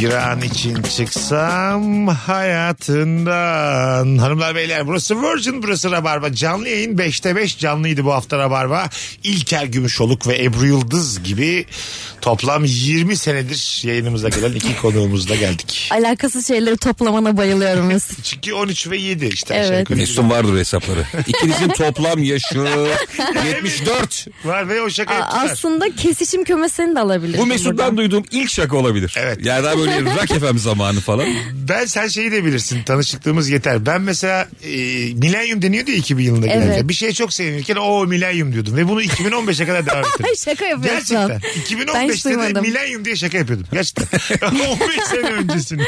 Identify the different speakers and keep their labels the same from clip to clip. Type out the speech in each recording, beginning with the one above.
Speaker 1: Bir an için çıksam hayatından. Hanımlar beyler burası Virgin burası Rabarba. Canlı yayın 5'te 5 canlıydı bu hafta Rabarba. İlker Gümüşoluk ve Ebru Yıldız gibi toplam 20 senedir yayınımıza gelen iki konuğumuzla geldik.
Speaker 2: Alakasız şeyleri toplamana bayılıyorum Mesut.
Speaker 1: Çünkü 13 ve 7 işte.
Speaker 2: Evet.
Speaker 1: aşağı yukarı.
Speaker 3: Mesut'un vardır hesapları. İkinizin toplam yaşı 74.
Speaker 1: Var ve o şaka
Speaker 2: A-
Speaker 1: yaptılar.
Speaker 2: Aslında kesişim kümesini de alabilir.
Speaker 3: Bu Mesut'tan duyduğum ilk şaka olabilir.
Speaker 1: Evet.
Speaker 3: Yani daha böyle rock FM zamanı falan.
Speaker 1: Ben sen şeyi de bilirsin tanışıklığımız yeter. Ben mesela e, milenyum deniyordu ya 2000 yılında
Speaker 2: Evet.
Speaker 1: gelirken. Bir şeye çok sevinirken o milenyum diyordum. Ve bunu 2015'e kadar devam ettim.
Speaker 2: Ay şaka yapıyorsun.
Speaker 1: Gerçekten.
Speaker 2: Ben
Speaker 1: 2015'te de
Speaker 2: duymadım.
Speaker 1: milenyum diye şaka yapıyordum. Gerçekten. 15 sene öncesini.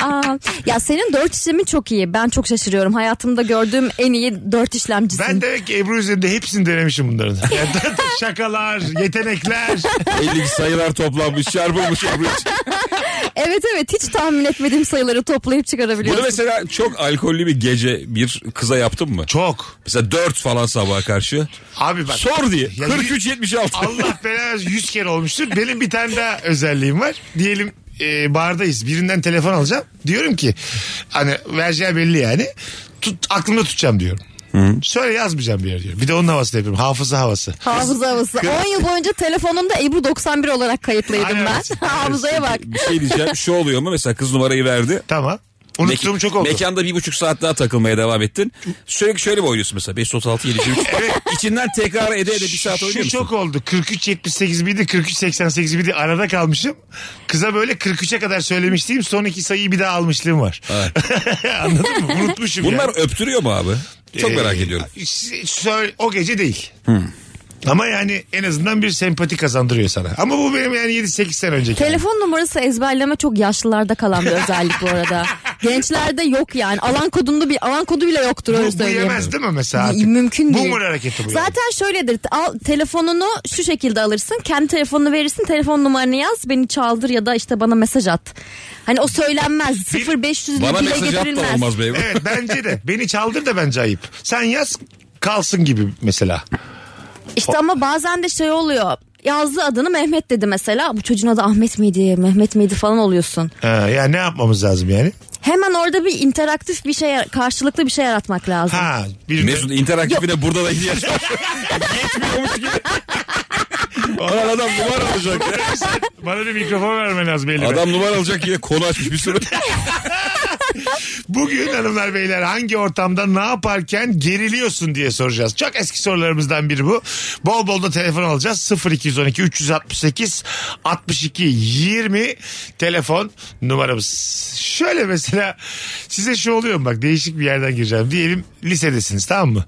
Speaker 2: Aa, ya senin dört işlemin çok iyi. Ben çok şaşırıyorum. Hayatımda gördüğüm en iyi dört işlemcisin.
Speaker 1: Ben demek ki Ebru üzerinde hepsini denemişim bunların. Yani Şakalar, yetenekler.
Speaker 3: 52 sayılar toplanmış, çarpılmış. çarpılmış.
Speaker 2: Evet evet hiç tahmin etmediğim sayıları toplayıp
Speaker 3: Bunu
Speaker 2: çıkarabiliyorsun.
Speaker 3: mesela çok alkollü bir gece bir kıza yaptın mı?
Speaker 1: Çok.
Speaker 3: Mesela 4 falan sabaha karşı.
Speaker 1: Abi bak.
Speaker 3: Sor diye.
Speaker 1: Ya
Speaker 3: 43-76.
Speaker 1: Allah belanı 100 kere olmuştur. Benim bir tane daha özelliğim var. Diyelim e, bardayız. Birinden telefon alacağım. Diyorum ki hani vereceği belli yani. Tut, aklımda tutacağım diyorum. Şöyle yazmayacağım bir yer diyorum. Bir de onun havasını yapıyorum. Hafıza havası.
Speaker 2: Hafıza havası. 10 yıl boyunca telefonumda Ebru 91 olarak kayıtlıydım
Speaker 1: Ay, evet.
Speaker 2: ben. Hafızaya bak.
Speaker 3: Bir şey diyeceğim. Şu oluyor mu? Mesela kız numarayı verdi.
Speaker 1: Tamam. Unuttuğum
Speaker 3: Mekan-
Speaker 1: çok oldu.
Speaker 3: Mekanda bir buçuk saat daha takılmaya devam ettin. Sürekli şöyle mi oynuyorsun mesela? 5, 36, 7, 23. İçinden tekrar ede ede bir saat
Speaker 1: Şu
Speaker 3: oynuyor musun?
Speaker 1: çok oldu. 43.78 miydi 43.88 miydi arada kalmışım. Kıza böyle 43'e kadar söylemiştim. Son iki sayıyı bir daha almışlığım var. Anladın mı? Unutmuşum
Speaker 3: Bunlar
Speaker 1: yani.
Speaker 3: öptürüyor mu abi? Çok merak
Speaker 1: Ee,
Speaker 3: ediyorum.
Speaker 1: s- sö- O gece değil. Ama yani en azından bir sempati kazandırıyor sana. Ama bu benim yani 7-8 sene önceki.
Speaker 2: Telefon numarası ezberleme çok yaşlılarda kalan bir özellik bu arada. Gençlerde yok yani. Alan kodunda bir alan kodu bile yoktur öyle
Speaker 1: bu, bu
Speaker 2: söyleyeyim.
Speaker 1: yemez değil mi mesela artık?
Speaker 2: Mümkün değil.
Speaker 1: Boomer hareketi bu yani.
Speaker 2: Zaten şöyledir. Al, telefonunu şu şekilde alırsın. Kendi telefonunu verirsin. Telefon numaranı yaz. Beni çaldır ya da işte bana mesaj at. Hani o söylenmez. 0500
Speaker 3: Bana
Speaker 2: bile
Speaker 3: mesaj at da
Speaker 2: getirilmez.
Speaker 3: olmaz be.
Speaker 1: Evet bence de. Beni çaldır da bence ayıp. Sen yaz kalsın gibi mesela.
Speaker 2: İşte ama bazen de şey oluyor. Yazdı adını Mehmet dedi mesela. Bu çocuğun adı Ahmet miydi, Mehmet miydi falan oluyorsun.
Speaker 1: Ee, yani ne yapmamız lazım yani?
Speaker 2: Hemen orada bir interaktif bir şey, karşılıklı bir şey yaratmak lazım.
Speaker 1: Ha, bir
Speaker 3: Mesut interaktifine burada da ihtiyaç var. Yetmiyormuş gibi. Ulan adam numara alacak.
Speaker 1: Bana bir mikrofon vermen lazım elime.
Speaker 3: Adam numara alacak yine konu açmış bir sürü.
Speaker 1: Bugün hanımlar beyler hangi ortamda ne yaparken geriliyorsun diye soracağız. Çok eski sorularımızdan biri bu. Bol bol da telefon alacağız. 0212 368 62 20 telefon numaramız. Şöyle mesela size şu oluyor mu bak değişik bir yerden gireceğim. Diyelim lisedesiniz tamam mı?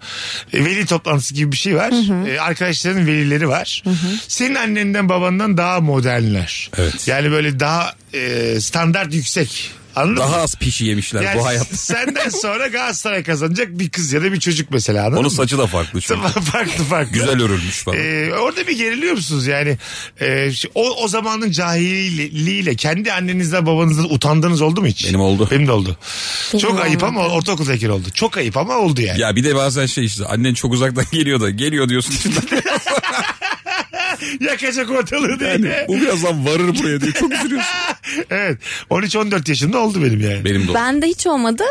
Speaker 1: E, veli toplantısı gibi bir şey var. E, arkadaşların velileri var. Senin annenden babandan daha modernler.
Speaker 3: Evet.
Speaker 1: Yani böyle daha e, standart yüksek. Anladın mı?
Speaker 3: Daha az pişi yemişler
Speaker 1: Yani
Speaker 3: bu hayat.
Speaker 1: Senden sonra Galatasaray kazanacak bir kız ya da bir çocuk mesela. anladın
Speaker 3: Onun
Speaker 1: mı?
Speaker 3: saçı da farklı çünkü.
Speaker 1: Tamam, farklı farklı.
Speaker 3: Güzel örülmüş falan.
Speaker 1: Ee, orada bir geriliyor musunuz yani Ee, şu- o, o zamanın cahilliğiyle kendi annenizle babanızdan utandığınız oldu mu hiç?
Speaker 3: Benim oldu.
Speaker 1: Benim de oldu.
Speaker 2: Benim
Speaker 1: Çok ayıp
Speaker 2: olmadı.
Speaker 1: ama ortaokuldayken oldu. Çok ayıp ama oldu yani.
Speaker 3: Ya bir de bazen şey işte annen çok uzaktan geliyor da geliyor diyorsun içinden.
Speaker 1: Yakacak ortalığı değil de.
Speaker 3: bu birazdan varır buraya diye çok üzülüyorsun.
Speaker 1: evet 13-14 yaşında oldu benim yani.
Speaker 3: Benim de oldu.
Speaker 2: Bende hiç olmadı.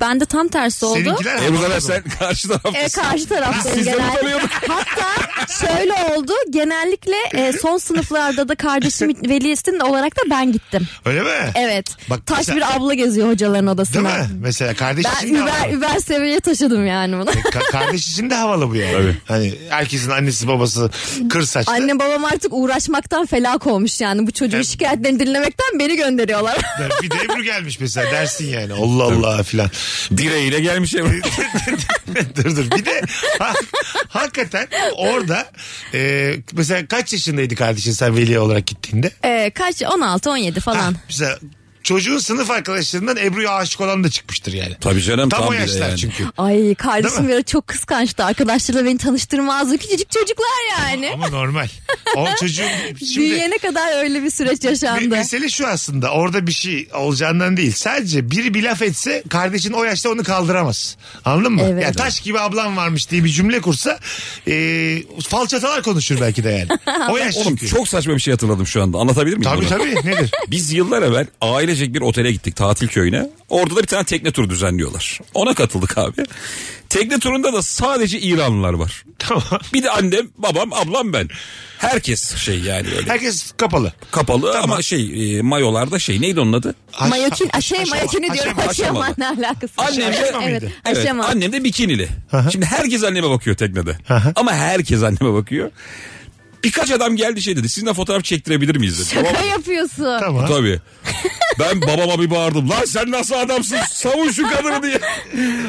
Speaker 2: Bende tam tersi oldu.
Speaker 1: Seninkiler
Speaker 3: Ebru
Speaker 1: havalı.
Speaker 3: Zafer, sen karşı taraftasın.
Speaker 2: E, karşı taraftayım
Speaker 3: Biz de
Speaker 2: genelde.
Speaker 3: utanıyorduk.
Speaker 2: Hatta şöyle oldu. Genellikle e, son sınıflarda da kardeşim velisin olarak da ben gittim.
Speaker 1: Öyle mi?
Speaker 2: Evet.
Speaker 1: Bak
Speaker 2: Taş
Speaker 1: mesela-
Speaker 2: bir abla geziyor hocaların
Speaker 1: Değil
Speaker 2: odasına.
Speaker 1: mi? Mesela kardeş
Speaker 2: Ben
Speaker 1: için de havalı.
Speaker 2: über, über seviyeye taşıdım yani bunu.
Speaker 1: Ka- kardeş için de havalı bu yani.
Speaker 3: Tabii.
Speaker 1: Hani herkesin annesi babası kır saçlı.
Speaker 2: Annem babam artık uğraşmaktan felak olmuş yani. Bu çocuğun
Speaker 1: Evet.
Speaker 2: şikayetlerini dinlemekten beni gönderiyorlar.
Speaker 1: Bir de Ebru gelmiş mesela dersin yani. Allah Allah filan.
Speaker 3: Direğiyle gelmiş Ebru.
Speaker 1: Ee, dur dur. Bir de ha- hakikaten orada e, mesela kaç yaşındaydı kardeşin sen veli olarak gittiğinde?
Speaker 2: E, kaç? 16-17
Speaker 1: Ha,
Speaker 2: falan.
Speaker 1: mesela çocuğun sınıf arkadaşlarından Ebru'ya aşık olan da çıkmıştır yani.
Speaker 3: Tabii canım
Speaker 1: Tam,
Speaker 3: tam,
Speaker 1: o
Speaker 3: bir de
Speaker 1: yaşlar
Speaker 3: yani.
Speaker 1: çünkü.
Speaker 2: Ay
Speaker 1: Ah, Değil mi?
Speaker 2: kardeşim bir ara çok kıskançtı. Arkadaşlarıyla beni tanıştırmazdı. Küçücük çocuklar yani.
Speaker 1: Ama normal. O çocuğun şimdi
Speaker 2: Büyüyene kadar öyle bir süreç
Speaker 1: Me-
Speaker 2: yaşandı.
Speaker 1: mesele şu aslında orada bir şey olacağından değil. Sadece biri bir laf etse kardeşin o yaşta onu kaldıramaz. Anladın mı?
Speaker 2: Evet.
Speaker 1: Ya taş gibi ablam varmış diye bir cümle kursa e, falçatalar konuşur belki de yani. O yaş
Speaker 3: Oğlum
Speaker 1: E, çünkü.
Speaker 3: çok saçma bir şey hatırladım şu anda. Anlatabilir miyim?
Speaker 1: Tabii
Speaker 3: bunu?
Speaker 1: tabii nedir?
Speaker 3: Biz yıllar evvel ailecek bir otele gittik tatil köyüne. Orada da bir tane tekne turu düzenliyorlar. Ona katıldık abi. Tekne turunda da sadece İranlılar var.
Speaker 1: tamam.
Speaker 3: Bir de annem, babam, ablam ben. Herkes şey yani öyle
Speaker 1: Herkes kapalı.
Speaker 3: kapalı ama şey e, mayolarda şey neydi onun adı?
Speaker 1: Haş-
Speaker 2: Mayokin,
Speaker 1: haş-
Speaker 2: şey
Speaker 1: haşama,
Speaker 2: mayokini diyorum.
Speaker 1: haşama.
Speaker 3: haşama.
Speaker 2: Aşama ne alakası? var?
Speaker 3: Annem de-
Speaker 1: Haşama
Speaker 2: Evet,
Speaker 1: Şey, mıydı?
Speaker 3: Evet,
Speaker 2: aşama.
Speaker 3: annem de bikinili. Şimdi herkes anneme bakıyor teknede. Ama herkes anneme bakıyor. Birkaç adam geldi şey dedi. Sizinle fotoğraf çektirebilir miyiz dedi. Tamam.
Speaker 2: Şaka yapıyorsun.
Speaker 1: Tamam.
Speaker 3: E, Tabii. Ben babama bir bağırdım. Lan sen nasıl adamsın? Savun şu kadını diye.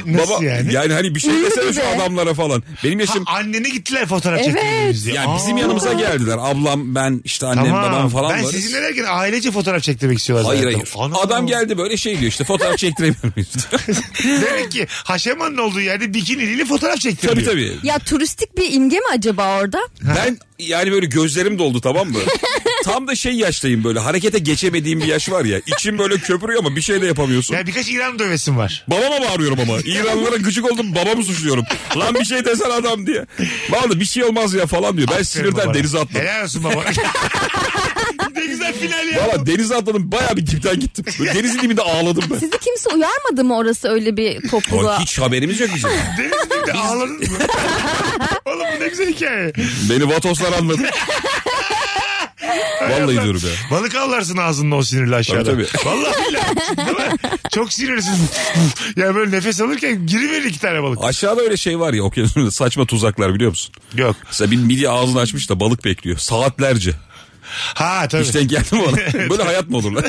Speaker 1: Nasıl yani?
Speaker 3: hani bir şey
Speaker 2: Ünlü
Speaker 3: desene şu
Speaker 2: bir de.
Speaker 3: adamlara falan. Benim
Speaker 1: Ha,
Speaker 3: yaşım
Speaker 1: annene gittiler fotoğraf
Speaker 2: Evet.
Speaker 1: çektirmeniz diye.
Speaker 3: yani bizim
Speaker 1: Aa,
Speaker 3: yanımıza geldiler. Ablam ben işte annem
Speaker 1: Tamam.
Speaker 3: babam falan
Speaker 1: ben
Speaker 3: varız.
Speaker 1: sizinle derken ailece fotoğraf çektirmek istiyorlar
Speaker 3: Hayır
Speaker 1: zaten.
Speaker 3: hayır.
Speaker 1: Ana.
Speaker 3: Adam geldi böyle şey diyor işte fotoğraf çektiremiyor muyuz?
Speaker 1: Demek ki Haşema'nın olduğu yerde bikiniliyle fotoğraf çektiriliyor.
Speaker 3: tabii tabii.
Speaker 2: Ya turistik bir imge mi acaba orada?
Speaker 3: Ben yani böyle gözlerim doldu tamam mı? Tam da şey yaştayım böyle harekete geçemediğim bir yaş var ya. İçim böyle köpürüyor ama bir şey de yapamıyorsun.
Speaker 1: Ya birkaç İran dövesim var.
Speaker 3: Babama bağırıyorum ama. İranlılara gıcık oldum babamı suçluyorum. Lan bir şey desen adam diye. Vallahi bir şey olmaz ya falan diyor. Ben sinirden
Speaker 1: Babana.
Speaker 3: denize atladım.
Speaker 1: Helal olsun baba. ne güzel final ya.
Speaker 3: Valla denize atladım baya bir dipten gittim. Böyle denizin dibinde ağladım ben.
Speaker 2: Sizi kimse uyarmadı mı orası öyle bir
Speaker 3: Oğlum
Speaker 2: topluluğa?
Speaker 3: hiç haberimiz yok bizim.
Speaker 1: Deniz değil de ağladınız mı? Oğlum bu ne güzel hikaye.
Speaker 3: Beni vatoslar anladı. Vallahi diyorum ya.
Speaker 1: Balık avlarsın ağzınla o sinirli aşağıda.
Speaker 3: Tabii,
Speaker 1: Vallahi billahi. Değil mi? Çok sinirlisin. ya böyle nefes alırken giriverir iki tane balık.
Speaker 3: Aşağıda öyle şey var ya okyanusunda saçma tuzaklar biliyor musun?
Speaker 1: Yok.
Speaker 3: Mesela bir midye ağzını açmış da balık bekliyor saatlerce.
Speaker 1: Ha tabii.
Speaker 3: İşten geldi mi ona? Böyle hayat mı olur lan?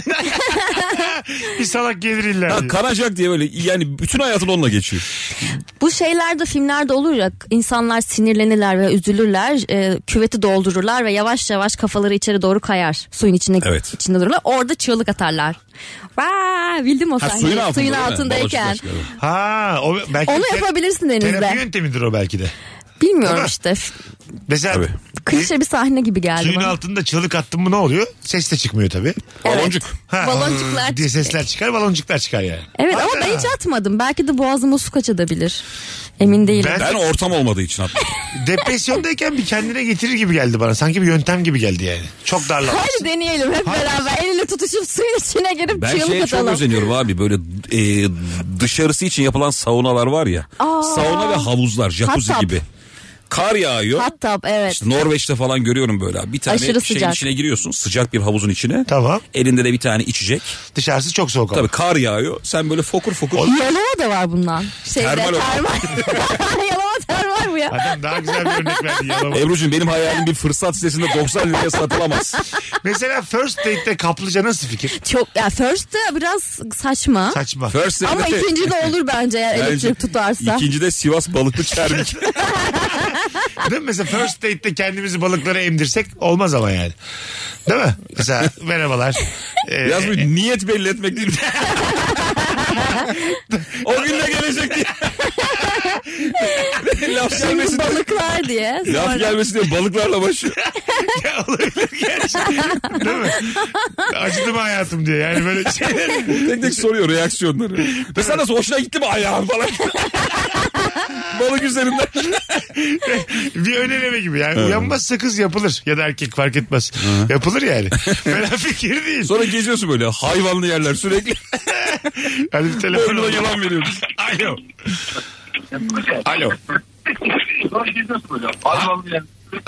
Speaker 1: Bir salak gelir illa.
Speaker 3: Ha,
Speaker 1: diye.
Speaker 3: kanacak diye böyle yani bütün hayatın onunla geçiyor.
Speaker 2: Bu şeylerde filmlerde olur ya insanlar sinirlenirler ve üzülürler e, küveti doldururlar ve yavaş yavaş kafaları içeri doğru kayar suyun içine
Speaker 3: Evet.
Speaker 2: içinde dururlar orada çığlık atarlar. Vaa, bildim o
Speaker 3: Ha,
Speaker 2: sahneyi
Speaker 3: suyun altında değil mi?
Speaker 2: altındayken.
Speaker 3: Balacık başka, evet.
Speaker 1: Ha o belki
Speaker 2: Onu
Speaker 1: te-
Speaker 2: yapabilirsin
Speaker 1: Terapi
Speaker 2: denizde.
Speaker 1: yöntemidir o belki de.
Speaker 2: Bilmiyorum işte. F-
Speaker 1: Mesela
Speaker 3: Tabii.
Speaker 2: Klişe bir sahne gibi geldi
Speaker 1: suyun
Speaker 2: bana.
Speaker 1: altında çığlık attın mı ne oluyor? Ses de çıkmıyor tabii.
Speaker 2: Evet.
Speaker 3: Baloncuk.
Speaker 1: Ha,
Speaker 2: Baloncuklar
Speaker 1: diye
Speaker 2: çıkacak.
Speaker 1: sesler çıkar, baloncuklar çıkar yani.
Speaker 2: Evet ama
Speaker 1: Ana.
Speaker 2: ben hiç atmadım. Belki de boğazıma su kaçabilir. Emin değilim.
Speaker 1: Ben-
Speaker 3: Ben ortam olmadığı için atladım.
Speaker 1: Depresyondayken bir kendine getirir gibi geldi bana. Sanki bir yöntem gibi geldi yani. Çok darlandım.
Speaker 2: Hadi deneyelim hep beraber. El ele tutuşup suyun içine girip
Speaker 3: Ben
Speaker 2: çığlık
Speaker 3: şeye çok
Speaker 2: atalım.
Speaker 3: özeniyorum abi böyle e, dışarısı için yapılan saunalar var ya.
Speaker 2: Aa.
Speaker 3: sauna ve havuzlar jacuzzi
Speaker 2: Hot tub.
Speaker 3: gibi. Kar yağıyor.
Speaker 2: Hot tub evet.
Speaker 3: İşte Norveç'te falan görüyorum böyle abi. Bir tane
Speaker 2: Aşırı
Speaker 3: şeyin
Speaker 2: sıcak.
Speaker 3: içine giriyorsun sıcak bir havuzun içine.
Speaker 1: Tamam.
Speaker 3: Elinde de bir tane içecek.
Speaker 1: Dışarısı çok soğuk ama.
Speaker 3: Tabii kar yağıyor. Sen böyle fokur fokur.
Speaker 2: Yalova da var bundan. Şeyde,
Speaker 3: Termal
Speaker 2: termal.
Speaker 3: o.
Speaker 2: Yalova termal bu ya.
Speaker 1: Adam daha güzel bir örnek verdi yalama.
Speaker 3: Ebru'cum benim hayalim bir fırsat sitesinde 90 liraya satılamaz.
Speaker 1: Mesela first date'te kaplıca nasıl fikir?
Speaker 2: Çok ya first de biraz saçma.
Speaker 1: Saçma.
Speaker 3: First
Speaker 2: Ama
Speaker 3: date-
Speaker 2: ikinci de olur bence eğer elektrik tutarsa.
Speaker 3: İkinci de Sivas balıklı çermik.
Speaker 1: Değil mi? Mesela first date'te kendimizi balıklara emdirsek olmaz ama yani. Değil mi? Mesela merhabalar. Ee,
Speaker 3: Biraz bir niyet belli etmek değil. o gün de gelecek diye. Laf gelmesin diye.
Speaker 2: Balıklar diye.
Speaker 3: Laf
Speaker 2: Sonra.
Speaker 3: gelmesin diye balıklarla başlıyor.
Speaker 1: ya olabilir gerçekten. Değil mi? Acıdı mı hayatım diye. Yani böyle şeyler.
Speaker 3: Tek tek soruyor reaksiyonları. Mesela nasıl hoşuna gitti mi ayağın falan. Balık üzerinden.
Speaker 1: bir önereme gibi. Yani uyanmaz sakız yapılır. Ya da erkek fark etmez. Yapılır yani. Fena fikir değil.
Speaker 3: Sonra geziyorsun böyle hayvanlı yerler sürekli.
Speaker 1: Hadi bir telefon
Speaker 3: Boynuna
Speaker 1: alalım.
Speaker 3: yalan veriyoruz.
Speaker 1: Alo. Alo.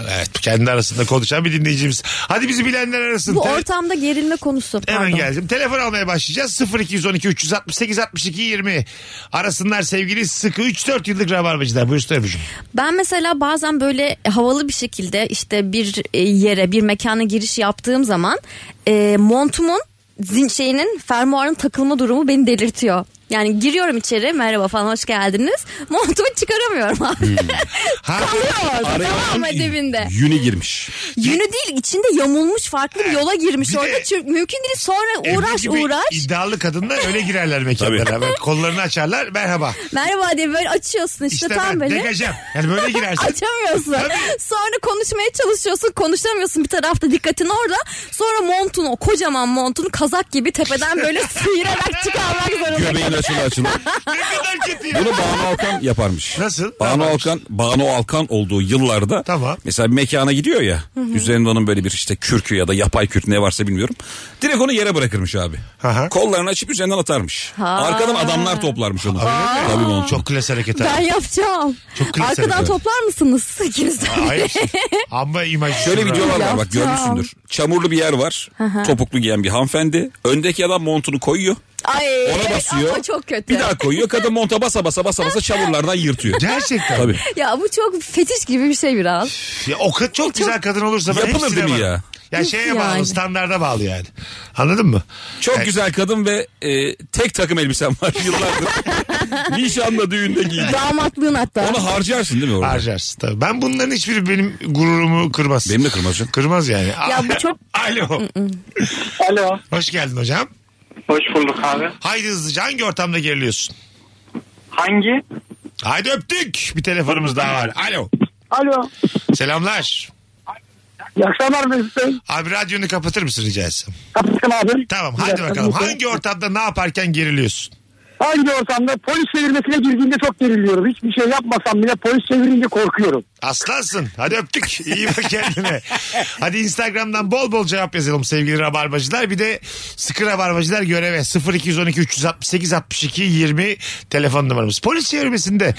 Speaker 1: Evet kendi arasında konuşan bir dinleyicimiz. Hadi bizi bilenler arasın.
Speaker 2: Bu
Speaker 1: Te-
Speaker 2: ortamda gerilme konusu.
Speaker 1: Hemen
Speaker 2: pardon.
Speaker 1: geldim. Telefon almaya başlayacağız. 0212 368 62 20. Arasınlar sevgili sıkı 3-4 yıllık rabarbacılar. Buyursun öpücüğüm.
Speaker 2: Ben mesela bazen böyle havalı bir şekilde işte bir e, yere bir mekana giriş yaptığım zaman e, montumun zin şeyinin fermuarın takılma durumu beni delirtiyor. Yani giriyorum içeri merhaba falan hoş geldiniz. Montumu çıkaramıyorum abi.
Speaker 1: Hmm. Ha,
Speaker 2: Kalıyor orada
Speaker 3: Araya
Speaker 2: tamam mı
Speaker 3: y-
Speaker 2: dibinde.
Speaker 3: Yünü girmiş.
Speaker 2: Yünü değil içinde yamulmuş farklı bir yola girmiş.
Speaker 1: Bir de-
Speaker 2: orada çür- mümkün değil sonra
Speaker 1: Ebru
Speaker 2: uğraş
Speaker 1: gibi
Speaker 2: uğraş.
Speaker 1: İddialı kadınlar öyle girerler mekanlara. Böyle kollarını açarlar. Merhaba.
Speaker 2: Merhaba diye böyle açıyorsun işte,
Speaker 1: İşte ben
Speaker 2: tam böyle.
Speaker 1: degajım. Yani böyle girersin.
Speaker 2: Açamıyorsun.
Speaker 1: Tabii.
Speaker 2: Sonra konuşmaya çalışıyorsun. Konuşamıyorsun bir tarafta dikkatin orada. Sonra montunu o kocaman montunu kazak gibi tepeden böyle sıyırarak çıkarmak zorunda.
Speaker 3: Göbeğin açılı açılı.
Speaker 1: ne kadar kötü ya.
Speaker 3: Bunu Banu Alkan yaparmış.
Speaker 1: Nasıl?
Speaker 3: Banu
Speaker 1: Yaparmış.
Speaker 3: Alkan, Banu Alkan olduğu yıllarda
Speaker 1: Tamam.
Speaker 3: mesela bir mekana gidiyor ya. Üzerinde onun böyle bir işte kürkü ya da yapay kürk ne varsa bilmiyorum. Direkt onu yere bırakırmış abi.
Speaker 1: Aha.
Speaker 3: Kollarını açıp üzerinden atarmış. Arkadan adamlar toplarmış onu. Tabii onu çok.
Speaker 1: Çok klas hareket
Speaker 2: Ben
Speaker 1: abi.
Speaker 2: yapacağım.
Speaker 1: Çok klas
Speaker 2: Arkadan
Speaker 1: hareket.
Speaker 2: toplar mısınız? İkiniz de.
Speaker 1: Hayır. Ama imaj.
Speaker 3: Şöyle videolar var bak
Speaker 2: Yapacağım.
Speaker 3: görmüşsündür. Çamurlu bir yer var. Topuklu giyen bir hanımefendi. Öndeki adam montunu koyuyor.
Speaker 2: Ay, evet,
Speaker 3: Ona basıyor.
Speaker 2: ama çok kötü.
Speaker 3: Bir daha koyuyor. Kadın monta basa basa basa basa çamurlardan yırtıyor.
Speaker 1: Gerçekten.
Speaker 3: Tabii.
Speaker 2: Ya bu çok fetiş gibi bir şey biraz.
Speaker 1: Ya o kadar çok güzel kadın olursa ben
Speaker 3: Yapılır
Speaker 1: hepsine
Speaker 3: değil mi
Speaker 1: varım.
Speaker 3: ya?
Speaker 1: Ya şeye bağlı,
Speaker 2: Yani.
Speaker 1: standarda bağlı yani. Anladın mı?
Speaker 3: Çok güzel kadın ve e, tek takım elbisen var yıllardır. Nişanla düğünde giydi.
Speaker 2: Damatlığın hatta.
Speaker 3: Onu harcarsın değil mi orada?
Speaker 1: Harcarsın tabii. Ben bunların hiçbiri benim gururumu kırmaz.
Speaker 3: Benim de kırmaz canım.
Speaker 1: Kırmaz yani.
Speaker 2: Ya bu çok-
Speaker 1: Alo.
Speaker 4: Alo.
Speaker 1: Hoş geldin hocam.
Speaker 4: Hoş bulduk abi.
Speaker 1: Haydi hızlıca hangi ortamda geriliyorsun?
Speaker 4: Hangi?
Speaker 1: Haydi öptük. Bir telefonumuz daha var. Alo.
Speaker 4: Alo.
Speaker 1: Selamlar.
Speaker 4: İyi akşamlar Mesut Bey.
Speaker 1: Abi radyonu kapatır mısın rica etsem?
Speaker 4: Kapatın abi.
Speaker 1: Tamam
Speaker 4: Bir
Speaker 1: hadi
Speaker 4: dakika,
Speaker 1: bakalım.
Speaker 4: bir şey. dakika.
Speaker 1: Hangi ortamda ne yaparken geriliyorsun?
Speaker 4: Hangi ortamda polis çevirmesine girdiğinde çok geriliyorum. Hiçbir şey yapmasam bile polis çevirince korkuyorum.
Speaker 1: Aslansın. Hadi öptük. İyi bak kendine. Hadi Instagram'dan bol bol cevap yazalım sevgili rabarbacılar. Bir de sıkı rabarbacılar göreve 0212 368 62 20 telefon numaramız. Polis çevirmesinde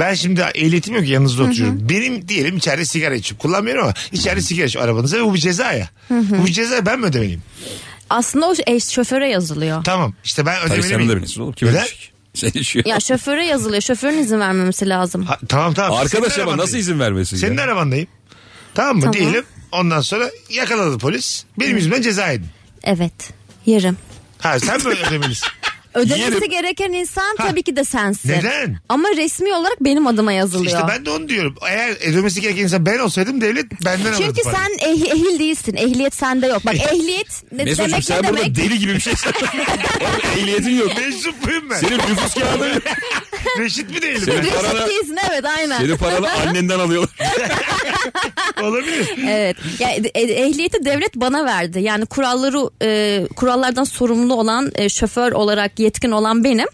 Speaker 1: ben şimdi ehliyetim yok yanınızda oturuyorum. Benim diyelim içeride sigara içip kullanmıyorum ama içeride sigara içip arabanıza ve bu bir ceza ya. Bu bir ceza ben mi ödemeliyim?
Speaker 2: Aslında o eş, şoföre yazılıyor.
Speaker 1: Tamam işte ben
Speaker 3: Tabii
Speaker 1: ödemeli
Speaker 3: sen
Speaker 1: miyim?
Speaker 3: de bilirsin oğlum. Kim
Speaker 1: Neden?
Speaker 3: ödeyecek? Sen işiyor.
Speaker 2: Ya şoföre yazılıyor. Şoförün izin vermemesi lazım.
Speaker 1: Ha, tamam tamam.
Speaker 3: Arkadaş
Speaker 1: Senin
Speaker 3: ama
Speaker 1: arabandayım.
Speaker 3: nasıl izin vermesin
Speaker 1: Senin
Speaker 3: ya?
Speaker 1: arabandayım. Tamam mı
Speaker 2: Tamam.
Speaker 1: diyelim. Ondan sonra yakaladı polis. Benim yüzümden ceza yedin.
Speaker 2: Evet. Yerim.
Speaker 1: Ha sen mi ödemelisin?
Speaker 2: Ödemesi
Speaker 3: Yerim.
Speaker 2: gereken insan
Speaker 1: Ha.
Speaker 2: tabii ki de sensin.
Speaker 1: Neden?
Speaker 2: Ama resmi olarak benim adıma yazılıyor.
Speaker 1: işte ben de onu diyorum. Eğer ödemesi gereken insan ben olsaydım devlet benden alırdı
Speaker 2: Çünkü
Speaker 1: parayı. E,
Speaker 2: sen eh- ehil değilsin. Ehliyet sende yok. Bak ehliyet ne
Speaker 3: Mesut'cum
Speaker 2: demek ne
Speaker 3: sen burada
Speaker 2: demek?
Speaker 3: deli gibi bir şey Oğlum ehliyetin yok.
Speaker 1: Mesut muyum ben?
Speaker 3: Senin nüfus kağıdın yok.
Speaker 1: Reşit mi değilim?
Speaker 3: Senin-
Speaker 2: Reşit
Speaker 3: Parana-
Speaker 2: değilsin evet aynen.
Speaker 3: Senin paranı annenden alıyorlar.
Speaker 1: ben? Olabilir.
Speaker 2: Evet. Ya, e- e- ehliyeti devlet bana verdi. Yani kuralları e, kurallardan sorumlu olan e, şoför olarak yetkin olan benim.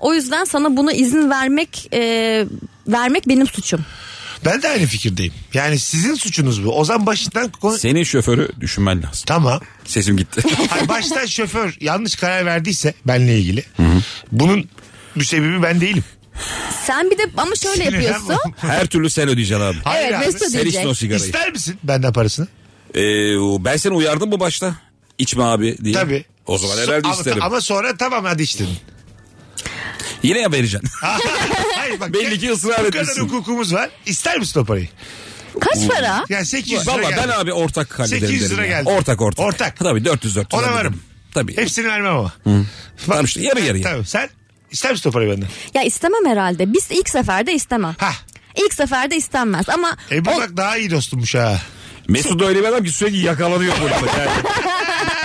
Speaker 2: O yüzden sana buna izin vermek e, vermek benim suçum.
Speaker 1: Ben de aynı fikirdeyim. Yani sizin suçunuz bu. Ozan başından konu...
Speaker 3: Senin şoförü düşünmen lazım.
Speaker 1: Tamam.
Speaker 3: Sesim gitti.
Speaker 1: Hayır, baştan şoför yanlış karar verdiyse benle ilgili. Bunun bir sebebi ben değilim.
Speaker 2: Sen bir de ama şöyle
Speaker 1: Sinirlen
Speaker 2: yapıyorsun.
Speaker 1: bu.
Speaker 3: Her türlü sen ödeyeceksin abi.
Speaker 1: Hayır
Speaker 2: Evet,
Speaker 1: abi.
Speaker 2: Mesut
Speaker 3: Sen içtin o
Speaker 2: ödeyecek.
Speaker 3: sigarayı.
Speaker 1: İster misin benden parasını?
Speaker 3: Ee, o- ben seni uyardım mı başta? İçme abi diye.
Speaker 1: Tabii.
Speaker 3: O zaman
Speaker 1: So-
Speaker 3: herhalde
Speaker 1: ama-
Speaker 3: isterim.
Speaker 1: Ama sonra tamam hadi içtin.
Speaker 3: Yine ya vereceksin.
Speaker 1: Hayır bak.
Speaker 3: Belli ki ısrar
Speaker 1: Bu kadar
Speaker 3: etmişsin.
Speaker 1: hukukumuz var. İster misin o parayı?
Speaker 2: Kaç para?
Speaker 1: Yani 800 lira
Speaker 3: Valla
Speaker 1: geldi.
Speaker 3: ben abi ortak hallederim
Speaker 1: 800
Speaker 3: derim
Speaker 1: lira
Speaker 3: ya.
Speaker 1: geldi.
Speaker 3: Ortak ortak.
Speaker 1: Ortak.
Speaker 3: Tabii 400 400.
Speaker 1: Ona
Speaker 3: hallederim.
Speaker 1: varım.
Speaker 3: Tabii.
Speaker 1: Hepsini vermem ama.
Speaker 3: Tamam işte yarı yarıya.
Speaker 1: Tamam sen ister misin o parayı benden?
Speaker 2: Ya istemem herhalde. Biz ilk seferde istemem.
Speaker 1: Ha.
Speaker 2: İlk seferde istenmez ama
Speaker 1: E bu
Speaker 2: o-
Speaker 1: bak daha iyi dostummuş ha.
Speaker 3: Mesut da öyle bir adam ki sürekli yakalanıyor burada. Yani.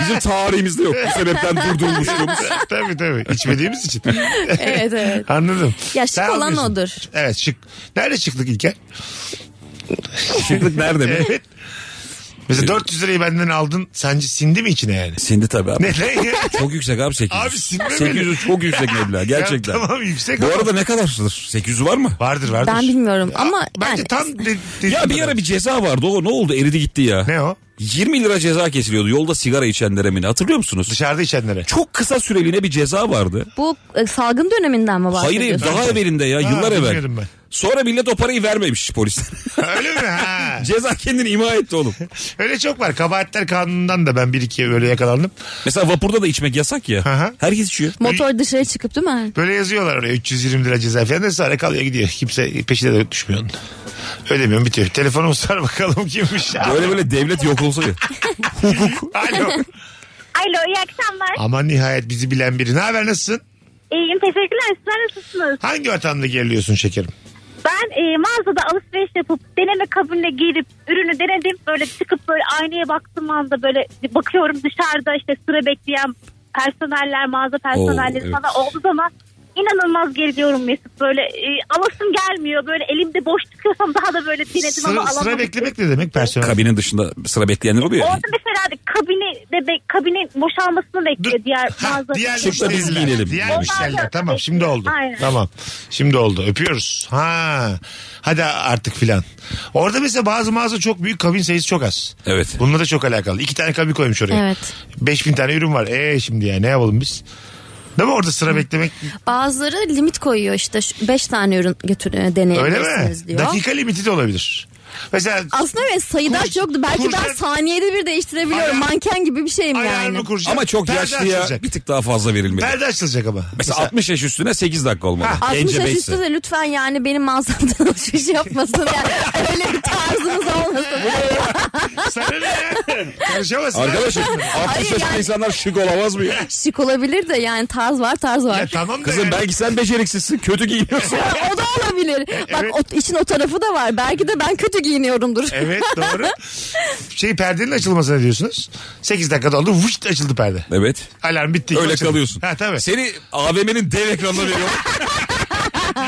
Speaker 3: Bizim tarihimizde yok. Bu sebepten durdurulmuşluğumuz.
Speaker 1: tabii tabii. İçmediğimiz için.
Speaker 2: evet evet.
Speaker 1: Anladım.
Speaker 2: Ya şık olan
Speaker 1: almıyorsun.
Speaker 2: odur.
Speaker 1: Evet şık. Nerede şıklık İlker?
Speaker 3: Şıklık nerede mi?
Speaker 1: Evet. Mesela 400 lirayı benden aldın. Sence sindi mi içine yani?
Speaker 3: Sindi tabii abi.
Speaker 1: Neden ya?
Speaker 3: Çok yüksek abi 800.
Speaker 1: Abi sinirlenme.
Speaker 3: 800 çok yüksek meblağ gerçekten.
Speaker 1: Ya tamam, yüksek
Speaker 3: Bu
Speaker 1: ama-
Speaker 3: arada ne kadardır? 800 var mı?
Speaker 1: Vardır vardır.
Speaker 2: Ben bilmiyorum ama
Speaker 1: Bence
Speaker 2: yani
Speaker 1: tam de- de-
Speaker 3: Ya bir ara bir ceza vardı o ne oldu eridi gitti ya.
Speaker 1: Ne o?
Speaker 3: 20 lira ceza kesiliyordu yolda sigara içenlere mi ne? hatırlıyor musunuz?
Speaker 1: Dışarıda içenlere.
Speaker 3: Çok kısa süreliğine bir ceza vardı.
Speaker 2: bu e, salgın döneminden mi
Speaker 3: Hayır hayır,
Speaker 2: bahsediyorsun?
Speaker 3: daha evvelinde ya
Speaker 1: Ha,
Speaker 3: yıllar
Speaker 1: bilmiyordum
Speaker 3: evvel.
Speaker 1: ben.
Speaker 3: Sonra millet o parayı vermemiş polis.
Speaker 1: Öyle mi? Ha.
Speaker 3: ceza kendini ima etti oğlum.
Speaker 1: Öyle çok var. Kabahatler kanunundan da ben bir iki böyle yakalandım.
Speaker 3: Mesela vapurda da içmek yasak ya.
Speaker 1: Aha.
Speaker 3: Herkes içiyor.
Speaker 2: Motor dışarı çıkıp değil mi?
Speaker 1: Böyle yazıyorlar oraya 320 lira ceza falan. Neyse sonra kalıyor gidiyor. Kimse peşine de düşmüyor onun. Ödemiyorum bitiyor. Telefonumu sar bakalım kimmiş.
Speaker 3: Böyle böyle devlet yok olsa ya.
Speaker 1: Alo.
Speaker 5: Alo iyi akşamlar.
Speaker 1: Aman nihayet bizi bilen biri. Ne haber nasılsın?
Speaker 5: İyiyim teşekkürler. Sizler nasılsınız?
Speaker 1: Hangi ortamda geriliyorsun şekerim?
Speaker 5: Ben e, mağazada alışveriş yapıp deneme kabinine girip ürünü denedim. Böyle çıkıp böyle aynaya baktığım anda böyle bakıyorum dışarıda işte sıra bekleyen personeller, mağaza personelleri
Speaker 3: Oo,
Speaker 5: sana olduğu zaman inanılmaz geriliyorum Mesut. Böyle e, alasım gelmiyor. Böyle elimde boş çıkıyorsam daha da böyle denedim ama
Speaker 1: Sıra,
Speaker 5: alamadım.
Speaker 1: sıra beklemek ne demek personel?
Speaker 3: Kabinin dışında sıra bekleyenler oluyor. ya.
Speaker 5: Orada mesela de kabini de be, kabinin boşalmasını bekliyor
Speaker 1: Dur.
Speaker 5: diğer
Speaker 1: Ha,
Speaker 5: mağaza.
Speaker 1: diğer
Speaker 3: Şurada biz
Speaker 1: müşteriler.
Speaker 3: giyinelim.
Speaker 1: Diğer
Speaker 3: Onlar
Speaker 1: müşteriler.
Speaker 5: da-
Speaker 1: Tamam şimdi oldu.
Speaker 5: Aynen.
Speaker 1: Tamam. Şimdi oldu. Öpüyoruz. Ha. Hadi artık filan. Orada mesela bazı mağaza çok büyük kabin sayısı çok az.
Speaker 3: Evet.
Speaker 1: Bununla da çok alakalı. İki tane kabin koymuş oraya.
Speaker 2: Evet.
Speaker 1: 5000 tane ürün var. E şimdi ya ne yapalım biz? Değil mi orada sıra beklemek?
Speaker 2: Bazıları limit koyuyor işte 5 tane ürün götür e,
Speaker 1: Öyle
Speaker 2: deneyebilirsiniz
Speaker 1: mi?
Speaker 2: diyor.
Speaker 1: Dakika limiti de olabilir. Mesela
Speaker 2: Aslında evet sayıdan
Speaker 1: Kurs-
Speaker 2: çoktu. Belki
Speaker 1: kurslar-
Speaker 2: ben saniyede bir değiştirebiliyorum.
Speaker 1: Ayar-
Speaker 2: Manken gibi bir şeyim
Speaker 1: ayarını
Speaker 2: yani.
Speaker 1: kuracak.
Speaker 3: Ama çok
Speaker 1: perde
Speaker 3: yaşlıya
Speaker 1: açılacak.
Speaker 3: bir tık daha fazla verilmeli.
Speaker 1: Perde açılacak ama.
Speaker 3: Mesela 60 yaş üstüne 8 dakika olmalı.
Speaker 1: Ha.
Speaker 2: 60
Speaker 3: Gence
Speaker 2: yaş
Speaker 3: beşse.
Speaker 2: üstü de lütfen yani benim mağazamdan alışveriş yapmasın. Yani öyle bir tarzımız olmasın.
Speaker 1: Sana ne ya? Karışamazsın.
Speaker 3: Arkadaşım 60
Speaker 2: Hayır
Speaker 3: yaşında
Speaker 2: yani.
Speaker 3: insanlar şık olamaz mı ya?
Speaker 2: Şık olabilir de yani tarz var tarz
Speaker 1: Ya
Speaker 2: var.
Speaker 1: tamam da
Speaker 3: Kızım
Speaker 1: yani.
Speaker 3: belki sen beceriksizsin kötü giyiniyorsun.
Speaker 2: o da olabilir. Bak o, için o tarafı da var. Belki de ben kötü giyiniyorumdur.
Speaker 1: Evet doğru. şey perdenin açılmasına diyorsunuz. 8 dakikada oldu. Vışt açıldı perde.
Speaker 3: evet.
Speaker 1: Alarm bitti.
Speaker 3: Öyle
Speaker 1: açıldı.
Speaker 3: kalıyorsun.
Speaker 1: Ha tabii.
Speaker 3: Seni AVM'nin dev ekranına veriyor.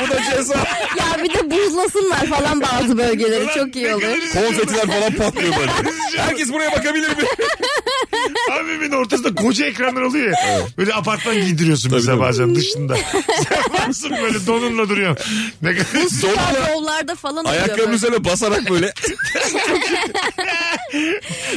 Speaker 3: Bu da ceza.
Speaker 2: ya bir de buzlasınlar falan bazı bölgeleri
Speaker 1: Ulan
Speaker 2: çok iyi
Speaker 1: ne
Speaker 2: olur.
Speaker 1: kadar üzücü olur.
Speaker 3: Konfetiler falan patlıyor böyle. Herkes buraya bakabilir mi?
Speaker 1: Abimin ortasında koca ekranlar oluyor ya. Böyle apartman giydiriyorsun bize
Speaker 3: tabii.
Speaker 1: bazen dışında. Sen varsın böyle donunla duruyorsun. Ne kadar
Speaker 3: Sonra
Speaker 2: Ya yollarda falan oluyor
Speaker 3: ayaklarının
Speaker 2: böyle.
Speaker 3: üzerine basarak böyle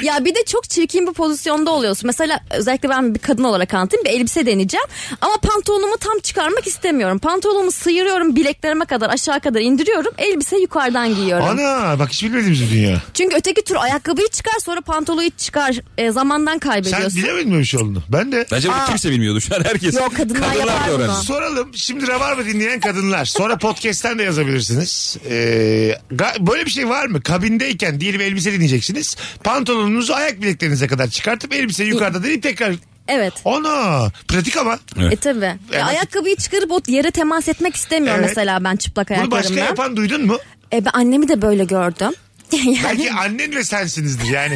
Speaker 2: Ya bir de çok çirkin bir pozisyonda oluyorsun. Mesela özellikle ben bir kadın olarak anlatayım bir elbise deneyeceğim. Ama pantolonumu tam çıkarmak istemiyorum. Pantolonumu sıyırıyorum bileklerime kadar aşağı kadar indiriyorum. Elbise yukarıdan giyiyorum.
Speaker 1: Ana bak hiç bilmediğimiz bir dünya.
Speaker 2: Çünkü öteki tür ayakkabıyı çıkar sonra pantoloyu çıkar. E, zamandan
Speaker 1: Sen
Speaker 2: kaybediyorsun.
Speaker 1: bilemedin böyle bir şey olduğunu. Ben de.
Speaker 3: Bence bunu kimse bilmiyordu şu an herkes.
Speaker 2: Yok, kadınlar yapar
Speaker 3: da
Speaker 2: bunu.
Speaker 3: öğrendi.
Speaker 1: Soralım. Şimdi Rabarba dinleyen kadınlar. Sonra podcast'ten de yazabilirsiniz. Ee, ga- böyle bir şey var mı? Kabindeyken diyelim elbise dinleyeceksiniz. Pantolonunuzu ayak bileklerinize kadar çıkartıp elbiseyi yukarıda deneyip tekrar...
Speaker 2: Evet.
Speaker 1: Ona pratik ama.
Speaker 2: E tabi. E, ayakkabıyı çıkarıp o yere temas etmek istemiyorum
Speaker 1: Evet.
Speaker 2: mesela ben çıplak
Speaker 1: Bunu başka
Speaker 2: ayaklarımla.
Speaker 1: yapan duydun mu?
Speaker 2: E ben annemi de böyle gördüm. Yani
Speaker 1: Belki annen ve sensinizdir yani.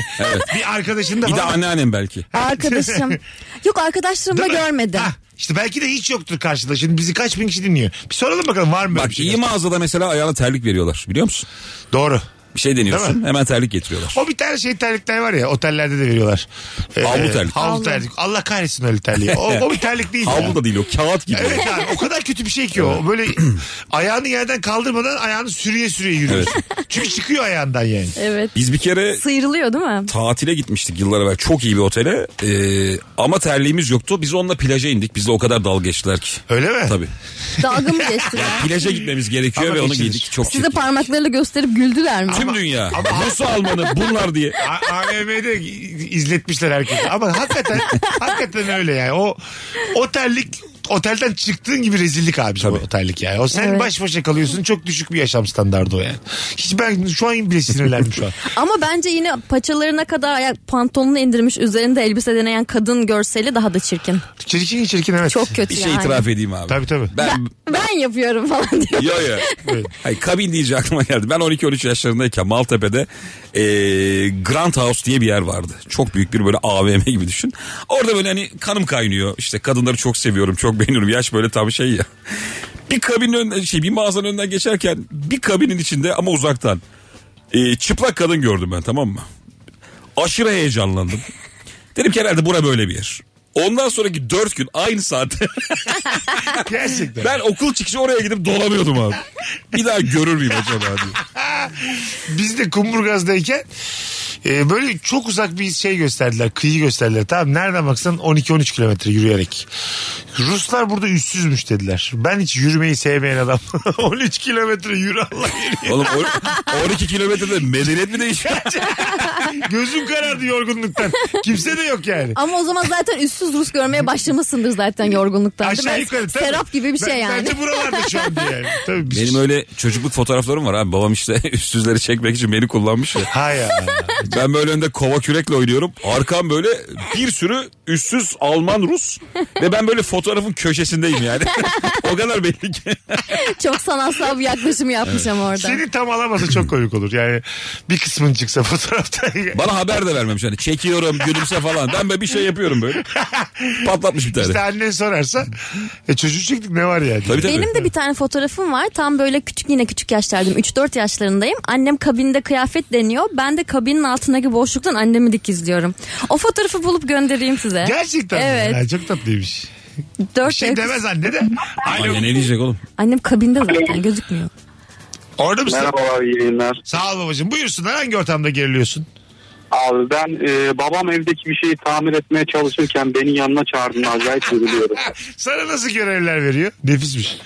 Speaker 1: Bir arkadaşın da
Speaker 3: Bir de
Speaker 1: falan-
Speaker 3: anneannem belki.
Speaker 2: arkadaşım. Yok arkadaşlarımda
Speaker 1: Değil mi?
Speaker 2: görmedim.
Speaker 1: Ha, işte belki de hiç yoktur karşıda. Şimdi bizi kaç bin kişi dinliyor. Bir soralım bakalım var mı böyle bir
Speaker 3: Bak
Speaker 1: şey?
Speaker 3: iyi mağazada mesela ayağına terlik veriyorlar biliyor musun?
Speaker 1: Doğru.
Speaker 3: Bir şey
Speaker 1: Değil
Speaker 3: deniyorsun hemen terlik getiriyorlar.
Speaker 1: O bir tane şey terlikler var ya otellerde de veriyorlar. Ee,
Speaker 3: Havlu terlik.
Speaker 1: Havlu terlik. Allah kahretsin öyle terliği. O, o bir terlik değil. ya.
Speaker 3: Havlu da değil o kağıt gibi.
Speaker 1: Evet abi o kadar kötü bir şey ki o. Böyle ayağını yerden kaldırmadan ayağını sürüye sürüye yürüyorsun. Çünkü çıkıyor ayağından yani.
Speaker 2: Evet.
Speaker 3: Biz bir kere
Speaker 2: Sıyrılıyor değil mi?
Speaker 3: tatile gitmiştik yıllar evvel çok iyi bir otele Ee, ama terliğimiz yoktu. Biz onunla plaja indik. Bizle o kadar dalga geçtiler ki.
Speaker 1: Öyle mi?
Speaker 3: Tabii.
Speaker 2: Dalga mı geçtiler?
Speaker 3: Plaja gitmemiz gerekiyor
Speaker 1: Ama
Speaker 3: ve onu
Speaker 1: geçilir.
Speaker 3: giydik. Çok
Speaker 2: Size
Speaker 3: çirkin.
Speaker 2: parmaklarıyla gösterip güldüler mi?
Speaker 3: Tüm dünya. Rus Almanı bunlar diye.
Speaker 1: A- AVM'de izletmişler herkese. Ama hakikaten hakikaten öyle yani. O otellik otelden çıktığın gibi rezillik abi bu otellik yani. O sen
Speaker 2: Evet.
Speaker 1: baş başa kalıyorsun. Çok düşük bir yaşam standardı o yani. Hiç ben şu an bile sinirlendim şu an.
Speaker 2: Ama bence yine paçalarına kadar ayak pantolonunu indirmiş üzerinde elbise deneyen kadın görseli daha da çirkin.
Speaker 1: Çirkin çirkin evet.
Speaker 2: Çok kötü
Speaker 3: Bir şey
Speaker 2: yani.
Speaker 3: itiraf edeyim abi.
Speaker 1: Tabii tabii.
Speaker 3: Ben
Speaker 2: Ben yapıyorum falan diyor.
Speaker 3: Yo yo. Hayır, kabin deyince aklıma geldi. Ben 12-13 yaşlarındayken Maltepe'de eee Grand House diye bir yer vardı. Çok büyük bir böyle AVM gibi düşün. Orada böyle hani kanım kaynıyor. İşte kadınları çok seviyorum, çok beğeniyorum. Yaş böyle tam şey ya. Bir kabinin önünden şey bir mağazanın önünden geçerken bir kabinin içinde ama uzaktan eee, çıplak kadın gördüm ben tamam mı? Aşırı heyecanlandım. Dedim ki herhalde bura böyle bir yer. Ondan sonraki dört gün aynı saatte
Speaker 1: Gerçekten.
Speaker 3: ben okul çıkışı oraya gidip dolanıyordum abi. Bir daha görür müyüm acaba diye.
Speaker 1: Biz de Kumburgaz'dayken e, böyle çok uzak bir şey gösterdiler. Kıyı gösterdiler. Tamam nereden baksan 12-13 kilometre yürüyerek. Ruslar burada üssüzmüş dediler. Ben hiç yürümeyi sevmeyen adam. 13 kilometre yürü Allah yürü.
Speaker 3: Oğlum o- 12 kilometrede medeniyet mi değişiyor?
Speaker 1: Gözüm karardı yorgunluktan. Kimse de yok yani.
Speaker 2: Ama o zaman zaten üstsüz Rus görmeye başlamışsındır zaten yorgunluktan. değil mi?
Speaker 1: Aşağı yukarı. tabii.
Speaker 2: Serap gibi bir
Speaker 1: Ben-
Speaker 2: şey yani.
Speaker 1: Bence buralarda şu an yani. Tabii biz-
Speaker 3: Benim öyle çocukluk fotoğraflarım var abi. Babam işte üstsüzleri çekmek için beni kullanmış ya.
Speaker 1: Ha ya.
Speaker 3: Ben böyle önde kova kürekle oynuyorum. Arkam böyle bir sürü üstsüz Alman Rus ve ben böyle fotoğrafın köşesindeyim yani. o kadar belli ki.
Speaker 2: Çok sanatsal bir yaklaşım yapmışım orada.
Speaker 1: Seni tam alamasa çok komik olur. Yani bir kısmın çıksa fotoğrafta.
Speaker 3: Bana haber de vermemiş hani çekiyorum gülümse falan. Ben böyle bir şey yapıyorum böyle. Patlatmış bir tane.
Speaker 1: işte annen sorarsa e, çocuğu çektik ne var yani.
Speaker 3: Tabii tabii.
Speaker 2: Benim de bir tane fotoğrafım var. Tam böyle küçük yine küçük yaşlardayım. 3-4 yaşlarındayım. Annem kabinde kıyafet deniyor. Ben de kabinin altındaki boşluktan annemi dikizliyorum. O fotoğrafı bulup göndereyim size.
Speaker 1: Gerçekten mi?
Speaker 2: Evet.
Speaker 1: Ha, çok tatlıymış.
Speaker 2: 4
Speaker 1: Şey demez anne de. Alo.
Speaker 3: Anne ne diyecek oğlum?
Speaker 2: Annem kabinde zaten gözükmüyor.
Speaker 1: Orada mısın?
Speaker 6: Merhabalar iyi yayınlar.
Speaker 1: Sağ ol babacığım. Buyursunlar hangi ortamda geriliyorsun?
Speaker 6: Abi ben e, babam evdeki bir şeyi tamir etmeye çalışırken beni yanına çağırdığında acayip üzülüyorum.
Speaker 1: Sana nasıl görevler veriyor? Nefismiş.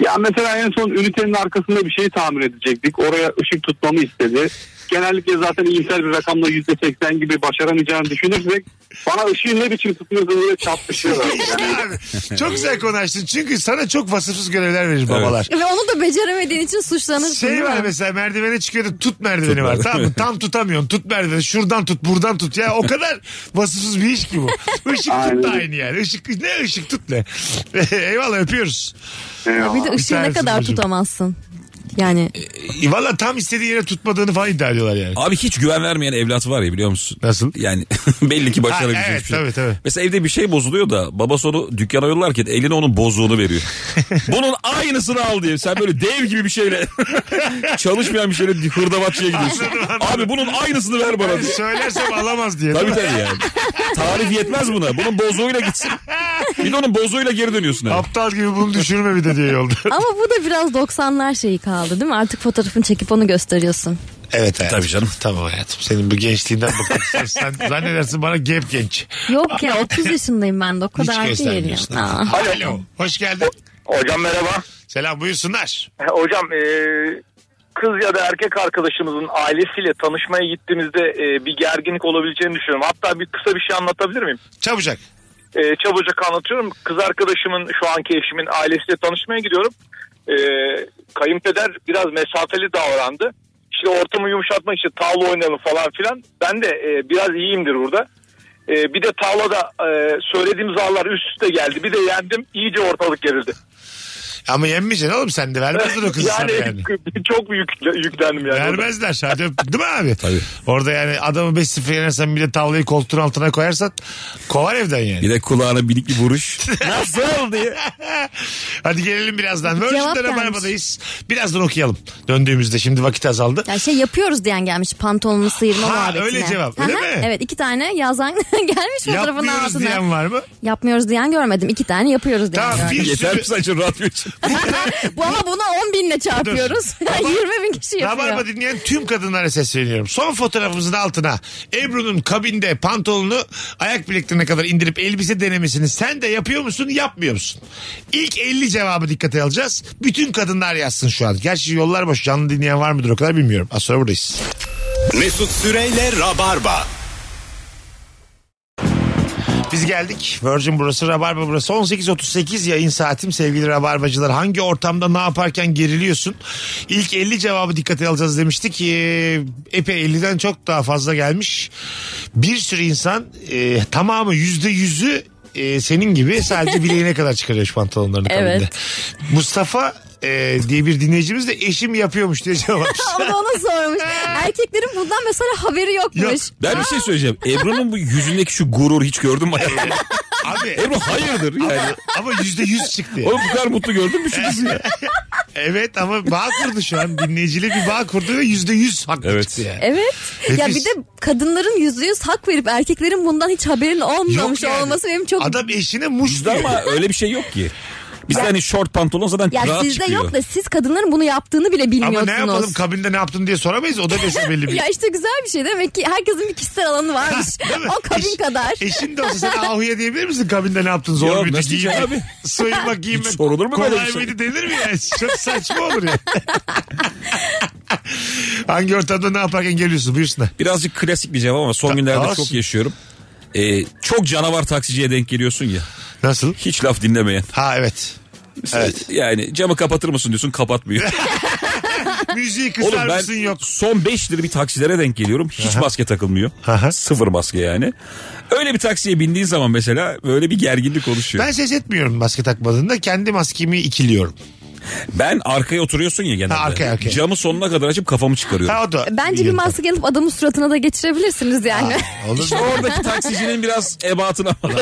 Speaker 6: Ya mesela en son ünitenin arkasında bir şeyi tamir edecektik. Oraya ışık tutmamı istedi. Genellikle zaten iyimser bir rakamla %80 gibi başaramayacağını düşünürsek bana ışığı ne biçim tutuyorsun diye çarpışıyorlar. Yani.
Speaker 1: Abi, çok güzel konu açtın. Çünkü sana çok vasıfsız görevler verir babalar.
Speaker 2: Ve onu da beceremediğin için suçlanırsın.
Speaker 1: Şey
Speaker 2: değil
Speaker 1: var
Speaker 2: mi?
Speaker 1: mesela merdivene çıkıyordu tut merdiveni var tamam mı? Tam tutamıyorsun tut merdiveni şuradan tut buradan tut ya o kadar vasıfsız bir iş ki bu. Işık tut da
Speaker 6: Aynen.
Speaker 1: aynı yani. Işık, ne ışık tut ne. Eyvallah öpüyoruz.
Speaker 2: Bir de ışığı ne
Speaker 1: tanesi
Speaker 2: kadar
Speaker 1: babacığım.
Speaker 2: tutamazsın. Yani
Speaker 1: E, Valla tam istediği yere tutmadığını falan iddia ediyorlar yani.
Speaker 3: Abi hiç güven vermeyen evlat var ya biliyor musun?
Speaker 1: Nasıl?
Speaker 3: Yani belli ki başarabilecek
Speaker 1: Ha, evet,
Speaker 3: bir şey.
Speaker 1: tabii, tabii.
Speaker 3: Mesela evde bir şey bozuluyor da babası onu dükkana yollarken eline onun bozuğunu veriyor. Bunun aynısını al diye. Sen böyle dev gibi bir şeyle çalışmayan bir şeyle hırdavatçıya gidiyorsun.
Speaker 1: Anladım, anladım.
Speaker 3: Abi bunun aynısını ver bana
Speaker 1: Yani
Speaker 3: diye.
Speaker 1: söylersem alamaz diye.
Speaker 3: Tabii tabii yani. Tarif yetmez buna. Bunun bozuğuyla gitsin. Bir de onun bozuğuyla geri dönüyorsun. Abi.
Speaker 1: Aptal gibi bunu düşürme bir de diye yolda.
Speaker 2: ama bu da biraz 90'lar şeyi kaldı değil mi? Artık fotoğrafını çekip onu gösteriyorsun.
Speaker 1: Evet hayatım.
Speaker 3: Tabii canım.
Speaker 1: Tamam hayatım. Senin bu gençliğinden bakıyorsun. Sen zannedersin bana gep genç.
Speaker 2: Yok ya 30 yaşındayım ben de o
Speaker 1: Hiç
Speaker 2: kadar değil.
Speaker 1: göstermiyorsun.
Speaker 2: ya. Aa.
Speaker 1: Alo. Hoş geldin.
Speaker 7: Hocam merhaba.
Speaker 1: Selam buyursunlar.
Speaker 7: Hocam e, kız ya da erkek arkadaşımızın ailesiyle tanışmaya gittiğimizde e, bir gerginlik olabileceğini düşünüyorum. Hatta bir kısa bir şey anlatabilir miyim?
Speaker 1: Çabucak.
Speaker 7: E, çabucak anlatıyorum. Kız arkadaşımın şu anki eşimin ailesiyle tanışmaya gidiyorum. E, kayınpeder biraz mesafeli davrandı. İşte ortamı yumuşatmak için tavla oynayalım falan filan. Ben de e, biraz iyiyimdir burada. E, bir de tavlada e, söylediğim zarlar üst üste geldi. Bir de yendim. İyice ortalık gerildi.
Speaker 1: Ama yenmeyeceksin oğlum sen de. Vermezler o kızı sana yani.
Speaker 7: çok büyük yüklendim yani.
Speaker 1: Vermezler. Hadi öptük değil mi abi?
Speaker 3: Tabii.
Speaker 1: Orada yani adamı 5-0 yenersen bir de tavlayı koltuğun altına koyarsan kovar evden yani.
Speaker 3: Bir de kulağına binik bir vuruş. Nasıl diye.
Speaker 1: Hadi gelelim birazdan.
Speaker 2: Cevap
Speaker 1: Virgin'de
Speaker 2: gelmiş.
Speaker 1: Rabarba'dayız. Birazdan okuyalım. Döndüğümüzde şimdi vakit azaldı.
Speaker 2: Ya şey yapıyoruz diyen gelmiş pantolonunu sıyırma
Speaker 1: Ha,
Speaker 2: muhabbetine.
Speaker 1: öyle cevap, öyle
Speaker 2: Aha,
Speaker 1: mi?
Speaker 2: Evet iki tane yazan gelmiş fotoğrafın
Speaker 1: Yapmıyoruz
Speaker 2: altına.
Speaker 1: diyen var mı?
Speaker 2: Yapmıyoruz diyen görmedim. iki tane yapıyoruz diyen
Speaker 1: Tamam
Speaker 2: gördüm.
Speaker 1: bir
Speaker 3: Yeter
Speaker 1: sürü...
Speaker 3: mi sence rahat bir şey? için?
Speaker 2: Bu ama buna 10 binle çarpıyoruz. 20 bin kişi
Speaker 1: Rabarba
Speaker 2: yapıyor.
Speaker 1: dinleyen tüm kadınlara sesleniyorum. Son fotoğrafımızın altına Ebru'nun kabinde pantolonunu ayak bileklerine kadar indirip elbise denemesini sen de yapıyor musun yapmıyor musun? İlk 50 cevabı dikkate alacağız. Bütün kadınlar yazsın şu an. Gerçi yollar boş canlı dinleyen var mıdır o kadar bilmiyorum. Az sonra buradayız.
Speaker 8: Mesut Süreyle Rabarba.
Speaker 1: Biz geldik. Virgin burası, Rabarba burası. 18.38 yayın saatim sevgili Rabarbacılar. Hangi ortamda ne yaparken geriliyorsun? İlk 50 cevabı dikkate alacağız demiştik. Ee, epey 50'den çok daha fazla gelmiş. Bir sürü insan e, tamamı %100'ü e, senin gibi sadece bileğine kadar çıkarıyor şu pantolonlarını
Speaker 2: Evet.
Speaker 1: kabinde. Mustafa e, diye bir dinleyicimiz de eşim yapıyormuş diye cevap vermiş.
Speaker 2: Onu ona sormuş. Erkeklerin bundan mesela haberi yokmuş.
Speaker 1: Yok.
Speaker 3: Ben bir şey söyleyeceğim. Ebru'nun bu yüzündeki şu gurur hiç gördün mü?
Speaker 1: Abi
Speaker 3: Ebru hayırdır yani.
Speaker 1: ama %100 çıktı.
Speaker 3: Oğlum bu kadar mutlu gördün mü şu kızı ya?
Speaker 1: Evet ama bağ kurdu şu an. Dinleyiciyle bir bağ kurdu ve yüzde yüz haklı
Speaker 3: Evet.
Speaker 1: çıktı yani.
Speaker 2: Evet. Ya
Speaker 1: Nefis.
Speaker 2: bir de kadınların yüzde yüz hak verip erkeklerin bundan hiç haberin olmamış
Speaker 1: yani.
Speaker 2: olması benim çok...
Speaker 1: Adam eşine muş
Speaker 3: Bizde
Speaker 1: diyor.
Speaker 3: ama öyle bir şey yok ki. Bizde hani short pantolon zaten
Speaker 2: ya
Speaker 3: rahat
Speaker 2: sizde
Speaker 3: çıkıyor.
Speaker 2: yok da siz kadınların bunu yaptığını bile
Speaker 1: Ama
Speaker 2: bilmiyorsunuz.
Speaker 1: ne yapalım kabinde ne yaptın diye soramayız. O da desin belli bir.
Speaker 2: Ya işte güzel bir şey demek ki herkesin bir kişisel alanı varmış.
Speaker 1: Değil mi?
Speaker 2: o kabin
Speaker 1: Eş-
Speaker 2: kadar.
Speaker 1: Eşin de olsa sen ahuya diyebilir misin kabinde ne yaptın zor
Speaker 3: Yok,
Speaker 1: muydu
Speaker 3: nasıl
Speaker 1: giyinmek,
Speaker 3: diyeceğim
Speaker 1: soyunmak giyinmek
Speaker 3: sorulur mu böyle
Speaker 1: kolay
Speaker 3: bir şey?
Speaker 1: mıydı denir mi yani çok saçma olur ya. Hangi ortamda ne yaparken geliyorsun buyursunlar.
Speaker 3: Birazcık klasik bir cevap ama son
Speaker 1: Ta-
Speaker 3: günlerde
Speaker 1: olsun.
Speaker 3: çok yaşıyorum. Ee, çok canavar taksiciye denk geliyorsun ya.
Speaker 1: Nasıl?
Speaker 3: Hiç laf dinlemeyen.
Speaker 1: Ha evet. Evet.
Speaker 3: Yani camı kapatır mısın diyorsun kapatmıyor.
Speaker 1: Müziği kısar
Speaker 3: Oğlum ben
Speaker 1: mısın yok.
Speaker 3: son 5 lira bir taksilere denk geliyorum. Hiç maske takılmıyor.
Speaker 1: Aha.
Speaker 3: Sıfır maske yani. Öyle bir taksiye bindiğin zaman mesela böyle bir gerginlik oluşuyor.
Speaker 1: Ben
Speaker 3: Ben,
Speaker 1: ses etmiyorum maske takmadığında. Kendi maskemi ikiliyorum.
Speaker 3: arkaya oturuyorsun ya genelde.
Speaker 1: Ha, arkaya, arkaya.
Speaker 3: Camı sonuna kadar açıp kafamı çıkarıyorum.
Speaker 1: Ha o da.
Speaker 2: E, Bence bir maske gelip adamın suratına da geçirebilirsiniz yani.
Speaker 1: Olur
Speaker 3: İşte
Speaker 1: mu?
Speaker 3: oradaki taksicinin biraz ebatına falan.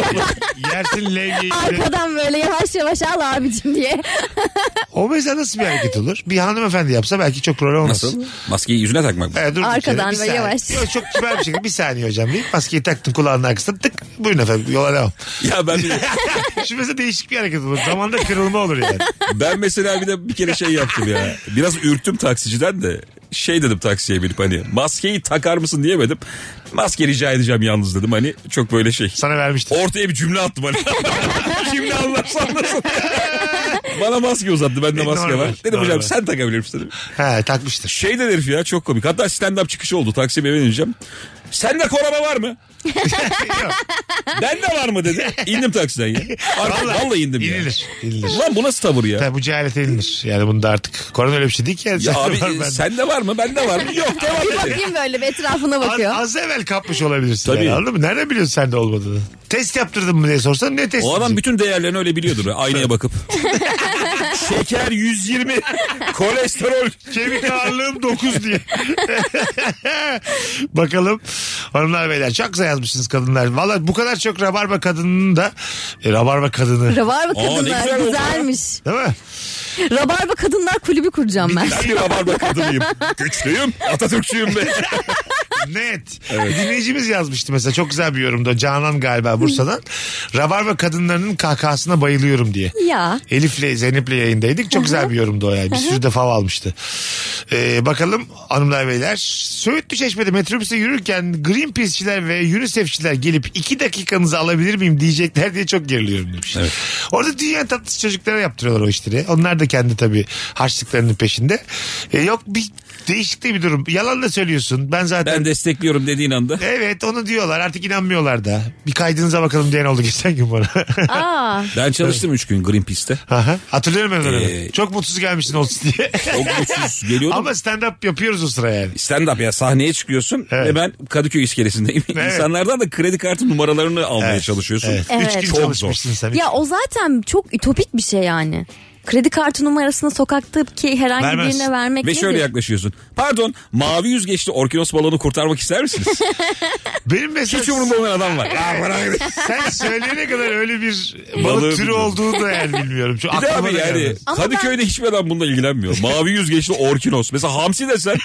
Speaker 1: Yersin levyeyi.
Speaker 2: Arkadan böyle yavaş yavaş al abicim diye.
Speaker 1: O mesela nasıl bir hareket olur? Bir hanımefendi yapsa belki çok problem olmaz.
Speaker 3: Nasıl? Maskeyi yüzüne takmak mı?
Speaker 1: Evet, durduk
Speaker 2: Arkadan
Speaker 1: yere. Bir
Speaker 2: ve
Speaker 1: saniye.
Speaker 2: yavaş.
Speaker 1: Yok, çok kibar bir şekilde bir saniye hocam deyip maskeyi taktın kulağının arkasına tık buyurun efendim yola devam.
Speaker 3: Ya ben de-
Speaker 1: Şimdi mesela değişik bir hareket olur. Zamanda kırılma olur yani.
Speaker 3: Ben mesela bir de bir kere şey yaptım ya. Biraz ürktüm taksiciden de. Şey dedim taksiye binip hani maskeyi takar mısın diyemedim. Maske rica edeceğim yalnız dedim hani çok böyle şey.
Speaker 1: Sana vermiştim.
Speaker 3: Ortaya bir cümle attım hani. Kim ne anlarsa anlasın. Bana maske uzattı bende
Speaker 1: E,
Speaker 3: maske
Speaker 1: normal,
Speaker 3: var. Dedim
Speaker 1: normal.
Speaker 3: hocam sen takabilir misin dedim.
Speaker 1: He takmıştır.
Speaker 3: Şey de herif ya çok komik. Hatta stand up çıkışı oldu taksiye ben ineceğim. Sende korona var mı? ben de var mı dedi. İndim taksiden ya. Artık vallahi, indim ya.
Speaker 1: İnilir. İnilir.
Speaker 3: Lan bu nasıl tavır ya?
Speaker 1: Tabii bu cehalet inilir. Yani bunda artık korona öyle bir şey değil ki. Yani.
Speaker 3: Ya
Speaker 1: Sen
Speaker 3: abi
Speaker 1: var
Speaker 3: e,
Speaker 1: bende.
Speaker 3: sende var mı? Bende var mı? Yok devam edin.
Speaker 2: Bakayım böyle bir etrafına
Speaker 1: Az,
Speaker 2: bakıyor.
Speaker 1: az evvel kapmış olabilirsin.
Speaker 3: Tabii.
Speaker 1: Yani, anladın mı? Nereden biliyorsun sen de olmadığını? Test yaptırdın mı diye sorsan ne test?
Speaker 3: O adam bütün değerlerini öyle biliyordur. Aynaya bakıp. Şeker 120. Kolesterol.
Speaker 1: Kemik ağırlığım 9 diye. Bakalım hanımlar beyler çok güzel yazmışsınız kadınlar. Valla bu kadar çok rabarba kadının da e, rabarba kadını
Speaker 2: Rabarba
Speaker 3: ne
Speaker 2: kadınlar
Speaker 3: güzel oldu.
Speaker 2: güzelmiş.
Speaker 1: değil mi?
Speaker 2: Rabarba kadınlar kulübü kuracağım ben.
Speaker 3: Ben bir rabarba kadınıyım. Güçlüyüm. Atatürkçüyüm ben.
Speaker 1: Net. Bir Dinleyicimiz yazmıştı mesela çok güzel bir yorumda Canan galiba Bursa'dan. rabarba kadınlarının kahkahasına bayılıyorum diye.
Speaker 2: Ya.
Speaker 1: Elif'le Zeynep'le yayındaydık. Çok güzel bir yorumdu o yani. Bir sürü defa almıştı. Ee, bakalım hanımlar beyler. Söğütlü Çeşme'de metrobüse yürürken Greenpeace'çiler ve UNICEF'çiler gelip iki dakikanızı alabilir miyim diyecekler diye çok geriliyorum demiş. Orada dünya tatlısı çocuklara yaptırıyorlar o işleri. Onlar da kendi tabii harçlıklarının peşinde. Ee, yok bir değişik de bir durum. Yalan da söylüyorsun. Ben zaten
Speaker 3: Ben destekliyorum dediğin anda.
Speaker 1: Evet onu diyorlar artık inanmıyorlar da. Bir kaydınıza bakalım diyen oldu geçen gün bana.
Speaker 2: Aa.
Speaker 3: Ben çalıştım 3 gün Greenpeace'te.
Speaker 1: Aha, Hatırlıyorum ben onu.
Speaker 3: Ee,
Speaker 1: Çok mutsuz gelmişsin olsun diye.
Speaker 3: Çok mutsuz geliyordum.
Speaker 1: Ama stand up yapıyoruz o sıra yani.
Speaker 3: Stand up ya sahneye çıkıyorsun
Speaker 1: Evet.
Speaker 3: ve ben Kadıköy iskelesindeyim.
Speaker 1: Evet.
Speaker 3: İnsanlardan da kredi kartı numaralarını almaya
Speaker 1: Evet.
Speaker 3: çalışıyorsun.
Speaker 1: Evet.
Speaker 2: Evet.
Speaker 1: Üç gün
Speaker 3: Çok
Speaker 1: çalışmışsın sen.
Speaker 2: Ya o zaten çok ütopik bir şey yani. Kredi kartı numarasını sokaktaki herhangi
Speaker 1: Vermez.
Speaker 2: birine vermek
Speaker 3: Ve
Speaker 2: nedir?
Speaker 3: şöyle yaklaşıyorsun. Pardon mavi yüzgeçli orkinos balonu kurtarmak ister misiniz?
Speaker 1: Benim mesela
Speaker 3: Hiç umurumda olmayan adam var. Ya bana ne?
Speaker 1: sen söyleyene kadar öyle bir balık
Speaker 3: Balığı
Speaker 1: türü
Speaker 3: bilmiyorum.
Speaker 1: olduğunu da yani bilmiyorum. Çok
Speaker 3: Bir de
Speaker 1: aklıma
Speaker 3: abi
Speaker 1: da
Speaker 3: yani
Speaker 1: gelmez.
Speaker 2: Ama
Speaker 3: Kadıköy'de hiçbir adam bununla ilgilenmiyor. Mavi yüzgeçli orkinos. Mesela hamsi desen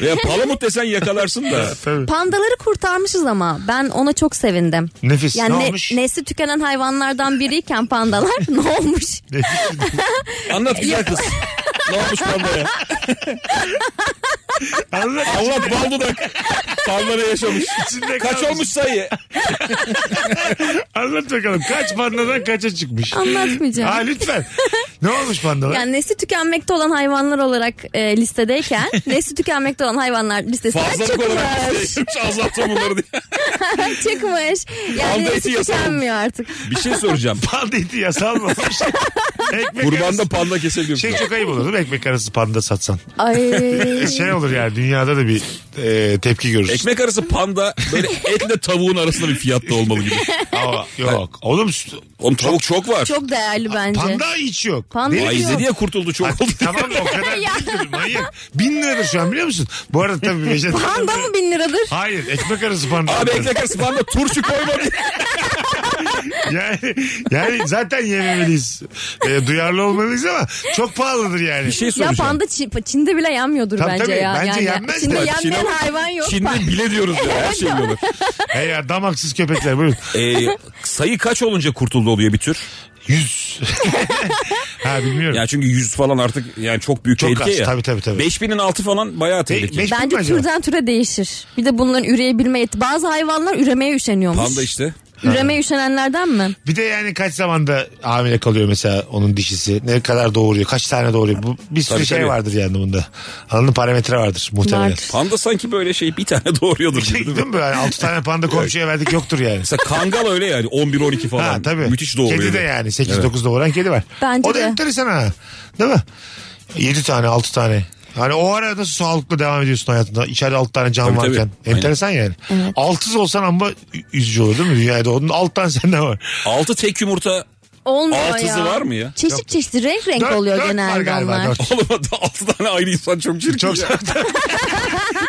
Speaker 3: veya palamut desen yakalarsın da.
Speaker 1: Tabii.
Speaker 2: Pandaları kurtarmışız ama ben ona çok sevindim.
Speaker 1: Nefis.
Speaker 2: Yani
Speaker 1: ne,
Speaker 2: ne-
Speaker 1: olmuş?
Speaker 2: nesli tükenen hayvanlardan biriyken pandalar ne olmuş?
Speaker 3: Anlat güzel kız. Ne olmuş pandaya?
Speaker 1: Anlat.
Speaker 3: Anlat bal dudak. Pandara yaşamış.
Speaker 1: İçinde
Speaker 3: Kaç
Speaker 1: kalmış.
Speaker 3: olmuş sayı?
Speaker 1: Anlat bakalım. Kaç pandadan kaça çıkmış? Ha
Speaker 2: Anlatmayacağım.
Speaker 1: lütfen. ne olmuş pandalar?
Speaker 2: Yani nesli tükenmekte olan hayvanlar olarak e, listedeyken nesli tükenmekte olan hayvanlar listesinden
Speaker 3: Fazlalık olarak
Speaker 2: çıkmış.
Speaker 3: isteyip azalttım bunları diye.
Speaker 2: çıkmış. Yani
Speaker 3: Panda eti
Speaker 2: nesli
Speaker 3: yasalmış.
Speaker 2: tükenmiyor artık.
Speaker 3: Bir şey soracağım.
Speaker 1: Panda eti yasal mı olmuş? Ekmek
Speaker 3: Kurbanda
Speaker 1: arası-
Speaker 3: panda kesebiliyor
Speaker 1: Şey
Speaker 3: musun?
Speaker 1: çok ayıp olur değil mi? Ekmek arası panda satsan.
Speaker 2: Ay.
Speaker 1: Şey olur yani dünyada da bir e, tepki görürsün.
Speaker 3: Ekmek arası panda böyle etle tavuğun arasında bir fiyatta olmalı gibi.
Speaker 1: Ama yok. Oğlum s-
Speaker 3: Oğlum tavuk çok var.
Speaker 2: Çok değerli bence.
Speaker 1: panda hiç yok.
Speaker 2: Panda
Speaker 1: Deli
Speaker 2: hiç
Speaker 1: misin?
Speaker 3: Ay
Speaker 2: yok.
Speaker 3: diye kurtuldu çok oldu.
Speaker 1: Artık tamam da o kadar değildir manyak. Bin liradır şu an biliyor musun? Bu arada tabii Vejat.
Speaker 2: Panda mı bin liradır?
Speaker 1: Hayır ekmek arası panda.
Speaker 3: Abi ekmek arası panda turşu koyma diye.
Speaker 1: Yani, yani zaten yememeliyiz. E, duyarlı olmalıyız ama çok pahalıdır yani.
Speaker 3: Bir şey
Speaker 2: Ya
Speaker 3: soracağım.
Speaker 2: panda Çin- Çin'de bile yenmiyordur
Speaker 1: Tabii,
Speaker 2: bence
Speaker 1: tabii.
Speaker 2: ya.
Speaker 1: Bence
Speaker 2: yani
Speaker 1: yenmez de.
Speaker 2: Çin'de
Speaker 1: Bak,
Speaker 3: Çin'e-
Speaker 2: yenmeyen hayvan yok. Bak,
Speaker 3: Şimdi bile diyoruz ya her şey olur.
Speaker 1: Hey ya damaksız köpekler buyurun.
Speaker 3: Ee, sayı kaç olunca kurtuldu oluyor bir tür?
Speaker 1: Yüz. ha bilmiyorum.
Speaker 3: Ya çünkü 100 falan artık yani çok büyük
Speaker 1: Çok
Speaker 3: tehlike
Speaker 1: az,
Speaker 3: ya.
Speaker 1: tabii, tabii, tabii.
Speaker 3: 5000'in altı falan bayağı tehlike.
Speaker 1: beş-
Speaker 2: Bence
Speaker 1: Acaba?
Speaker 2: türden türe değişir. Bir de bunların üreyebilme yeti. Bazı hayvanlar üremeye üşeniyormuş.
Speaker 3: Panda işte.
Speaker 2: Üremeye üşenenlerden mi?
Speaker 1: Bir de yani kaç zamanda hamile kalıyor mesela onun dişisi. Ne kadar doğuruyor? Kaç tane doğuruyor? Bu bir sürü
Speaker 3: Tabii,
Speaker 1: şey
Speaker 3: tabii.
Speaker 1: vardır yani bunda. Anladın mı? parametre vardır muhtemelen.
Speaker 2: Vardır.
Speaker 3: Panda sanki böyle şey bir tane doğuruyordur. gibi, değil mi?
Speaker 1: Değil mi? Yani 6 tane panda komşuya verdik yoktur yani.
Speaker 3: Mesela kangal öyle yani 11-12 falan.
Speaker 1: Ha tabii.
Speaker 3: Müthiş doğuruyor.
Speaker 1: Kedi de yani 8-9 doğuran kedi var.
Speaker 2: Bence
Speaker 1: o da
Speaker 2: de.
Speaker 1: enteresan ha. Değil mi? 7 tane 6 tane. Hani o arada nasıl sağlıklı devam ediyorsun hayatında. İçeride 6 tane can
Speaker 3: Tabii, tabii.
Speaker 1: varken.
Speaker 3: Aynen.
Speaker 1: Enteresan yani. Altsız olsan ama ü- üzücü olur değil mi? Dünyada onun alt tane sende var.
Speaker 3: Altı tek yumurta
Speaker 2: Olmuyor
Speaker 3: altısı
Speaker 2: ya.
Speaker 3: var mı ya?
Speaker 2: Çeşit çeşit renk renk
Speaker 1: Dört-
Speaker 2: oluyor
Speaker 1: dört var
Speaker 2: genelde
Speaker 1: galiba,
Speaker 2: onlar.
Speaker 1: dört.
Speaker 3: Oğlum altı tane ayrı insan çok çirkin.
Speaker 1: Çok
Speaker 3: ya.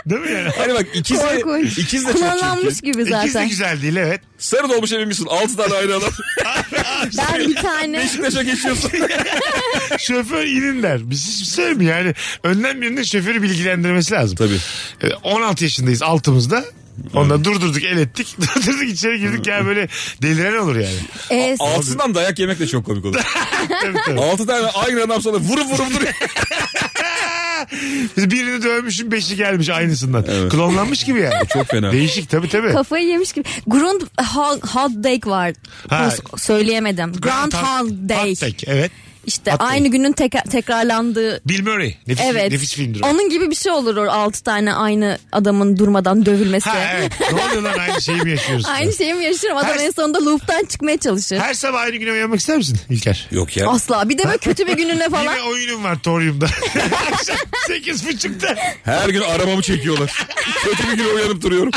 Speaker 1: Değil mi yani?
Speaker 3: Hani bak ikiz de,
Speaker 2: Korkunç.
Speaker 3: ikiz de çok
Speaker 2: Kullanılmış
Speaker 3: çirkin.
Speaker 2: gibi
Speaker 1: İkiz de
Speaker 2: zaten.
Speaker 1: güzel değil evet.
Speaker 3: Sarı dolmuş emin misin? Altı tane ayrı adam.
Speaker 2: Ben bir tane
Speaker 3: Beşiktaş'a geçiyorsun.
Speaker 1: Şoför inin der. Biz hiç sevmiyorum yani. Önden birinin şoförü bilgilendirmesi lazım.
Speaker 3: Tabii.
Speaker 1: E, 16 yaşındayız altımızda. Onda durdurduk el ettik. Durdurduk içeri girdik ya böyle deliren olur yani.
Speaker 2: e,
Speaker 3: Altından dayak yemek de çok komik olur.
Speaker 1: Tabii, tabii.
Speaker 3: Altı tane aynı adam sana vurup vurup duruyor.
Speaker 1: Birini dövmüşüm beşi gelmiş aynısından. Klonlanmış gibi yani.
Speaker 3: Çok fena.
Speaker 1: Değişik tabii tabii.
Speaker 2: kafayı yemiş gibi. Groundhog Day var.
Speaker 1: Ha.
Speaker 2: Nasıl- Söyleyemedim. Groundhog Day.
Speaker 1: Hot evet.
Speaker 2: İşte
Speaker 1: Hot Day.
Speaker 2: aynı günün tek- tekrarlandığı
Speaker 1: Bill Murray. Nefis,
Speaker 2: Evet.
Speaker 1: nefis filmdir o.
Speaker 2: Onun gibi bir şey olur o 6 tane aynı adamın durmadan dövülmesi.
Speaker 1: Ha evet. Ne oluyor lan aynı şeyi mi yaşıyoruz?
Speaker 2: aynı şey. şeyi mi yaşarım? Adam
Speaker 1: Her- şey-
Speaker 2: en sonunda loop'tan çıkmaya çalışır.
Speaker 1: Her sabah aynı güne uyanmak ister misin İlker?
Speaker 3: Yok ya.
Speaker 2: Asla. Bir de böyle kötü bir gününe falan.
Speaker 1: Yine oyunum var Torium'da. Akşam sekiz buçukta.
Speaker 3: Her gün aramamı çekiyorlar. Kötü bir gün uyanıp duruyorum.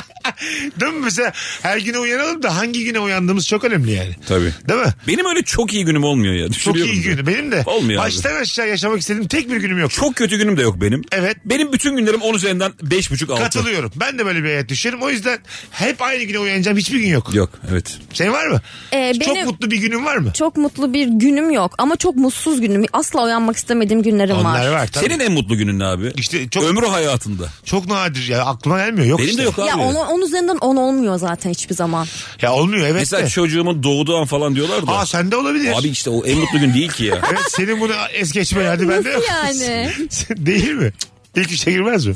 Speaker 1: Değil mi mesela? Her güne uyanalım da hangi güne uyandığımız çok önemli yani.
Speaker 3: Tabii.
Speaker 1: Değil mi?
Speaker 3: Benim öyle çok iyi günüm olmuyor ya.
Speaker 1: Çok
Speaker 3: Düşünüyorum
Speaker 1: iyi
Speaker 3: da.
Speaker 1: günü. Benim de.
Speaker 3: Olmuyor abi.
Speaker 1: Baştan aşağı yaşamak istediğim tek bir günüm yok.
Speaker 3: Çok kötü günüm de yok benim.
Speaker 1: Evet.
Speaker 3: Benim bütün günlerim 10 üzerinden 5,5-6.
Speaker 1: Katılıyorum. Ben de böyle bir hayat düşerim. O yüzden hep aynı güne uyanacağım. Hiçbir gün yok.
Speaker 3: Yok evet.
Speaker 1: Senin var mı?
Speaker 2: Ee,
Speaker 1: Çok
Speaker 2: benim-
Speaker 1: mutlu bir günün var mı?
Speaker 2: Çok mutlu bir günüm yok ama çok mutsuz günüm. Asla uyanmak istemediğim günlerim
Speaker 1: Onlar var. tabii.
Speaker 3: Senin en mutlu günün ne abi?
Speaker 1: İşte çok-
Speaker 3: Ömrü hayatında.
Speaker 1: Çok nadir ya. Aklıma gelmiyor. Yok
Speaker 3: Benim
Speaker 1: işte.
Speaker 3: de yok abi.
Speaker 2: Ya onu, onun üzerinden 10 olmuyor zaten hiçbir zaman.
Speaker 1: Ya olmuyor evet
Speaker 3: Mesela
Speaker 1: de.
Speaker 3: çocuğumun doğduğu an falan diyorlar da.
Speaker 1: Aa sende olabilir.
Speaker 3: Abi işte o en mutlu gün değil ki ya.
Speaker 1: Evet senin bunu es geçme hadi bende yok.
Speaker 2: Nasıl yani?
Speaker 1: Değil mi? İlk üçe girmez mi?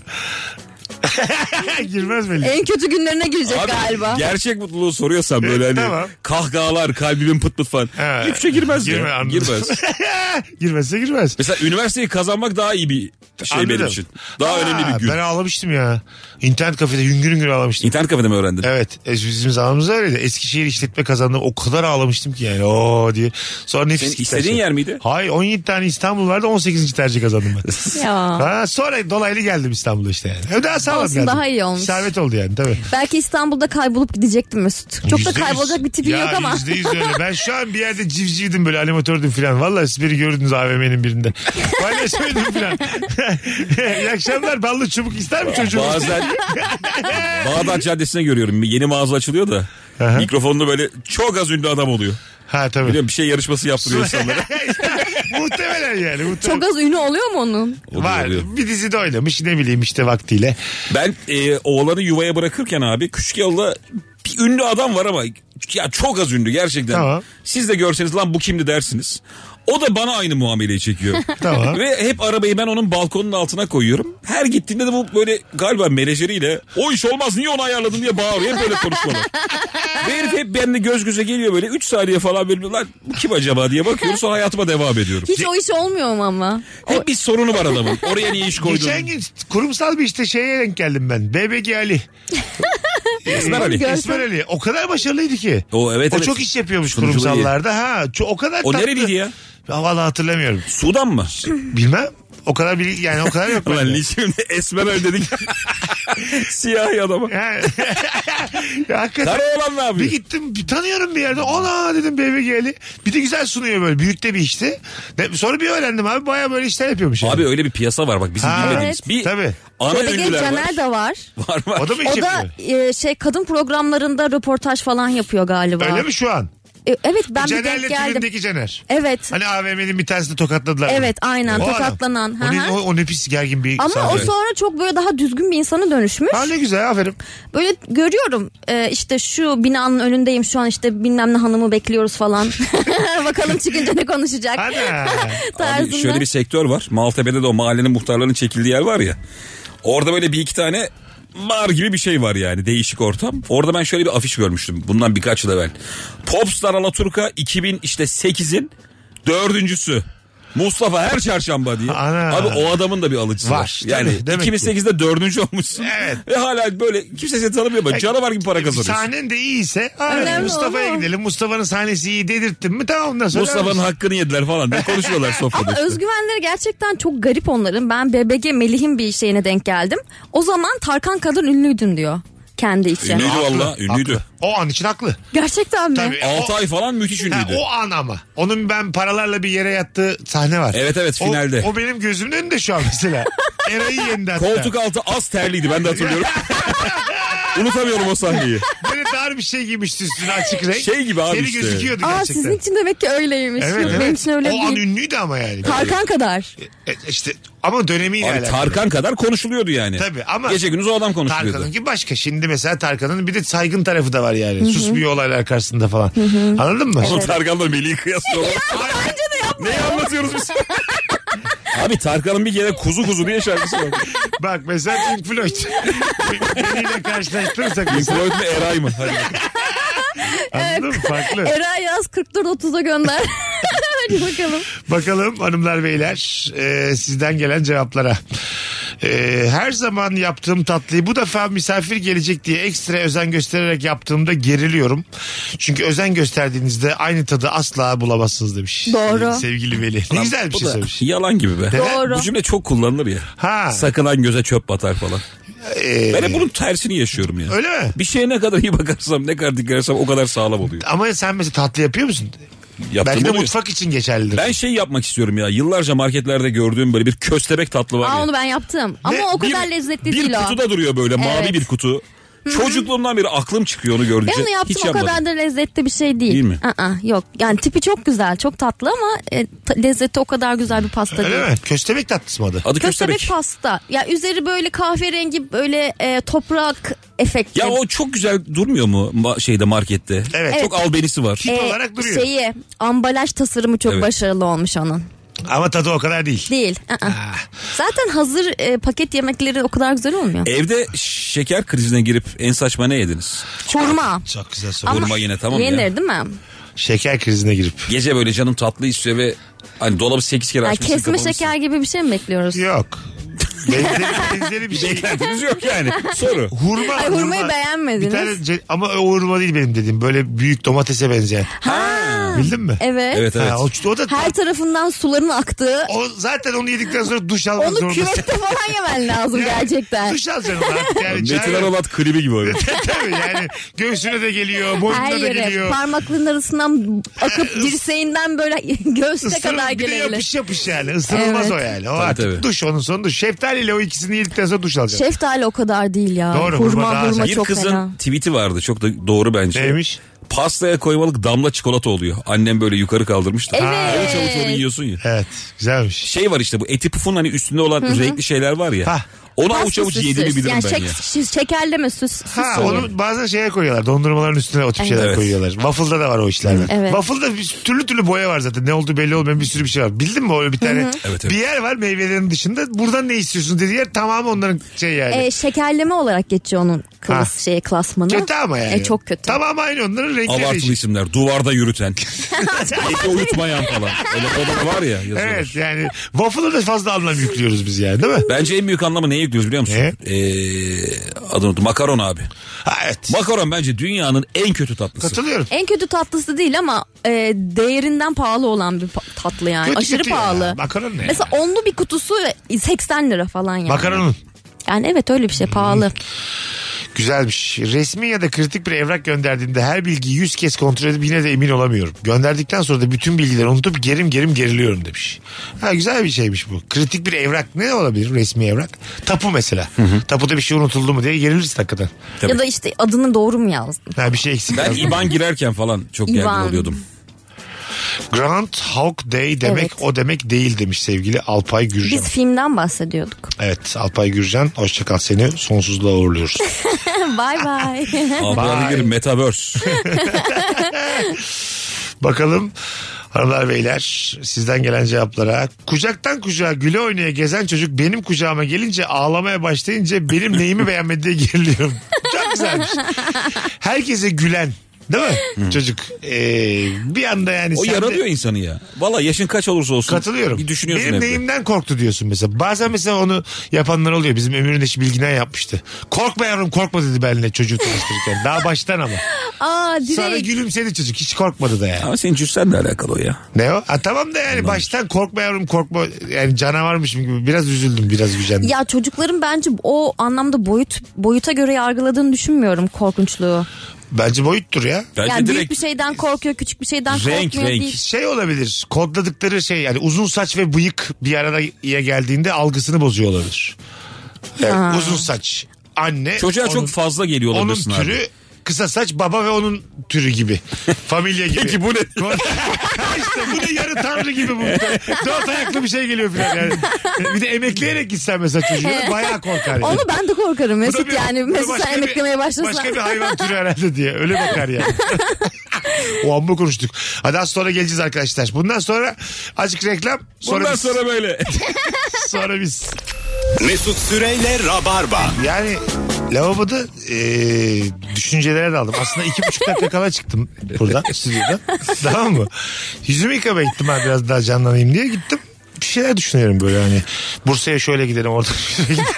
Speaker 1: girmez mi?
Speaker 2: En kötü günlerine girecek
Speaker 3: Abi,
Speaker 2: galiba.
Speaker 3: Gerçek mutluluğu soruyorsan böyle
Speaker 1: Evet,
Speaker 3: hani
Speaker 1: tamam.
Speaker 3: kahkahalar kalbimin pıt pıt falan.
Speaker 1: Ha.
Speaker 3: Hiçbir şey girmez ya.
Speaker 1: Girme, anladım.
Speaker 3: girmez.
Speaker 1: Girmezse girmez.
Speaker 3: Mesela üniversiteyi kazanmak daha iyi bir şey benim
Speaker 1: Anladım.
Speaker 3: için. Daha
Speaker 1: Aa,
Speaker 3: önemli bir gün.
Speaker 1: Ben ağlamıştım ya. İnternet kafede hüngür hüngür ağlamıştım.
Speaker 3: İnternet kafede mi öğrendin?
Speaker 1: Evet e, bizim zamanımızda öyleydi. Eskişehir işletme kazandım. O kadar ağlamıştım ki yani o diye. Sonra nefis
Speaker 3: Senin
Speaker 1: gitti
Speaker 3: istediğin
Speaker 1: her şey.
Speaker 3: yer miydi?
Speaker 1: Hayır 17 tane İstanbul vardı 18. tercih kazandım ben.
Speaker 2: Ya.
Speaker 1: Ha, sonra dolaylı geldim İstanbul'a işte yani. Hem Daha sağlam
Speaker 2: Olsun,
Speaker 1: geldim.
Speaker 2: daha iyi olmuş.
Speaker 1: İsabet oldu yani tabii.
Speaker 2: Belki İstanbul'da kaybolup gidecektim Mesut. Çok da
Speaker 1: Yüzde yüz.
Speaker 2: kaybolacak bir tipim
Speaker 1: Ya
Speaker 2: yok ama.
Speaker 1: Yüzde yüz öyle. Ben şu an bir yerde civcivdim böyle animatördüm falan. Vallahi siz beni gördünüz AVM'nin birinde. Paylaşmaydım falan. İyi akşamlar ballı çubuk ister mi çocuğum?
Speaker 3: Bazen Bağdat Caddesi'ne görüyorum. Yeni mağaza açılıyor da.
Speaker 1: Aha.
Speaker 3: Mikrofonlu böyle çok az ünlü adam oluyor.
Speaker 1: Ha tabii.
Speaker 3: Biliyorum bir şey yarışması yaptırıyor insanlara.
Speaker 1: muhtemelen yani. Muhtemelen.
Speaker 2: Çok az ünü oluyor mu onun?
Speaker 3: Oluyor,
Speaker 1: Var.
Speaker 3: oluyor.
Speaker 1: Bir dizide oynamış ne bileyim işte vaktiyle.
Speaker 3: Ben e, oğlanı yuvaya bırakırken abi küçük yolda bir ünlü adam var ama ya çok az ünlü gerçekten.
Speaker 1: Tamam.
Speaker 3: Siz de görseniz lan bu kimdi dersiniz. O da bana aynı muameleyi çekiyor.
Speaker 1: Tamam.
Speaker 3: Ve hep arabayı ben onun balkonun altına koyuyorum. Her gittiğinde de bu böyle galiba menajeriyle o iş olmaz niye onu ayarladın diye bağırıyor. Hep böyle konuşmalar. Ve herif hep benimle göz göze geliyor böyle 3 saniye falan böyle lan bu kim acaba diye bakıyorum sonra hayatıma devam ediyorum.
Speaker 2: Hiç o iş olmuyor mu ama?
Speaker 3: Hep bir sorunu var adamın. Oraya niye iş koydun?
Speaker 1: Geçen gün kurumsal bir işte şeye denk geldim ben. BBG Ali.
Speaker 3: Esmer Ali.
Speaker 1: Esmer Ali. O kadar başarılıydı ki.
Speaker 3: O evet
Speaker 1: O
Speaker 3: evet.
Speaker 1: çok iş yapıyormuş
Speaker 3: Sunuculuğu iyi.
Speaker 1: kurumsallarda. Ha, ço- o kadar
Speaker 3: O
Speaker 1: tatlı.
Speaker 3: nereliydi ya?
Speaker 1: Ya vallahi hatırlamıyorum.
Speaker 3: Sudan mı?
Speaker 1: Şey, Bilmem. O kadar bilgi yani o kadar yok.
Speaker 3: Ulan
Speaker 1: bende.
Speaker 3: şimdi esmer öyle dedik. Siyahi adama.
Speaker 1: Ha. ya hakikaten.
Speaker 3: Kara olan ne
Speaker 1: Bir
Speaker 3: yapıyor?
Speaker 1: gittim bir tanıyorum bir yerde. Ona dedim BBG'li. Bir de güzel sunuyor böyle. Büyükte bir işti. Ne- Sonra bir öğrendim abi. Baya böyle işler yapıyormuş. yani.
Speaker 3: Abi öyle bir piyasa var bak bizim
Speaker 1: Ha.
Speaker 3: bilmediğimiz.
Speaker 2: Evet.
Speaker 3: Bir
Speaker 1: Tabii.
Speaker 3: ana
Speaker 2: BBG
Speaker 3: ünlüler var.
Speaker 2: Caner de var.
Speaker 3: Var var.
Speaker 1: O da mı iş
Speaker 2: O da
Speaker 1: yapıyor?
Speaker 2: e, şey kadın programlarında röportaj falan yapıyor galiba.
Speaker 1: Öyle mi şu an?
Speaker 2: E, evet ben bir
Speaker 1: Caner'le
Speaker 2: denk geldim.
Speaker 1: filmdeki Caner.
Speaker 2: Evet.
Speaker 1: Hani AVM'nin bir tanesini tokatladılar.
Speaker 2: Evet aynen
Speaker 1: O adam.
Speaker 2: tokatlanan.
Speaker 1: O, ne,
Speaker 2: Hı hı.
Speaker 1: o, o ne pis gergin bir
Speaker 2: Ama o
Speaker 1: sahne.
Speaker 2: sonra çok böyle daha düzgün bir insana dönüşmüş.
Speaker 1: Ha ne güzel aferin.
Speaker 2: Böyle görüyorum e, işte şu binanın önündeyim şu an işte bilmem ne hanımı bekliyoruz falan. Bakalım çıkınca ne konuşacak
Speaker 1: Ana.
Speaker 3: Abi
Speaker 2: tarzında.
Speaker 3: şöyle bir sektör var. Maltepe'de de o mahallenin muhtarlarının çekildiği yer var ya. Orada böyle bir iki tane bar gibi bir şey var yani değişik ortam. Orada ben şöyle bir afiş görmüştüm bundan birkaç yıl evvel. Popstar Alaturka 2000 işte 8'in dördüncüsü. Mustafa her çarşamba diye.
Speaker 1: Ana.
Speaker 3: Abi o adamın da bir alıcısı var.
Speaker 1: Var,
Speaker 3: Yani
Speaker 1: tabii, demek ki.
Speaker 3: 2008'de dördüncü olmuşsun.
Speaker 1: Evet.
Speaker 3: Ve hala böyle kimse seni tanımıyor. Bak, canavar gibi para kazanıyorsun.
Speaker 1: Sahnen de iyiyse
Speaker 2: Önemli
Speaker 1: Mustafa'ya
Speaker 2: olan o.
Speaker 1: gidelim. Mustafa'nın sahnesi iyi dedirttin mi tamam ondan sonra.
Speaker 3: Mustafa'nın hakkını yediler falan. Ne konuşuyorlar sofrada
Speaker 2: Ama
Speaker 3: işte.
Speaker 2: özgüvenleri gerçekten çok garip onların. Ben BBG Melih'in bir şeyine denk geldim. O zaman Tarkan kadar ünlüydün diyor kendi için.
Speaker 3: Ünlüydü valla. Ünlüydü.
Speaker 1: şey. Haklı. O an için haklı.
Speaker 2: Gerçekten mi?
Speaker 1: Tabii.
Speaker 3: Altı
Speaker 1: O-
Speaker 3: ay falan müthiş
Speaker 1: Ha,
Speaker 3: ünlüydü.
Speaker 1: o an ama. Onun ben paralarla bir yere yattığı sahne var.
Speaker 3: Evet, evet,
Speaker 1: O-
Speaker 3: finalde.
Speaker 1: O, benim gözümün önünde şu an mesela. Eray'ı yendi hatta.
Speaker 3: Koltuk altı az terliydi ben de hatırlıyorum. Unutamıyorum o sahneyi.
Speaker 1: Böyle dar bir şey giymişti üstüne açık renk.
Speaker 3: Şey gibi abi
Speaker 1: Seni
Speaker 3: işte.
Speaker 1: gözüküyordu
Speaker 2: Aa
Speaker 1: gerçekten.
Speaker 2: sizin için demek ki öyleymiş.
Speaker 1: Evet,
Speaker 2: Yok,
Speaker 1: evet.
Speaker 2: Benim için öyle
Speaker 1: o an
Speaker 2: değil.
Speaker 1: ünlüydü ama yani.
Speaker 2: Tarkan kadar.
Speaker 1: E, işte ama dönemiyle
Speaker 3: Abi
Speaker 1: alakalı.
Speaker 3: Tarkan kadar konuşuluyordu yani.
Speaker 1: Tabii ama-
Speaker 3: Gece gündüz o adam konuşuluyordu.
Speaker 1: Tarkan'ın ki başka. Şimdi mesela Tarkan'ın bir de saygın tarafı da var yani. Susmuyor olaylar karşısında falan. Anladın mı?
Speaker 3: Oğlum Tarkan'la Melih'i kıyaslıyorlar. Neyi anlatıyoruz biz? Abi Tarkan'ın bir kere kuzu kuzu diye şarkısı var.
Speaker 1: Bak mesela Pink Floyd. Beniyle karşılaştırırsak
Speaker 3: Pink
Speaker 1: mesela.
Speaker 3: Floyd mu Eray mı? Hadi.
Speaker 1: Anladın mı? Farklı.
Speaker 2: Eray yaz 44-30'a gönder. Hadi bakalım.
Speaker 1: Bakalım hanımlar beyler e, sizden gelen cevaplara. E, her zaman yaptığım tatlıyı bu defa misafir gelecek diye ekstra özen göstererek yaptığımda geriliyorum. Çünkü özen gösterdiğinizde aynı tadı asla bulamazsınız demiş.
Speaker 2: Doğru.
Speaker 1: Sevgili, sevgili Veli. Ne güzel bir
Speaker 3: Bu
Speaker 1: şey
Speaker 3: da
Speaker 1: söylemiş.
Speaker 3: Yalan gibi be.
Speaker 2: Doğru.
Speaker 3: Bu cümle çok kullanılır ya.
Speaker 1: Ha.
Speaker 3: Sakılan göze çöp batar falan.
Speaker 1: E,
Speaker 3: Ben hep bunun tersini yaşıyorum ya.
Speaker 1: Öyle mi?
Speaker 3: Bir şeye ne kadar iyi bakarsam ne kadar dikkat edersem o kadar sağlam oluyor.
Speaker 1: Ama sen mesela tatlı yapıyor musun?
Speaker 3: Yaptım
Speaker 1: Belki de
Speaker 3: oluyor.
Speaker 1: mutfak için geçerlidir.
Speaker 3: Ben şey yapmak istiyorum ya. Yıllarca marketlerde gördüğüm böyle bir köstebek tatlı var
Speaker 2: Aa
Speaker 3: ya.
Speaker 2: onu ben yaptım. Ama o kadar
Speaker 3: bir,
Speaker 2: lezzetli
Speaker 3: bir
Speaker 2: değil o.
Speaker 3: kutuda duruyor böyle mavi
Speaker 2: Evet.
Speaker 3: bir kutu. Çocukluğumdan beri aklım çıkıyor onu gördükçe.
Speaker 2: Ben onu yaptım
Speaker 3: Hiç
Speaker 2: o
Speaker 3: yapmadım.
Speaker 2: kadar da lezzetli bir şey değil.
Speaker 3: Değil mi?
Speaker 2: Aa, yok yani tipi çok güzel çok tatlı ama e, ta- lezzeti o kadar güzel bir pasta değil.
Speaker 1: Öyle mi? Köstebek tatlısı mı adı?
Speaker 3: Adı
Speaker 2: Köstebek,
Speaker 3: köstebek.
Speaker 2: pasta. Ya üzeri böyle kahverengi böyle e, toprak efekti.
Speaker 3: Ya o çok güzel durmuyor mu ma- şeyde markette?
Speaker 1: Evet.
Speaker 3: Çok albenisi var.
Speaker 2: E-
Speaker 1: Tip olarak duruyor.
Speaker 2: Şeyi ambalaj tasarımı çok
Speaker 3: Evet.
Speaker 2: başarılı olmuş onun.
Speaker 1: Ama tadı o kadar değil.
Speaker 2: Değil. aa.
Speaker 3: Ah.
Speaker 2: Zaten hazır e, paket yemekleri o kadar güzel olmuyor.
Speaker 3: Evde şeker krizine girip en saçma ne yediniz?
Speaker 2: Çorma.
Speaker 1: Çok güzel soru.
Speaker 3: Ama- Hurma yine tamam ya.
Speaker 2: yenir, değil mi?
Speaker 1: Şeker krizine girip.
Speaker 3: Gece böyle canım tatlı istiyor ve hani dolabı 8 kere
Speaker 2: Yani
Speaker 3: açmışsın.
Speaker 2: kesme
Speaker 3: kapamışsın.
Speaker 2: şeker gibi bir şey mi bekliyoruz?
Speaker 1: Yok. Benzeri, benzeri bir şey.
Speaker 3: Beklentiniz yok yani. Soru.
Speaker 1: Hurma.
Speaker 2: Ay, hurmayı beğenmediniz.
Speaker 1: Bir tane ce- ama o hurma değil benim dediğim. Böyle büyük domatese benzeyen.
Speaker 3: Ha.
Speaker 1: Bildin mi?
Speaker 2: Evet.
Speaker 3: Evet evet.
Speaker 1: Ha, o, o da
Speaker 2: Her tarafından suların aktığı.
Speaker 1: o zaten onu yedikten sonra duş almak
Speaker 2: Onu
Speaker 1: zorundasın.
Speaker 2: küvette falan yemen lazım
Speaker 1: Yani
Speaker 2: gerçekten.
Speaker 1: Duş alacaksın onu artık yani.
Speaker 3: Metin
Speaker 1: Çare-
Speaker 3: Aralat klibi gibi öyle.
Speaker 1: Tabii yani göğsüne de geliyor, boynuna
Speaker 2: Her
Speaker 1: da
Speaker 2: yere
Speaker 1: geliyor.
Speaker 2: parmakların arasından akıp dirseğinden böyle göğse
Speaker 1: Isırır,
Speaker 2: kadar
Speaker 1: bir de
Speaker 2: gelebilir.
Speaker 1: yapış yapış yani. Isırılmaz
Speaker 2: Evet.
Speaker 1: o yani. O
Speaker 3: Tabii,
Speaker 1: artık
Speaker 3: tabii.
Speaker 1: duş onun sonu duş. Şeftaliyle o ikisini yedikten sonra duş alacaksın.
Speaker 2: Şeftali o kadar değil ya.
Speaker 1: Doğru, hurma
Speaker 2: hurma
Speaker 1: daha
Speaker 2: hurma
Speaker 3: Bir
Speaker 2: çok
Speaker 3: kızın
Speaker 2: fena.
Speaker 3: tweet'i vardı çok da doğru bence.
Speaker 1: Neymiş?
Speaker 3: Pastaya koymalık damla çikolata oluyor. Annem böyle yukarı kaldırmış da.
Speaker 2: Evet.
Speaker 3: Öyle çabuk onu yiyorsun ya.
Speaker 1: Evet güzelmiş.
Speaker 3: Şey var işte bu eti pufun hani üstünde olan renkli şeyler var ya.
Speaker 1: Hah.
Speaker 3: Onu
Speaker 2: Pasta
Speaker 3: avuç avuç
Speaker 2: süsü.
Speaker 3: yediğini bilirim
Speaker 2: yani
Speaker 3: ben
Speaker 2: şek-
Speaker 3: ya.
Speaker 2: şi- Şekerleme süs, süs
Speaker 1: Ha,
Speaker 2: oluyor.
Speaker 1: onu bazen şeye koyuyorlar. Dondurmaların üstüne o tip şeyler
Speaker 3: Evet.
Speaker 1: koyuyorlar. Waffle'da da var o işlerden.
Speaker 2: Evet.
Speaker 1: Waffle'da bir türlü türlü boya var zaten. Ne olduğu belli olmayan bir sürü bir şey var. Bildin mi öyle bir tane?
Speaker 3: Evet, evet.
Speaker 1: Bir yer var meyvelerin dışında. Buradan ne istiyorsun dediği yer tamamı onların şey yani.
Speaker 2: E, şekerleme olarak geçiyor onun klas
Speaker 1: Ha.
Speaker 2: şey klasmanı.
Speaker 1: kötü ama yani.
Speaker 2: E, çok kötü.
Speaker 1: Tamam aynı onların renkleri
Speaker 3: Abartılı
Speaker 1: değişik.
Speaker 3: isimler. Duvarda yürüten. eti uyutmayan falan. Öyle kodalar var ya yazıyorlar.
Speaker 1: Evet yani waffle'a da fazla anlam yüklüyoruz biz yani değil mi?
Speaker 3: Bence en büyük anlamı neye yüklüyoruz biliyor musun?
Speaker 1: Ne?
Speaker 3: Ee, adını unuttum. Makaron abi.
Speaker 1: Ha, evet.
Speaker 3: Makaron bence dünyanın en kötü tatlısı.
Speaker 1: Katılıyorum.
Speaker 2: En kötü tatlısı değil ama e, değerinden pahalı olan bir pa- tatlı yani.
Speaker 1: Kötü
Speaker 2: Aşırı
Speaker 1: kötü ya.
Speaker 2: pahalı.
Speaker 1: Makaron ne ya?
Speaker 2: Mesela onlu bir kutusu ve 80 lira falan yani.
Speaker 1: Makaronun.
Speaker 2: Yani evet öyle bir
Speaker 1: Hmm.
Speaker 2: şey pahalı.
Speaker 1: Güzelmiş. Resmi ya da kritik bir evrak gönderdiğimde her bilgiyi 100 kez kontrol edip yine de emin olamıyorum. Gönderdikten sonra da bütün bilgileri unutup gerim gerim geriliyorum demiş. Ha güzel bir şeymiş bu. Kritik bir evrak ne olabilir resmi evrak? Tapu mesela. Tapuda bir şey unutuldu mu diye gerilirsin hakikaten.
Speaker 3: Tabii.
Speaker 2: Ya da işte adını doğru mu yazdın?
Speaker 1: Ha bir şey eksik.
Speaker 3: Ben
Speaker 1: yazdım.
Speaker 3: İban girerken falan çok gergin
Speaker 2: İban.
Speaker 3: oluyordum.
Speaker 1: Grand Hawk Day demek
Speaker 2: Evet.
Speaker 1: o demek değil demiş sevgili Alpay Gürcan.
Speaker 2: Biz filmden bahsediyorduk.
Speaker 1: Evet Alpay Gürcan hoşçakal seni sonsuzluğa uğurluyoruz.
Speaker 2: Bye bye.
Speaker 3: Abi bir metaverse.
Speaker 1: Bakalım hanımlar beyler sizden gelen cevaplara. Kucaktan kucağa güle oynaya gezen çocuk benim kucağıma gelince ağlamaya başlayınca benim neyimi beğenmedi diye geriliyorum. Çok güzelmiş. Herkese gülen Değil mi? Çocuk. Ee, bir anda yani
Speaker 3: O
Speaker 1: sen de-
Speaker 3: yaralıyor E insanı ya. Valla yaşın kaç olursa olsun.
Speaker 1: Katılıyorum.
Speaker 3: Bir düşünüyorsun
Speaker 1: Benim
Speaker 3: evde.
Speaker 1: neyimden korktu diyorsun mesela. Bazen mesela onu yapanlar oluyor. Bizim Ömür'ün eşi bilginen yapmıştı. Korkma yavrum korkma dedi benimle çocuğu tanıştırırken. Daha baştan ama.
Speaker 2: Aa
Speaker 1: Sonra
Speaker 2: direkt.
Speaker 1: gülümsedi çocuk. Hiç korkmadı da yani.
Speaker 3: Ama senin cüssenle alakalı o ya.
Speaker 1: Ne o? Ha, tamam da yani baştan korkma yavrum korkma. Yani canavarmışım gibi. Biraz üzüldüm biraz gücendim.
Speaker 2: Ya çocukların bence o anlamda boyut boyuta göre yargıladığını düşünmüyorum korkunçluğu.
Speaker 1: Bence boyuttur ya.
Speaker 3: Bence
Speaker 2: yani büyük
Speaker 3: direkt
Speaker 2: bir şeyden korkuyor, küçük bir şeyden
Speaker 3: Renk,
Speaker 2: korkmuyor
Speaker 3: renk.
Speaker 2: değil.
Speaker 1: Şey olabilir kodladıkları şey yani uzun saç ve bıyık bir arada ya geldiğinde algısını bozuyor olabilir. Yani uzun saç anne.
Speaker 3: çocuğa
Speaker 1: onun-
Speaker 3: çok fazla geliyor
Speaker 1: Onun
Speaker 3: olabilirsin abi.
Speaker 1: türü kısa saç baba ve onun türü gibi. Familya gibi.
Speaker 3: Peki bu ne?
Speaker 1: işte bu da yarı tanrı gibi bu. Dört ayaklı bir şey geliyor filan yani. Bir de emekleyerek gitsen mesela çocuğa bayağı korkar yani.
Speaker 2: Onu ben de korkarım
Speaker 1: Bu da
Speaker 2: Mesut
Speaker 1: bir-
Speaker 2: yani.
Speaker 1: bu da
Speaker 2: Mesut
Speaker 1: başka
Speaker 2: sen
Speaker 1: bir-
Speaker 2: emeklemeye başlasan.
Speaker 1: Başka bir hayvan türü herhalde diye. Öyle bakar yani. o amma konuştuk. Hadi az sonra geleceğiz arkadaşlar. Bundan sonra azıcık reklam. Sonra
Speaker 3: Bundan
Speaker 1: biz,
Speaker 3: sonra böyle.
Speaker 1: sonra biz.
Speaker 8: Mesut Süreyle Rabarba.
Speaker 1: Yani lavaboda eee düşüncelere daldım. Aslında iki buçuk dakika kala çıktım buradan stüdyodan. tamam mı? Yüzümü yıkamaya gittim ben biraz daha canlanayım diye gittim. Bir şeyler düşünüyorum böyle hani. Bursa'ya şöyle gidelim orada şey şöyle gidelim.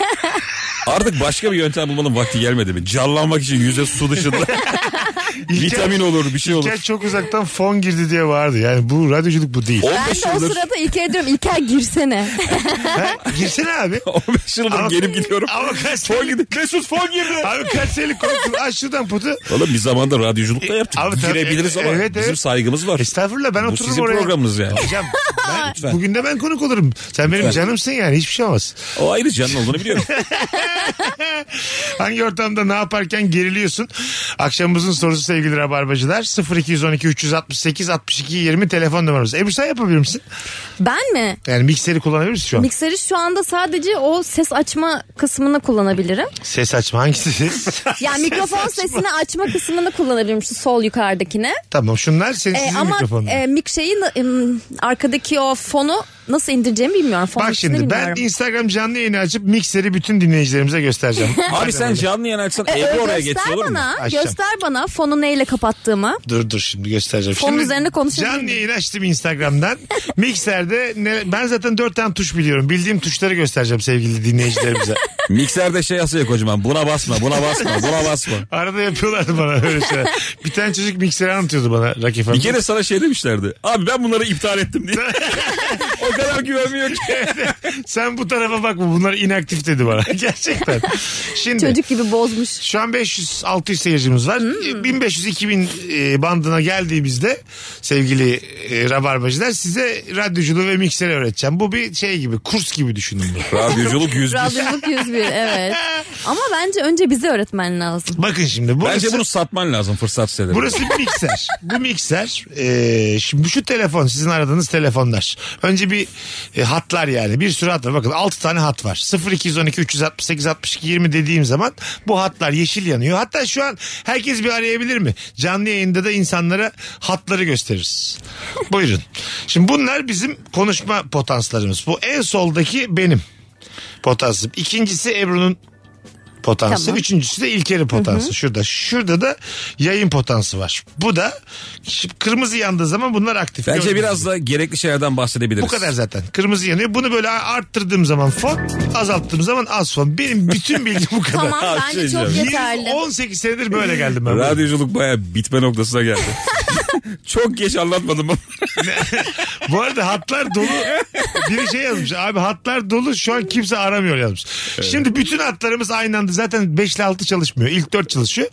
Speaker 3: Artık başka bir yöntem bulmanın vakti gelmedi mi? Canlanmak için yüze su dışında vitamin olur bir şey olur.
Speaker 1: İlker çok uzaktan fon girdi diye vardı. Yani bu radyoculuk bu değil.
Speaker 2: Ben
Speaker 3: 15
Speaker 2: de o
Speaker 3: yıldır
Speaker 2: sırada İlker'e diyorum İlker girsene.
Speaker 1: Ha? Girsene abi.
Speaker 3: 15 yıldır
Speaker 1: Ama-
Speaker 3: gelip gidiyorum.
Speaker 1: Ama kaç
Speaker 3: Fon
Speaker 1: senelik,
Speaker 3: gidi. Mesut fon girdi.
Speaker 1: abi kaç senelik korktun. Aç şuradan putu.
Speaker 3: Oğlum bir zamanda radyoculuk da yaptık.
Speaker 1: E, Abi tabii,
Speaker 3: Girebiliriz ama
Speaker 1: evet,
Speaker 3: bizim
Speaker 1: evet.
Speaker 3: saygımız var.
Speaker 1: Estağfurullah ben
Speaker 3: Bu
Speaker 1: otururum
Speaker 3: sizin
Speaker 1: oraya.
Speaker 3: programınız yani.
Speaker 1: Hocam ben-
Speaker 3: Lütfen.
Speaker 1: bugün de ben konuk olurum. Sen benim
Speaker 3: Lütfen.
Speaker 1: canımsın yani hiçbir şey olmaz.
Speaker 3: O ayrı canın olduğunu biliyorum.
Speaker 1: Hangi ortamda ne yaparken geriliyorsun? Akşamımızın sorusu sevgili Rabarbacılar. 0212 368 62 20 telefon numaramız. Ebru sen yapabilir misin?
Speaker 2: Ben mi?
Speaker 1: Yani mikseri kullanabilir misin şu an?
Speaker 2: Mikseri şu anda sadece o ses açma kısmını kullanabilirim.
Speaker 1: Ses açma hangisi?
Speaker 2: Yani mikrofon sesini açma kısmını kullanabilirim şu sol yukarıdakine.
Speaker 1: tamam şunlar senin
Speaker 2: Ee,
Speaker 1: sizin
Speaker 2: ama
Speaker 1: mikrofonun.
Speaker 2: e, mik şeyi ım, arkadaki o fonu nasıl indireceğimi bilmiyorum. Fon
Speaker 1: Bak
Speaker 2: bilgisini
Speaker 1: şimdi ben
Speaker 2: bilmiyorum.
Speaker 1: Instagram canlı yayını açıp mikseri bütün dinleyicilerimize göstereceğim. Madem
Speaker 3: Abi sen
Speaker 1: öyle.
Speaker 3: canlı yayın açsan
Speaker 2: E,
Speaker 3: Ebru oraya
Speaker 2: göster
Speaker 3: geçsin olur mu?
Speaker 2: bana,
Speaker 1: Açacağım.
Speaker 2: göster bana fonu neyle kapattığımı.
Speaker 1: Dur dur şimdi göstereceğim.
Speaker 2: Fonun
Speaker 1: şimdi
Speaker 2: üzerinde konuşabilir
Speaker 1: Canlı
Speaker 2: miyim?
Speaker 1: yayın açtım Instagram'dan. Mikserde ne- ben zaten dört tane tuş biliyorum. Bildiğim tuşları göstereceğim sevgili dinleyicilerimize.
Speaker 3: Mikserde şey yazıyor kocaman. Buna basma, buna basma, buna basma.
Speaker 1: Arada yapıyorlardı bana öyle şeyler. Bir tane çocuk mikseri anlatıyordu bana Rakif Hanım.
Speaker 3: Bir kere sana şey demişlerdi. Abi ben bunları iptal ettim diye. o kadar güvenmiyor ki.
Speaker 1: Sen bu tarafa bakma bunlar inaktif dedi bana. Gerçekten. Şimdi
Speaker 2: Çocuk Hmm. gibi bozmuş.
Speaker 1: Şu an 500-600 seyircimiz var. 1500-2000 e, bandına geldiğimizde sevgili e, rabarbacılar size radyoculuğu ve mikseri öğreteceğim. Bu bir şey gibi kurs gibi düşünün bunu.
Speaker 3: Radyoculuk yüz
Speaker 2: Radyoluk 101 evet. Ama bence önce bize öğretmen lazım.
Speaker 1: Bakın şimdi burası,
Speaker 3: Bence bunu satman lazım fırsat siteleri.
Speaker 1: burası bir mikser. bu mikser e, şimdi şu telefon sizin aradığınız telefonlar. Önce bir e, hatlar yani bir sürü hat var. Bakın 6 tane hat var. 0212 368 62 20 dediğim zaman bu hatlar yeşil yanıyor. Hatta şu an herkes bir arayabilir mi? Canlı yayında da insanlara hatları gösteririz. Buyurun. Şimdi bunlar bizim konuşma potanslarımız. Bu en soldaki benim potansım. İkincisi Ebru'nun potansı.
Speaker 2: Tamam.
Speaker 1: Üçüncüsü de İlker'in potansı. Şurada. Şurada da yayın potansı var. Bu da şimdi kırmızı yandığı zaman bunlar aktif.
Speaker 3: Bence
Speaker 1: Gördüğünüz
Speaker 3: biraz
Speaker 1: gibi.
Speaker 3: da gerekli şeylerden bahsedebiliriz.
Speaker 1: bu kadar zaten. Kırmızı yanıyor. Bunu böyle arttırdığım zaman fon, azalttığım zaman az fon. Benim bütün bilgi bu kadar.
Speaker 2: Tamam
Speaker 3: Ha,
Speaker 2: bence
Speaker 3: şey
Speaker 2: çok
Speaker 3: diyeceğim.
Speaker 2: yeterli.
Speaker 1: 18 senedir böyle geldim ben.
Speaker 3: Radyoculuk baya bitme noktasına geldi. Çok geç anlatmadım bunu.
Speaker 1: Bu arada hatlar dolu. Biri şey yazmış. Abi hatlar dolu şu an kimse aramıyor yazmış. Şimdi bütün hatlarımız aynı anda zaten 5 ile 6 çalışmıyor. İlk 4 çalışıyor.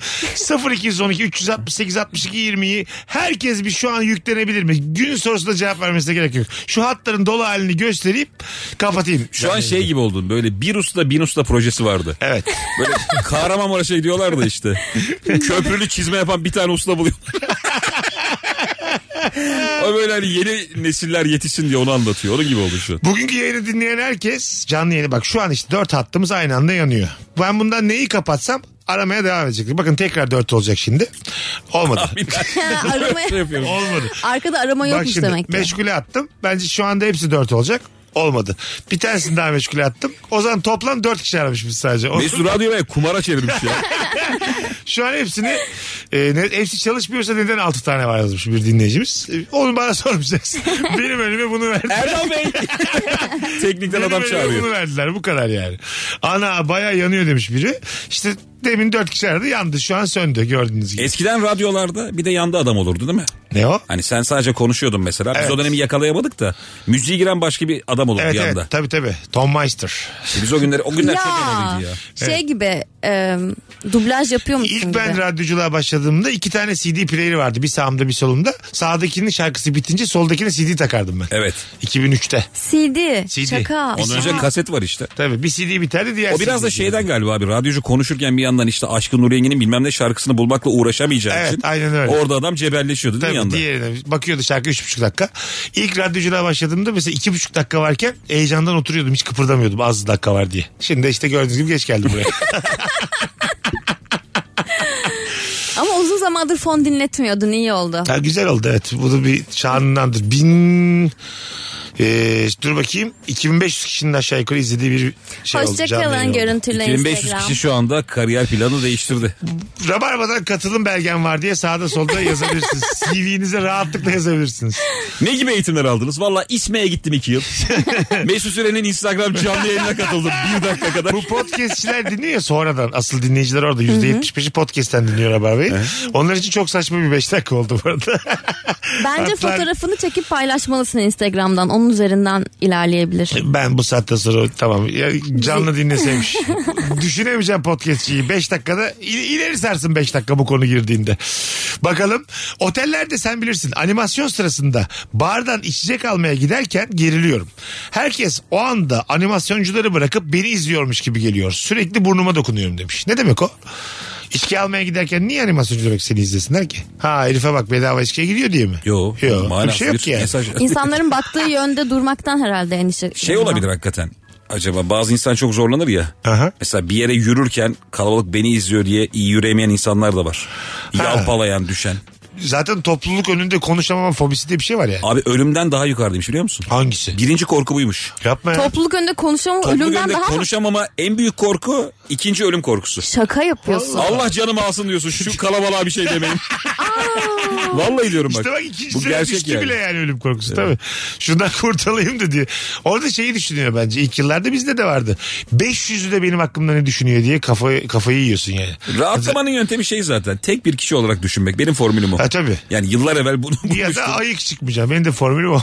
Speaker 1: 0212 368 62 20'yi herkes bir şu an yüklenebilir mi? Günün sorusuna cevap vermesine gerek yok. Şu hatların dolu halini gösterip kapatayım.
Speaker 3: Şu an şey gibi oldun böyle bir usta bin usta projesi vardı.
Speaker 1: Evet.
Speaker 3: Böyle Kahramanmaraş'a gidiyorlardı işte. Köprülü çizme yapan bir tane usta buluyor. o böyle hani yeni nesiller yetişsin diye onu anlatıyor. Onun gibi oldu şu an.
Speaker 1: Bugünkü yayını dinleyen herkes canlı yayını bak şu an işte dört hattımız aynı anda yanıyor. Ben bundan neyi kapatsam aramaya devam edecek. Bakın tekrar dört olacak şimdi. Olmadı.
Speaker 2: Arama-
Speaker 3: Şey yapıyorum.
Speaker 1: Olmadı.
Speaker 2: Arkada arama
Speaker 1: Bak
Speaker 2: yokmuş
Speaker 1: şimdi
Speaker 2: demek ki.
Speaker 1: meşgule attım. Bence şu anda hepsi 4 olacak. Olmadı. Bir tanesini daha meşgule attım. O zaman toplam 4 kişi aramışız sadece. O-
Speaker 3: Mesut radyoya kumara çevirmiş ya.
Speaker 1: şu an hepsini E, ne, hepsi çalışmıyorsa neden 6 tane var yazmış bir dinleyicimiz. E, onu bana sormayacağız. Benim önüme bunu verdi.
Speaker 3: Erdal Bey. Teknikten
Speaker 1: Benim
Speaker 3: adam
Speaker 1: önüme Bunu
Speaker 3: çağırıyor.
Speaker 1: verdiler bu kadar yani. Ana baya yanıyor demiş biri. İşte demin 4 kişi aradı yandı şu an söndü gördüğünüz gibi.
Speaker 3: Eskiden radyolarda bir de yanda adam olurdu değil mi?
Speaker 1: ne o?
Speaker 3: Hani sen sadece konuşuyordun mesela. Biz
Speaker 1: Evet.
Speaker 3: o dönemi yakalayamadık da müziğe giren başka bir adam olurdu
Speaker 1: Evet
Speaker 3: yanda.
Speaker 1: evet tabii tabii. Tom Meister.
Speaker 3: İşte biz o günleri o günler çok önemliydi ya.
Speaker 2: şey gibi e, dublaj yapıyor musun
Speaker 1: İlk
Speaker 2: gibi?
Speaker 1: ben radyoculuğa başladığımda iki tane CD playeri vardı. Bir sağımda bir solumda. Sağdakinin şarkısı bitince soldakine CD takardım ben.
Speaker 3: Evet.
Speaker 1: 2003'te.
Speaker 2: CD,
Speaker 1: CD.
Speaker 2: Şaka.
Speaker 3: Ondan önce kaset var işte.
Speaker 1: Tabii bir CD biterdi diğer
Speaker 3: O biraz
Speaker 1: CD
Speaker 3: da
Speaker 1: 'di.
Speaker 3: şeyden galiba abi radyocu konuşurken bir yandan işte Aşkın Nur Yengi'nin bilmem ne şarkısını bulmakla uğraşamayacağı
Speaker 1: Evet,
Speaker 3: için.
Speaker 1: aynen öyle.
Speaker 3: Orada adam cebelleşiyordu değil mi
Speaker 1: Tabii
Speaker 3: yanda?
Speaker 1: diğerine bakıyordu şarkı üç buçuk dakika. İlk radyoculuğa başladığımda mesela iki buçuk dakika varken heyecandan oturuyordum hiç kıpırdamıyordum az dakika var diye. Şimdi işte gördüğünüz gibi geç geldim buraya.
Speaker 2: Ama uzun zamandır fon dinletmiyordun iyi oldu.
Speaker 1: Ha, güzel oldu evet. Bu da bir şanındandır. Bin... Ee, dur bakayım 2500 kişinin aşağı yukarı izlediği bir şey oldu. canlı yayın
Speaker 2: Hoşçakalın
Speaker 1: oldu.
Speaker 2: görüntüyle
Speaker 3: 2500
Speaker 2: Instagram.
Speaker 3: kişi şu anda kariyer planı değiştirdi.
Speaker 1: Rabarba'dan katılım belgem var diye sağda solda yazabilirsiniz. CV'nize rahatlıkla yazabilirsiniz.
Speaker 3: Ne gibi eğitimler aldınız? Valla İSME'ye gittim iki yıl. Mesut Süren'in Instagram canlı yayınına katıldım bir dakika kadar.
Speaker 1: Bu podcastçiler dinliyor ya sonradan. Asıl dinleyiciler orada. %75'i podcast'ten dinliyor Rabarba'yı. Onlar için çok saçma bir 5 dakika oldu bu arada.
Speaker 2: Bence
Speaker 1: Hatta-
Speaker 2: fotoğrafını çekip paylaşmalısın Instagram'dan. Onun üzerinden ilerleyebilir.
Speaker 1: Ben bu saatten sonra tamam ya canlı dinleseymiş. Düşünemeyeceğim podcastçiyi 5 dakikada i- ileri sersin 5 dakika bu konu girdiğinde. Bakalım otellerde sen bilirsin animasyon sırasında bardan içecek almaya giderken geriliyorum. Herkes o anda animasyoncuları bırakıp beni izliyormuş gibi geliyor. Sürekli burnuma dokunuyorum demiş. Ne demek o? İçki almaya giderken niye animasyoncu olarak seni izlesinler ki? Ha herife bak bedava içkiye gidiyor diye mi?
Speaker 3: Yo,
Speaker 1: Yok.
Speaker 3: manasız
Speaker 1: Bir şey yok ki yani.
Speaker 3: mesaj.
Speaker 2: İnsanların baktığı yönde durmaktan herhalde endişe.
Speaker 3: Şey olabilir hakikaten. Acaba bazı insan çok zorlanır ya.
Speaker 1: Aha.
Speaker 3: Mesela bir yere yürürken kalabalık beni izliyor diye iyi yürüyemeyen insanlar da var. Yalpalayan, düşen.
Speaker 1: Zaten topluluk önünde konuşamama fobisi diye bir şey var ya.
Speaker 3: Abi ölümden daha yukarıdaymış biliyor musun?
Speaker 1: Hangisi?
Speaker 3: Birinci korku buymuş.
Speaker 1: Yapma ya.
Speaker 2: Topluluk önünde konuşamam
Speaker 3: Topluluk
Speaker 2: ölümden
Speaker 3: önünde
Speaker 2: daha
Speaker 3: konuşamama en büyük korku ikinci ölüm korkusu.
Speaker 2: şaka yapıyorsun.
Speaker 3: Allah canımı alsın diyorsun şu kalabalığa bir şey demeyin. Vallahi diyorum bak.
Speaker 1: İşte bak ikincisi
Speaker 3: bu gerçek yani.
Speaker 1: bile yani ölüm korkusu tabii. Şundan kurtulayım da diye. Orada şeyi düşünüyor bence. İlk yıllarda bizde de vardı. 500'ü de benim hakkımda ne düşünüyor diye kafayı, kafayı yiyorsun yani.
Speaker 3: Rahatlamanın yöntemi şey zaten. Tek bir kişi olarak düşünmek. Benim formülüm o.
Speaker 1: Ha tabii.
Speaker 3: Yani yıllar evvel bunu
Speaker 1: Ya
Speaker 3: bulmuştum.
Speaker 1: da ayık çıkmayacağım. Benim de formülüm o.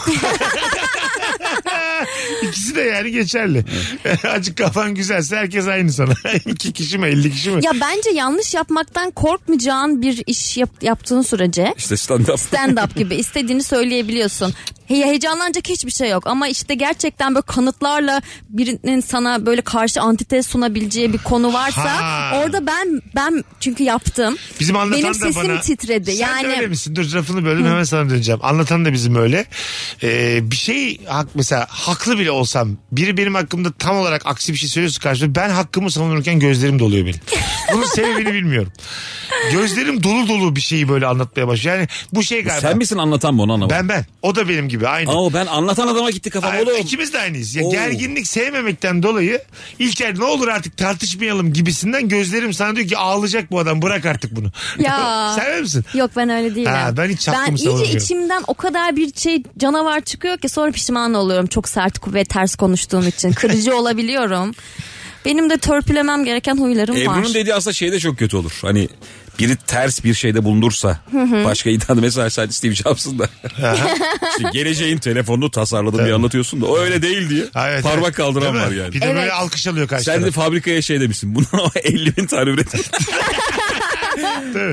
Speaker 1: İkisi de yani geçerli. Azıcık kafan güzelse herkes aynı sana. İki kişi mi 50 kişi mi?
Speaker 2: Ya bence yanlış yapmaktan korkmayacağın bir iş yap- yaptığın sürece
Speaker 3: İşte stand up.
Speaker 2: stand up gibi istediğini söyleyebiliyorsun. He- heyecanlanacak hiçbir şey yok ama işte gerçekten böyle kanıtlarla birinin sana böyle karşı antitez sunabileceği bir konu varsa
Speaker 1: Ha.
Speaker 2: orada ben ben çünkü yaptım.
Speaker 1: Bizim anlatan
Speaker 2: Benim
Speaker 1: da
Speaker 2: sesim
Speaker 1: bana-
Speaker 2: titredi.
Speaker 1: Sen
Speaker 2: yani
Speaker 1: de öyle misin? Dur lafını böldüm hemen sana döneceğim. Anlatan da bizim öyle. Ee, bir şey hak mesela haklı bile olsam biri benim hakkımda tam olarak aksi bir şey söylüyorsa karşıma ben hakkımı savunurken gözlerim doluyor benim. Bunun sebebini bilmiyorum. Gözlerim dolu dolu bir şeyi böyle anlatmaya başlıyor. Yani bu şey galiba.
Speaker 3: Sen misin anlatan mı onu anlamadım.
Speaker 1: Ben ben. O da benim gibi aynı.
Speaker 3: Aa, ben anlatan adama gitti kafam
Speaker 1: Ay,
Speaker 3: oğlum.
Speaker 1: İkimiz de aynıyız. Ya
Speaker 3: Oo.
Speaker 1: gerginlik sevmemekten dolayı İlker ne olur artık tartışmayalım gibisinden gözlerim sana diyor ki ağlayacak bu adam bırak artık bunu.
Speaker 2: Ya.
Speaker 1: Sevmiyor misin?
Speaker 2: Yok ben öyle değilim.
Speaker 1: Ha, ben hiç şey hakkımı
Speaker 2: Ben iyice
Speaker 1: savunuyorum.
Speaker 2: içimden o kadar bir şey canavar çıkıyor ki sonra pişman oluyorum. Çok sert ve ters konuştuğum için. Kırıcı olabiliyorum. Benim de törpülemem gereken huylarım var.
Speaker 3: Ebru'nun dediği aslında şey de çok kötü olur. Hani biri ters bir şeyde bulundursa başka iddiada mesela sen Steve Jobs'ın da işte geleceğin telefonunu tasarladım diye anlatıyorsun da o öyle değil diye
Speaker 1: Ha, evet,
Speaker 3: parmak
Speaker 1: evet.
Speaker 3: kaldıran
Speaker 1: Değil mi?
Speaker 3: var yani.
Speaker 1: Bir de böyle
Speaker 2: Evet.
Speaker 1: alkış alıyor karşı
Speaker 3: Sen de
Speaker 1: taraf.
Speaker 3: fabrikaya şey demişsin. Bunu 50 bin tane üretim.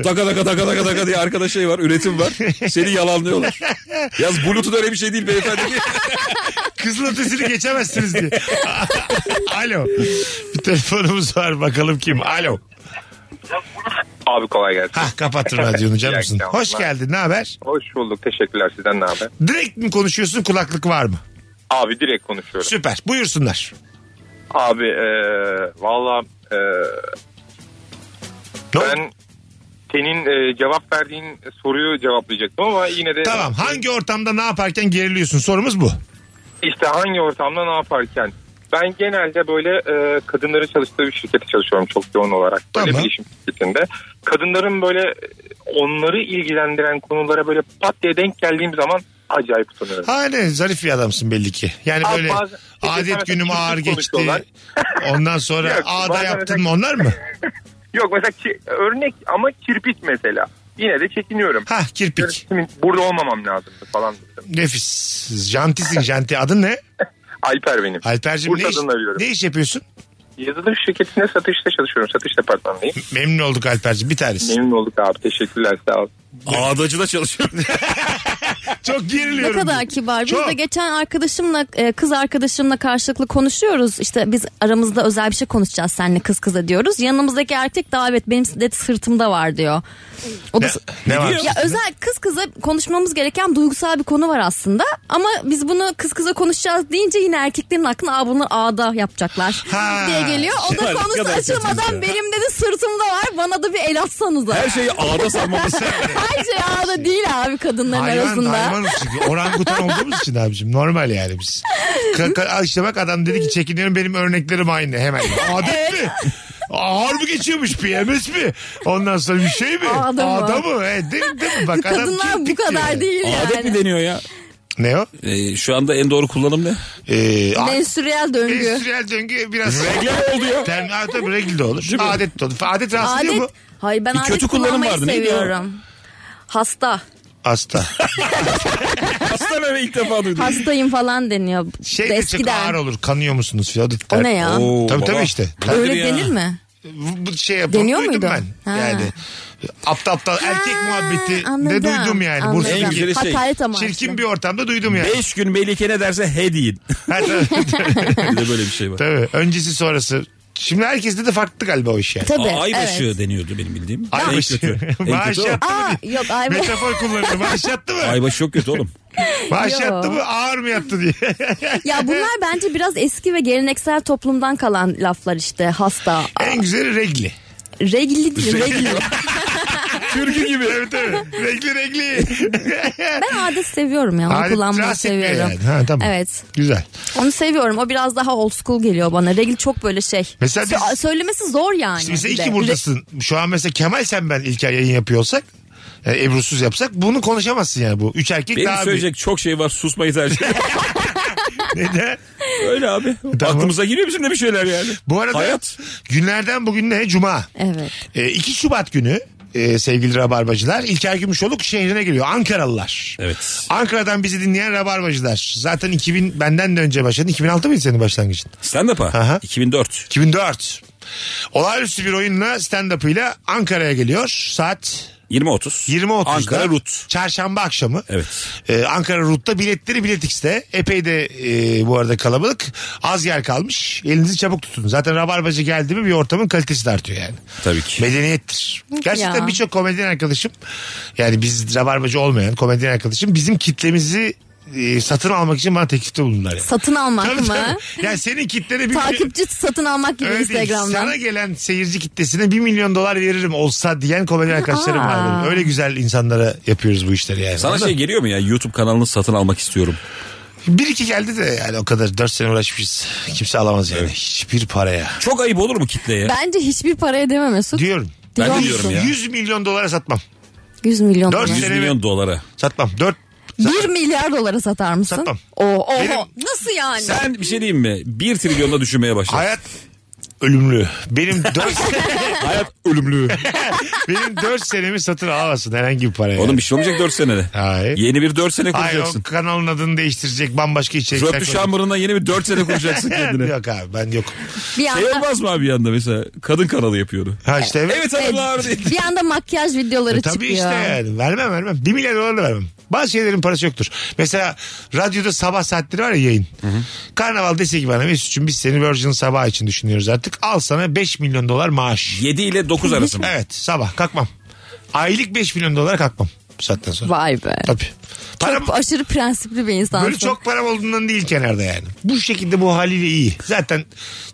Speaker 3: taka taka taka taka taka diye arkada şey var üretim var. Seni yalanlıyorlar. Yaz Bluetooth öyle bir şey değil beyefendi.
Speaker 1: Kızın ötesini geçemezsiniz diye. Alo. Bir telefonumuz var bakalım kim. Alo.
Speaker 7: Abi kolay gelsin.
Speaker 1: Hah kapattın radyonu canım
Speaker 7: İyi
Speaker 1: mısın?
Speaker 7: akşamlar.
Speaker 1: Hoş geldin ne haber?
Speaker 7: Hoş bulduk. Teşekkürler sizden ne haber?
Speaker 1: Direkt mi konuşuyorsun kulaklık var mı?
Speaker 7: Abi direkt konuşuyorum.
Speaker 1: Süper buyursunlar.
Speaker 7: Abi e, eee valla eee,
Speaker 1: Ne oldu?
Speaker 7: ben senin eee, cevap verdiğin soruyu cevaplayacaktım ama yine de
Speaker 1: Tamam hangi ortamda ne yaparken geriliyorsun sorumuz bu.
Speaker 7: işte hangi ortamda ne yaparken ben genelde böyle e, eee kadınların çalıştığı bir şirkette çalışıyorum çok yoğun olarak. Böyle
Speaker 1: Tamam.
Speaker 7: bilişim şirketinde. Kadınların böyle eee, onları ilgilendiren konulara böyle pat diye denk geldiğim zaman acayip utanıyorum.
Speaker 1: Ha ne zarif bir adamsın belli ki. Yani
Speaker 7: Abi
Speaker 1: böyle
Speaker 7: bazen-
Speaker 1: adet günüm
Speaker 7: Mesela
Speaker 1: ağır
Speaker 7: çirkin
Speaker 1: geçti.
Speaker 7: konuşuyorlar.
Speaker 1: Ondan sonra
Speaker 7: Yok,
Speaker 1: ağda
Speaker 7: bazen
Speaker 1: yaptın
Speaker 7: mesela-
Speaker 1: mı onlar mı?
Speaker 7: Yok mesela ki, örnek ama kirpik mesela. Yine de çekiniyorum.
Speaker 1: Ha kirpik.
Speaker 7: Şimdi burada olmamam lazımdı falan. dedim.
Speaker 1: Nefis. Jantisin janti. Adın ne?
Speaker 7: Alper benim.
Speaker 1: Alper'cim ne iş,
Speaker 7: Bursa'dan arıyorum.
Speaker 1: ne iş yapıyorsun?
Speaker 7: Yazılım şirketinde satışta çalışıyorum. Satış departmanındayım.
Speaker 1: Memnun olduk Alper'cim bir tanesi.
Speaker 7: Memnun olduk abi. Teşekkürler sağ ol.
Speaker 3: Ağdacıda çalışıyorum.
Speaker 1: Çok
Speaker 2: Ne
Speaker 1: geriliyorum.
Speaker 2: kadar kibar.
Speaker 1: Çok.
Speaker 2: Biz de geçen arkadaşımla e, kız arkadaşımla karşılıklı konuşuyoruz. İşte biz aramızda özel bir şey konuşacağız seninle kız kıza diyoruz. Yanımızdaki erkek davet benim de sırtımda var diyor. O da
Speaker 1: Ne, ne var?
Speaker 2: Ya özel kız kıza konuşmamız gereken duygusal bir konu var aslında. Ama biz bunu kız kıza konuşacağız deyince yine erkeklerin aklına Aa, bunu ağda yapacaklar
Speaker 1: Ha.
Speaker 2: diye geliyor. O
Speaker 3: Ya, Şey, ne
Speaker 2: da konusu
Speaker 3: kadar kötüyüz
Speaker 2: açılmadan
Speaker 3: ya.
Speaker 2: benim dedi sırtımda var. Bana da bir el atsanıza.
Speaker 3: Her şey. şeyi ağda sarmamız.
Speaker 2: Her şey ağda değil abi kadınların
Speaker 1: Hayvan,
Speaker 2: arasında.
Speaker 1: hayvanız çünkü. Orangutan olduğumuz için abicim. Normal yani biz. Ka- ka- işte bak adam dedi ki çekiniyorum benim örneklerim aynı hemen. Adet mi? Ağır mı geçiyormuş PMS mi? Ondan sonra bir şey mi?
Speaker 2: Ağda mı?
Speaker 1: Ağda mı? E, değil, değil mi? Bak adam
Speaker 2: Kadınlar bu
Speaker 1: kirpik diyor.
Speaker 2: kadar değil
Speaker 3: Adet mi
Speaker 2: yani.
Speaker 3: deniyor ya?
Speaker 1: Ne o?
Speaker 3: Ee, şu anda en doğru kullanım ne?
Speaker 1: Ee, a-
Speaker 2: Menstrüel döngü.
Speaker 1: Endüstriyel döngü biraz...
Speaker 3: Regle oldu ya.
Speaker 1: Termin ha, tabii regl de olur. Adet de olur. Adet rahatsız ediyor mu?
Speaker 2: Adet. Hayır ben
Speaker 3: Bir
Speaker 2: adet
Speaker 3: kötü kullanım
Speaker 2: kullanmayı
Speaker 3: vardı, neydi o?
Speaker 2: seviyorum. Hasta.
Speaker 1: Hasta.
Speaker 3: Hasta meme ilk defa duydum.
Speaker 2: Hastayım falan deniyor.
Speaker 1: Şey de çok
Speaker 2: Eskiden.
Speaker 1: ağır olur. Kanıyor musunuz filan.
Speaker 2: O ne ya?
Speaker 3: Oo,
Speaker 1: Tabii
Speaker 3: baba.
Speaker 1: tabii işte.
Speaker 2: Öyle
Speaker 3: ya.
Speaker 2: denir mi?
Speaker 1: Bu bu şey yapan
Speaker 2: Deniyor
Speaker 1: duydum
Speaker 2: muydu?
Speaker 1: ben.
Speaker 2: Ha.
Speaker 1: Yani aptal aptal erkek muhabbeti ne
Speaker 2: anladım,
Speaker 1: duydum yani.
Speaker 2: anladım.
Speaker 3: En
Speaker 1: Bursa'daki
Speaker 3: güzeli şey,
Speaker 2: Hakaret amaçlı.
Speaker 1: çirkin bir ortamda duydum yani.
Speaker 3: 5 gün Melike ne derse he deyin. bir de böyle bir şey var.
Speaker 1: Tabii öncesi sonrası. Şimdi herkeste de farklı galiba o iş yani.
Speaker 2: Tabii.
Speaker 3: Aa, ay
Speaker 2: evet.
Speaker 3: başı deniyordu benim bildiğim.
Speaker 1: Ay
Speaker 3: en
Speaker 1: başı.
Speaker 3: kötü. En
Speaker 1: Maaş
Speaker 3: kötü o.
Speaker 1: yattı mı?
Speaker 2: Aa, yok ay başı.
Speaker 1: Metafor kullanıldı. Maaş yattı mı?
Speaker 3: Ay başı çok kötü oğlum.
Speaker 1: Maaş
Speaker 2: Yo.
Speaker 1: yattı mı? Ağır mı yattı diye.
Speaker 2: Ya bunlar bence biraz eski ve geleneksel toplumdan kalan laflar işte hasta.
Speaker 1: en güzeli regli.
Speaker 2: Regli değil regli.
Speaker 1: Türkü Şey- gibi. evet evet. Regli regli.
Speaker 2: Ben adet seviyorum ya onu
Speaker 1: Adet
Speaker 2: kullanmayı
Speaker 1: rahatsız etmiyor
Speaker 2: seviyorum.
Speaker 1: yani. Ha, tamam.
Speaker 2: Evet
Speaker 1: Güzel.
Speaker 2: onu seviyorum o biraz daha old school geliyor bana. Regli çok böyle şey.
Speaker 1: Mesela
Speaker 2: Sö-
Speaker 1: biz-
Speaker 2: Söylemesi zor yani.
Speaker 1: Şimdi mesela
Speaker 2: Bir
Speaker 1: iki
Speaker 2: de.
Speaker 1: buradasın. Şu an mesela Kemal sen ben İlker yayın yapıyor olsak. e, Ebru'suz yapsak bunu konuşamazsın yani bu. Üç erkek
Speaker 3: Benim
Speaker 1: daha bir-
Speaker 3: söyleyecek çok şey var susmayı tercih ediyorum.
Speaker 1: Neden? E,
Speaker 3: Öyle abi.
Speaker 1: Tamam.
Speaker 3: Aklımıza giriyor bizim de bir şeyler yani.
Speaker 1: Bu arada
Speaker 3: Hayat.
Speaker 1: günlerden bugün ne? Cuma.
Speaker 2: Evet.
Speaker 1: E, 2 Şubat günü e, sevgili Rabarbacılar İlker Gümüşoluk şehrine geliyor. Ankaralılar.
Speaker 3: Evet.
Speaker 1: Ankara'dan bizi dinleyen Rabarbacılar. Zaten 2000 benden de önce başladı. 2006 mıydı senin başlangıcın?
Speaker 3: Stand up'a.
Speaker 1: Aha.
Speaker 3: 2004.
Speaker 1: 2004. Olağanüstü bir oyunla stand-up'ıyla Ankara'ya geliyor. Saat
Speaker 3: 20.30.
Speaker 1: 20.30'da.
Speaker 3: Ankara Rut.
Speaker 1: Çarşamba akşamı.
Speaker 3: Evet.
Speaker 1: Ee, Ankara Rut'ta biletleri biletix'te. Epey de e, bu arada kalabalık. Az yer kalmış. Elinizi çabuk tutun. Zaten rabarbacı geldi mi bir ortamın kalitesi de artıyor yani.
Speaker 3: Tabii ki.
Speaker 1: Medeniyettir. Gerçekten
Speaker 2: Ya.
Speaker 1: birçok komedyen arkadaşım yani biz rabarbacı olmayan komedyen arkadaşım bizim kitlemizi e, satın almak için bana teklifte bulundular. Yani.
Speaker 2: Satın almak
Speaker 1: Tabii,
Speaker 2: mı?
Speaker 1: tabii. Yani senin kitlene bir
Speaker 2: Takipçi satın almak gibi
Speaker 1: Öyle değil.
Speaker 2: Instagram'dan.
Speaker 1: Sana gelen seyirci kitlesine 1 milyon dolar veririm olsa diyen komedyen arkadaşlarım
Speaker 2: Aa.
Speaker 1: var. benim. Öyle güzel insanlara yapıyoruz bu işleri yani.
Speaker 3: Sana
Speaker 1: Anladın
Speaker 3: şey geliyor mu ya YouTube kanalını satın almak istiyorum.
Speaker 1: Bir iki geldi de yani o kadar dört sene uğraşmışız. Kimse alamaz yani. Hiçbir paraya.
Speaker 3: Çok ayıp olur mu kitleye?
Speaker 2: Bence hiçbir para edeme Mesut.
Speaker 1: Diyorum.
Speaker 3: Ben de
Speaker 2: Diyor
Speaker 3: diyorum
Speaker 2: musun?
Speaker 3: ya.
Speaker 1: 100 milyon dolara satmam.
Speaker 2: 100 milyon
Speaker 1: Dört
Speaker 2: dolar.
Speaker 3: 100
Speaker 1: Seneye-
Speaker 3: milyon dolara.
Speaker 1: Satmam. 4
Speaker 2: 1 milyar dolara satar mısın?
Speaker 1: Satmam.
Speaker 2: Oo, oho.
Speaker 1: Benim-
Speaker 2: Nasıl yani?
Speaker 3: Sen bir şey diyeyim mi? 1 trilyonda düşmeye başlar.
Speaker 1: hayat ölümlü. Benim 4
Speaker 3: Hayat ölümlü.
Speaker 1: benim 4 senemi satın alamazsın herhangi bir paraya.
Speaker 3: Oğlum bir şey olmayacak 4 senede.
Speaker 1: Hayır.
Speaker 3: Yeni bir 4 sene
Speaker 1: Hayır o
Speaker 3: kuracaksın.
Speaker 1: kanalın adını değiştirecek bambaşka içerikler.
Speaker 3: Röptü
Speaker 1: koyacak.
Speaker 3: şambırına yeni bir 4 sene kuracaksın kendine.
Speaker 1: Yok abi ben yok.
Speaker 2: bir anda
Speaker 3: Şey olmaz mı abi yanda mesela? Kadın kanalı yapıyor.
Speaker 1: Ha işte evet.
Speaker 3: Evet hanımlar. diye.
Speaker 2: bir anda makyaj videoları
Speaker 1: E tabii
Speaker 2: çıkıyor.
Speaker 1: işte yani. Vermem vermem. 1 milyar dolar da vermem. Bazı şeylerin parası yoktur. Mesela radyoda sabah saatleri var ya yayın. Karnaval dese ki bana Mesut'cum biz seni Virgin sabah için düşünüyoruz artık. Al sana 5 milyon dolar maaş.
Speaker 3: 7 ile 9 arası mı?
Speaker 1: Evet sabah kalkmam. Aylık 5 milyon dolara kalkmam bu saatten sonra.
Speaker 2: Vay be.
Speaker 1: Tabii. Param,
Speaker 2: Çok aşırı prensipli bir insansın.
Speaker 1: böyle çok param olduğundan değil kenarda yani. Bu şekilde bu haliyle iyi. Zaten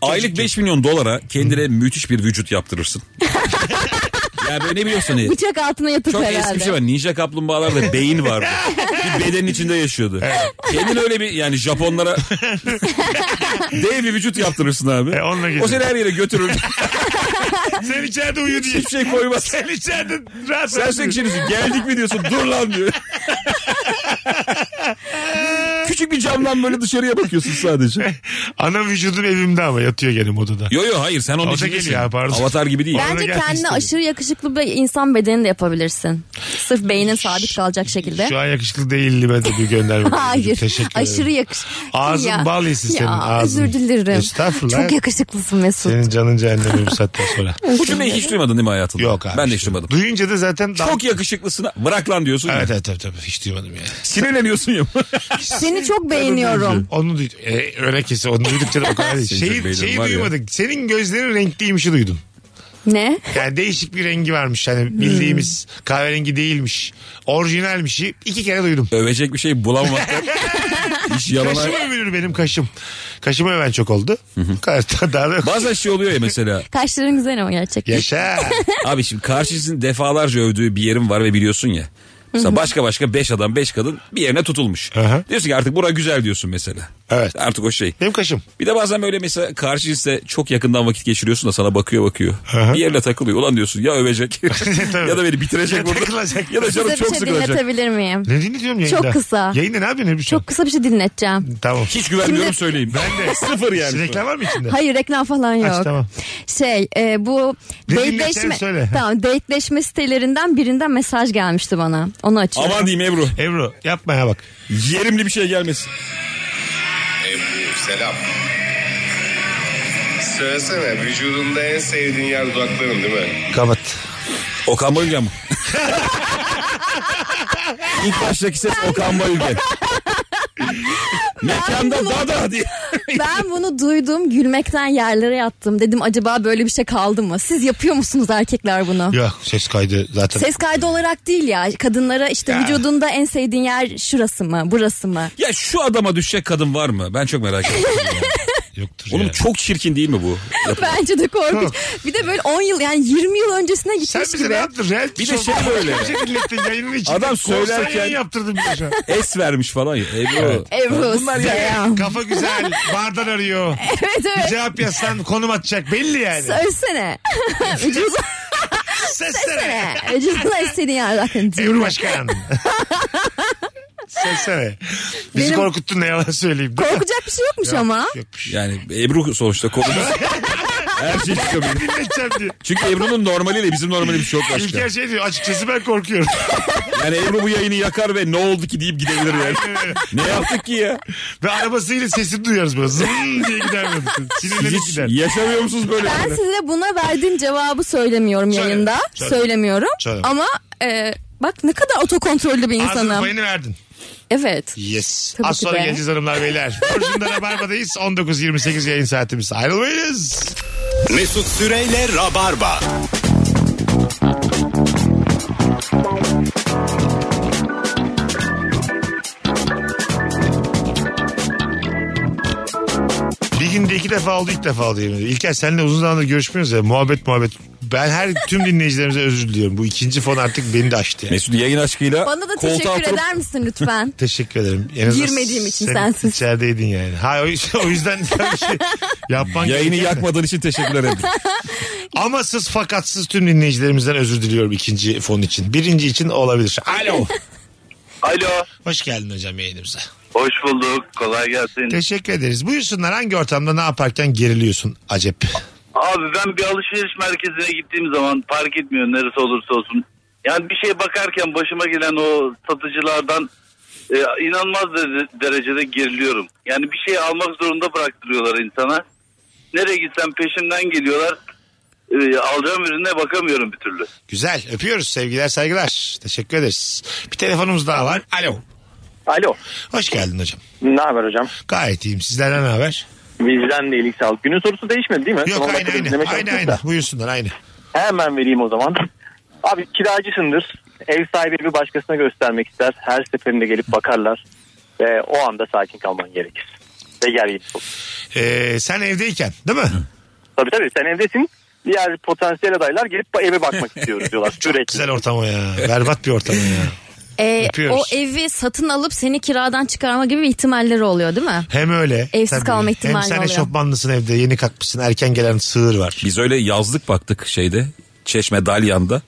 Speaker 3: Aylık 5 milyon dolara kendine müthiş bir vücut yaptırırsın. ya böyle ne biliyorsun hani?
Speaker 2: Bıçak altına yatıp
Speaker 3: Çok
Speaker 2: herhalde.
Speaker 3: eski bir şey var. Ninja kaplumbağalarda beyin vardı. bir bedenin içinde yaşıyordu. Kendini öyle bir yani Japonlara dev bir vücut yaptırırsın abi.
Speaker 1: E, onunla
Speaker 3: o
Speaker 1: gezerim.
Speaker 3: seni her yere götürür.
Speaker 1: Sen içeride uyu diye.
Speaker 3: Hiçbir şey koymaz.
Speaker 1: Sen içeride rahat
Speaker 3: Sen
Speaker 1: rahat uyu.
Speaker 3: sekşenisin geldik mi diyorsun dur lan diyor. Küçük bir camdan böyle dışarıya bakıyorsun sadece.
Speaker 1: Ana vücudum evimde ama yatıyor gene odada.
Speaker 3: Yo yo hayır sen onun
Speaker 1: Orada
Speaker 3: için
Speaker 1: geliyor
Speaker 3: değilsin.
Speaker 1: ya, pardon.
Speaker 3: Avatar gibi değil.
Speaker 1: Bana
Speaker 2: Bence
Speaker 1: gelmek
Speaker 2: kendine
Speaker 1: istedim.
Speaker 2: aşırı yakışıklı bir insan bedeni de yapabilirsin. Sırf beynin sabit kalacak şekilde.
Speaker 1: Şu an yakışıklı değil ben de bir gönderme.
Speaker 2: Hayır.
Speaker 1: Teşekkür ederim.
Speaker 2: aşırı yakışıklı.
Speaker 1: Ağzın bal yesin senin, ağzın.
Speaker 2: Özür dilerim.
Speaker 1: Estağfurullah.
Speaker 2: Çok yakışıklısın Mesut.
Speaker 1: Senin canın cehenneme bu saatten sonra.
Speaker 3: Bu cümleyi hiç duymadın değil mi hayatında?
Speaker 1: Yok abi.
Speaker 3: Ben de
Speaker 1: işte.
Speaker 3: hiç duymadım.
Speaker 1: Duyunca da zaten... daha-
Speaker 3: Çok yakışıklısına bırak lan diyorsun.
Speaker 1: Evet
Speaker 3: ya.
Speaker 1: evet tabii tabii hiç duymadım yani.
Speaker 3: Sinirleniyorsun ya.
Speaker 2: Seni çok beğeniyorum.
Speaker 1: Onu duydum. E, öyle kesin onu duydukça da o kadar değil.
Speaker 3: Senin çok
Speaker 1: Şeyi,
Speaker 3: beğeniyorum
Speaker 1: şeyi
Speaker 3: var ya.
Speaker 1: duymadık. Senin gözlerin renkliymişi duydum.
Speaker 2: ne?
Speaker 1: Yani değişik bir rengi varmış.
Speaker 2: Hmm.
Speaker 1: Yani bildiğimiz kahverengi değilmiş. Orijinalmişi iki kere duydum.
Speaker 3: Övecek bir şey bulamamaktan hiç yalana...
Speaker 1: Kaşım övülür benim kaşım. Kaşım öven çok oldu. Bu kadar daha- daha da yok.
Speaker 3: Bazen şey oluyor ya mesela.
Speaker 2: Kaşların güzel ama gerçekten.
Speaker 1: Yaşa.
Speaker 3: Abi şimdi karşısının defalarca övdüğü bir yerim var ve biliyorsun ya. Mesela başka başka beş adam beş kadın bir yerine tutulmuş.
Speaker 1: Aha.
Speaker 3: Diyorsun ki artık bura güzel diyorsun mesela.
Speaker 1: Evet.
Speaker 3: Artık o şey.
Speaker 1: Benim kaşım.
Speaker 3: Bir de bazen böyle mesela karşı cinsle çok yakından vakit geçiriyorsun da sana bakıyor bakıyor.
Speaker 1: Aha.
Speaker 3: Bir yerle takılıyor. Ulan diyorsun ya övecek
Speaker 1: Tabii.
Speaker 3: ya da beni
Speaker 1: Ya
Speaker 3: bitirecek burada.
Speaker 1: takılacak.
Speaker 3: ya da canım
Speaker 2: Size
Speaker 3: çok
Speaker 2: bir şey
Speaker 3: sıkılacak.
Speaker 2: dinletebilir miyim?
Speaker 1: Ne dinliyorum yayında?
Speaker 2: Çok kısa.
Speaker 1: Yayında ne yapıyorsun? Ebru şu an?
Speaker 2: Çok kısa bir şey dinleteceğim.
Speaker 1: Tamam.
Speaker 3: Hiç güvenmiyorum
Speaker 2: Şimdi-
Speaker 3: söyleyeyim. Ben de sıfır yani.
Speaker 1: Reklam var mı içinde?
Speaker 2: Hayır reklam falan yok.
Speaker 1: tamam.
Speaker 2: Şey e, bu
Speaker 1: Ne dinlesen
Speaker 2: dateleşme
Speaker 1: söyle.
Speaker 2: tamam dateleşme sitelerinden birinden mesaj gelmişti bana. Onu açıyorum.
Speaker 3: Aman diyeyim Ebru.
Speaker 1: Ebru yapma ya bak.
Speaker 3: Yerimli bir şey gelmesin.
Speaker 9: Ebru selam. Söylesene vücudunda en sevdiğin yer dudakların değil mi?
Speaker 1: Kapat.
Speaker 3: Okan Bayülgen mi? İlk baştaki ses Okan Bayülgen. Mekanda da da diye.
Speaker 2: Ben bunu duydum gülmekten yerlere yattım. Dedim acaba böyle bir şey kaldı mı? Siz yapıyor musunuz erkekler bunu?
Speaker 1: Yok ses kaydı zaten.
Speaker 2: Ses kaydı olarak değil ya. Kadınlara işte
Speaker 1: Ya.
Speaker 2: vücudunda en sevdiğin yer şurası mı? Burası mı?
Speaker 3: Ya şu adama düşecek kadın var mı? Ben çok merak ediyorum.
Speaker 1: Yoktur
Speaker 3: Oğlum
Speaker 1: ya.
Speaker 3: çok çirkin değil mi bu?
Speaker 2: Bence de korkunç.
Speaker 1: Yok.
Speaker 2: Bir de böyle 10 yıl yani 20 yıl öncesine
Speaker 1: Sen
Speaker 2: gitmiş
Speaker 1: bize ne
Speaker 2: gibi.
Speaker 1: yaptın? Reality
Speaker 3: Bir de
Speaker 1: show
Speaker 3: şey
Speaker 1: falan
Speaker 3: böyle.
Speaker 1: Bir şey dinlettin yayının içinde.
Speaker 3: Adam
Speaker 1: Korsan
Speaker 3: söylerken-
Speaker 1: yayın yaptırdın bize şu an.
Speaker 3: Es vermiş falan ya. Ebru.
Speaker 2: Ebru. selam.
Speaker 1: Kafa güzel. Bardan arıyor.
Speaker 2: Evet
Speaker 1: Bir
Speaker 2: evet.
Speaker 1: cevap yazsan konum atacak. Belli yani.
Speaker 2: Söylesene. Vücudu.
Speaker 1: Sessene.
Speaker 2: Vücuduna istediğin yer bakın.
Speaker 1: Ebru Başkan. Sessene. Bizi
Speaker 2: Benim-
Speaker 1: korkuttun ne yalan söyleyeyim. Değil mi?
Speaker 2: Korkacak bir şey yokmuş ama.
Speaker 1: Yokmuş.
Speaker 3: Yani Ebru sonuçta konumuz. Her şey çıkabilir.
Speaker 1: Dinleteceğim diyor.
Speaker 3: Çünkü Ebru'nun normaliyle bizim normalimiz çok
Speaker 1: İlker
Speaker 3: başka.
Speaker 1: şey diyor açıkçası ben korkuyorum.
Speaker 3: Yani Ebru bu yayını yakar ve ne oldu ki deyip gidebilir yani. ne yaptık ki ya?
Speaker 1: Ve arabasıyla sesini duyarız böyle zın diye gider böyle.
Speaker 3: Siz
Speaker 1: Sinirlenip
Speaker 3: hiç
Speaker 1: gider.
Speaker 3: yaşamıyor musunuz böyle?
Speaker 2: Ben size buna verdiğim cevabı söylemiyorum
Speaker 1: Söyle,
Speaker 2: yayında.
Speaker 1: söyle.
Speaker 2: Söylemiyorum.
Speaker 1: Söyle.
Speaker 2: Ama e, bak ne kadar otokontrollü bir
Speaker 1: Ağzının
Speaker 2: insanım.
Speaker 1: payını verdin.
Speaker 2: Evet.
Speaker 1: Yes.
Speaker 2: Tabii
Speaker 1: Az
Speaker 2: ki
Speaker 1: sonra
Speaker 2: de.
Speaker 1: geleceğiz hanımlar beyler. Burcu'nda Rabarba'dayız. 19.28 yayın saatimiz. Ayrılmayınız.
Speaker 8: Mesut Süreyle Rabarba.
Speaker 1: Bir günde iki defa oldu ilk defa oldu yemin ederim. İlker seninle uzun zamandır görüşmüyoruz ya muhabbet muhabbet. Ben her tüm dinleyicilerimize özür diliyorum. Bu ikinci fon artık beni de aştı. Yani.
Speaker 3: Mesut yayın aşkıyla
Speaker 2: Bana da
Speaker 3: koltuğa
Speaker 2: teşekkür
Speaker 3: oturup
Speaker 2: eder misin lütfen?
Speaker 1: Teşekkür ederim. En azından
Speaker 2: Girmediğim için
Speaker 1: sen
Speaker 2: sensiz.
Speaker 1: İçerideydin yani. Ha o, yüzden- o yüzden bir şey yapman
Speaker 3: yayını
Speaker 1: gereken-
Speaker 3: yakmadığın için teşekkürler Ebru.
Speaker 1: Amasız fakatsız tüm dinleyicilerimizden özür diliyorum ikinci fon için. Birinci için olabilir. Alo.
Speaker 7: Alo.
Speaker 1: Hoş geldin hocam yayınımıza.
Speaker 7: Hoş bulduk. Kolay gelsin.
Speaker 1: Teşekkür ederiz. Buyursunlar hangi ortamda ne yaparken geriliyorsun acep?
Speaker 7: Abi ben bir alışveriş merkezine gittiğim zaman fark etmiyor neresi olursa olsun. Yani bir şey bakarken başıma gelen o satıcılardan e, inanılmaz de- derecede geriliyorum. Yani bir şey almak zorunda bıraktırıyorlar insana. Nereye gitsem peşimden geliyorlar. E, alacağım ürüne bakamıyorum bir türlü.
Speaker 1: Güzel öpüyoruz sevgiler saygılar. Teşekkür ederiz. Bir telefonumuz daha var. Alo.
Speaker 7: Alo.
Speaker 1: Hoş geldin hocam.
Speaker 7: Ne haber hocam?
Speaker 1: Gayet iyiyim. Sizlerden ne haber?
Speaker 7: Bizden de iyilik sağlık. Günün sorusu değişmedi değil mi?
Speaker 1: Yok aynı aynı. Aynı aynı. Buyursunlar aynı.
Speaker 7: Hemen vereyim o zaman. Abi kiracısındır. Ev sahibi bir başkasına göstermek ister. Her seferinde gelip bakarlar. Ve o anda sakin kalman gerekir. Ve gergin olur.
Speaker 1: Ee, sen evdeyken değil mi?
Speaker 7: Tabii tabii sen evdesin. Diğer potansiyel adaylar gelip ba- eve bakmak istiyoruz diyorlar sürekli.
Speaker 1: Güzel ortam o ya. Berbat bir ortam o ya.
Speaker 2: Ee,
Speaker 1: Öpüyoruz.
Speaker 2: o evi satın alıp seni kiradan çıkarma gibi bir ihtimalleri oluyor değil mi?
Speaker 1: Hem öyle.
Speaker 2: Evsiz kalma
Speaker 1: Hem
Speaker 2: ihtimali
Speaker 1: sen
Speaker 2: oluyor.
Speaker 1: eşofmanlısın evde yeni kalkmışsın erken gelen sığır var.
Speaker 3: Biz öyle yazlık baktık şeyde. Çeşme Dalyan'da.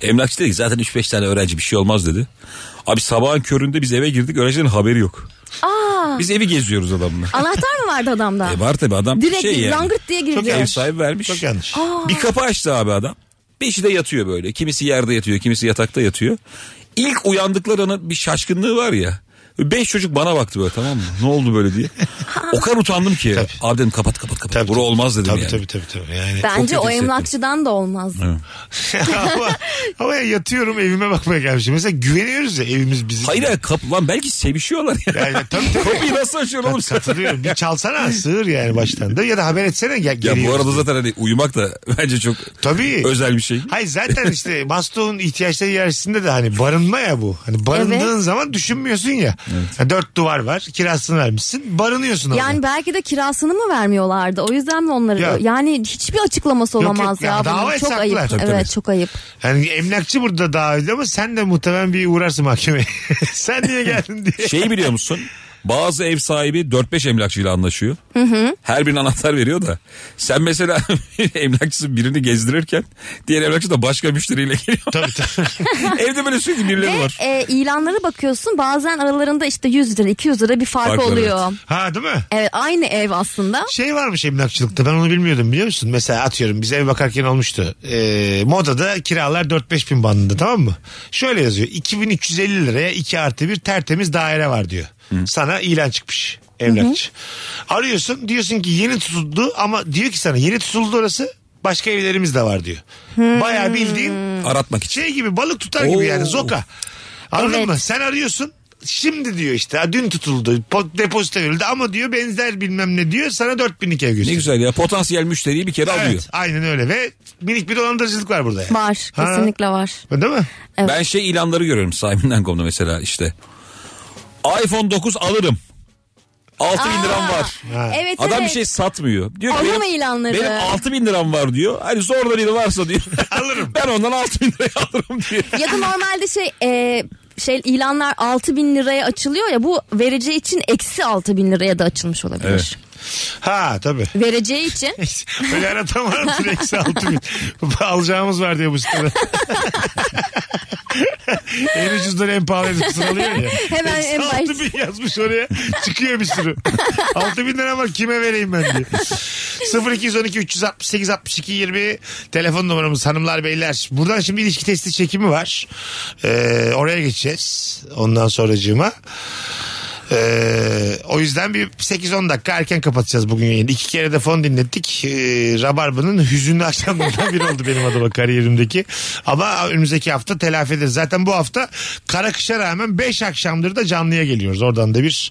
Speaker 3: Emlakçı dedi ki zaten 3-5 tane öğrenci bir şey olmaz dedi. Abi sabahın köründe biz eve girdik öğrencilerin haberi yok.
Speaker 2: Aa,
Speaker 3: Biz evi geziyoruz adamla.
Speaker 2: anahtar mı vardı adamda?
Speaker 3: E var tabi adam
Speaker 2: Direkt
Speaker 3: şey yani.
Speaker 2: langırt diye girdi.
Speaker 1: Çok
Speaker 3: Ev
Speaker 1: yanlış.
Speaker 3: sahibi vermiş.
Speaker 1: Çok yanlış.
Speaker 3: Bir kapı açtı abi adam. Beşi de yatıyor böyle. Kimisi yerde yatıyor, kimisi yatakta yatıyor. İlk uyandıkları anın bir şaşkınlığı var ya. Beş çocuk bana baktı böyle tamam mı? Ne oldu böyle diye. O kadar utandım ki.
Speaker 1: Tabii.
Speaker 3: Abi dedim kapat kapat kapat.
Speaker 1: Tabii,
Speaker 3: Bura
Speaker 1: tabii.
Speaker 3: olmaz dedim
Speaker 1: Tabii
Speaker 3: yani.
Speaker 1: tabii tabii tabii. Yani.
Speaker 2: Bence
Speaker 3: kötü
Speaker 2: o
Speaker 3: hissettim.
Speaker 2: emlakçıdan da olmaz.
Speaker 1: ama, ama ya yatıyorum evime bakmaya gelmişim. Mesela güveniyoruz ya evimiz bizim.
Speaker 3: Hayır ya kapı lan belki sevişiyorlar ya.
Speaker 1: Yani, tabii tabii.
Speaker 3: Kapıyı nasıl açıyorsun oğlum sen?
Speaker 1: Katılıyorum. Bir çalsana sığır yani baştan da ya da haber etsene gel
Speaker 3: Ya bu
Speaker 1: geliyoruz
Speaker 3: arada
Speaker 1: diye.
Speaker 3: zaten hani uyumak da bence çok
Speaker 1: Tabii.
Speaker 3: özel bir şey.
Speaker 1: Hayır zaten işte Maslow'un ihtiyaçları içerisinde de hani barınma ya bu. Hani barındığın
Speaker 2: Evet.
Speaker 1: zaman düşünmüyorsun ya. Yani dört duvar var kirasını vermişsin barınıyorsun ama.
Speaker 2: Yani belki de kirasını mı vermiyorlardı? O yüzden mi onları?
Speaker 1: Ya.
Speaker 2: Yani hiçbir açıklaması
Speaker 1: Yok, yok
Speaker 2: olamaz
Speaker 1: ya,
Speaker 2: ya. bunun.
Speaker 1: dava
Speaker 2: çok
Speaker 1: etsek
Speaker 2: ayıp.
Speaker 1: haklılar. Tabii,
Speaker 2: evet, çok ayıp.
Speaker 1: Yani emlakçı burada daha öyle ama sen de muhtemelen bir uğrarsın mahkemeye. sen niye geldin diye.
Speaker 3: Şeyi Şey biliyor musun? Bazı ev sahibi 4-5 emlakçıyla anlaşıyor. Her birine anahtar veriyor da. Sen mesela emlakçısı birini gezdirirken diğer emlakçı da başka müşteriyle geliyor.
Speaker 1: Tabii tabii.
Speaker 3: Evde böyle sürekli birileri
Speaker 2: Ve
Speaker 3: var.
Speaker 2: e, ilanlara bakıyorsun bazen aralarında işte 100 lira 200 lira bir fark,
Speaker 3: Fark var,
Speaker 2: oluyor. Evet.
Speaker 1: Ha değil mi?
Speaker 2: aynı ev aslında.
Speaker 1: Şey varmış emlakçılıkta ben onu bilmiyordum biliyor musun? Mesela atıyorum bize ev bakarken olmuştu. Ee, modada kiralar 4-5 bin bandında tamam mı? Şöyle yazıyor 2350 liraya 2 artı bir tertemiz daire var diyor. Sana ilan çıkmış emlakçı. Arıyorsun diyorsun ki yeni tutuldu ama diyor ki sana yeni tutuldu orası başka evlerimiz de var diyor. Bayağı bildiğin
Speaker 3: Aratmak için.
Speaker 1: şey gibi balık tutar gibi yani
Speaker 3: Oo.
Speaker 1: zoka. Anladın
Speaker 2: Evet.
Speaker 1: mı? Sen arıyorsun. Şimdi diyor işte "Ha, dün tutuldu po- depozito verildi ama diyor benzer bilmem ne diyor sana 4000'lik ev
Speaker 3: Ne
Speaker 1: gösteriyor.
Speaker 3: güzel ya potansiyel müşteriyi bir kere alıyor.
Speaker 1: Evet, aynen öyle ve minik bir dolandırıcılık var burada. Yani.
Speaker 2: Var
Speaker 1: Ha.
Speaker 2: kesinlikle var.
Speaker 1: Değil mi?
Speaker 2: Evet.
Speaker 3: Ben şey ilanları görüyorum sahibinden komda mesela işte. iPhone 9 alırım. 6 bin liram var.
Speaker 1: Ha.
Speaker 2: Evet
Speaker 3: Adam bir
Speaker 2: evet.
Speaker 3: şey satmıyor. Diyor ki
Speaker 2: Alırım
Speaker 3: benim,
Speaker 2: ilanları.
Speaker 3: benim 6 bin liram var diyor. Hani zorda biri varsa diyor.
Speaker 1: Alırım.
Speaker 3: ben ondan 6 bin liraya alırım diyor.
Speaker 2: Ya da normalde şey e, şey ilanlar 6000 bin liraya açılıyor ya bu vereceği için eksi 6000 bin liraya da açılmış olabilir.
Speaker 1: Ha tabii.
Speaker 2: Vereceği için
Speaker 1: Öyle aratan var mı? Eksi altı bin. Alacağımız var diye bu sitede. en ucuzdan en pahalı herif sıralıyor ya.
Speaker 2: Hemen
Speaker 1: Eksi
Speaker 2: en baş-
Speaker 1: altı bin yazmış oraya. Çıkıyor bir sürü. Altı bin lira var kime vereyim ben diye. 0212 368 62 20 telefon numaramız hanımlar beyler. Buradan şimdi ilişki testi çekimi var. Ee, oraya geçeceğiz. Ondan sonracığıma. Ee, o yüzden bir 8-10 dakika erken kapatacağız bugün yayını. İki kere de fon dinlettik. Ee, Rabarba'nın hüzünlü akşamlarından biri oldu benim adıma kariyerimdeki. Ama önümüzdeki hafta telafi ederiz. Zaten bu hafta kara kışa rağmen 5 akşamdır da canlıya geliyoruz. Oradan da bir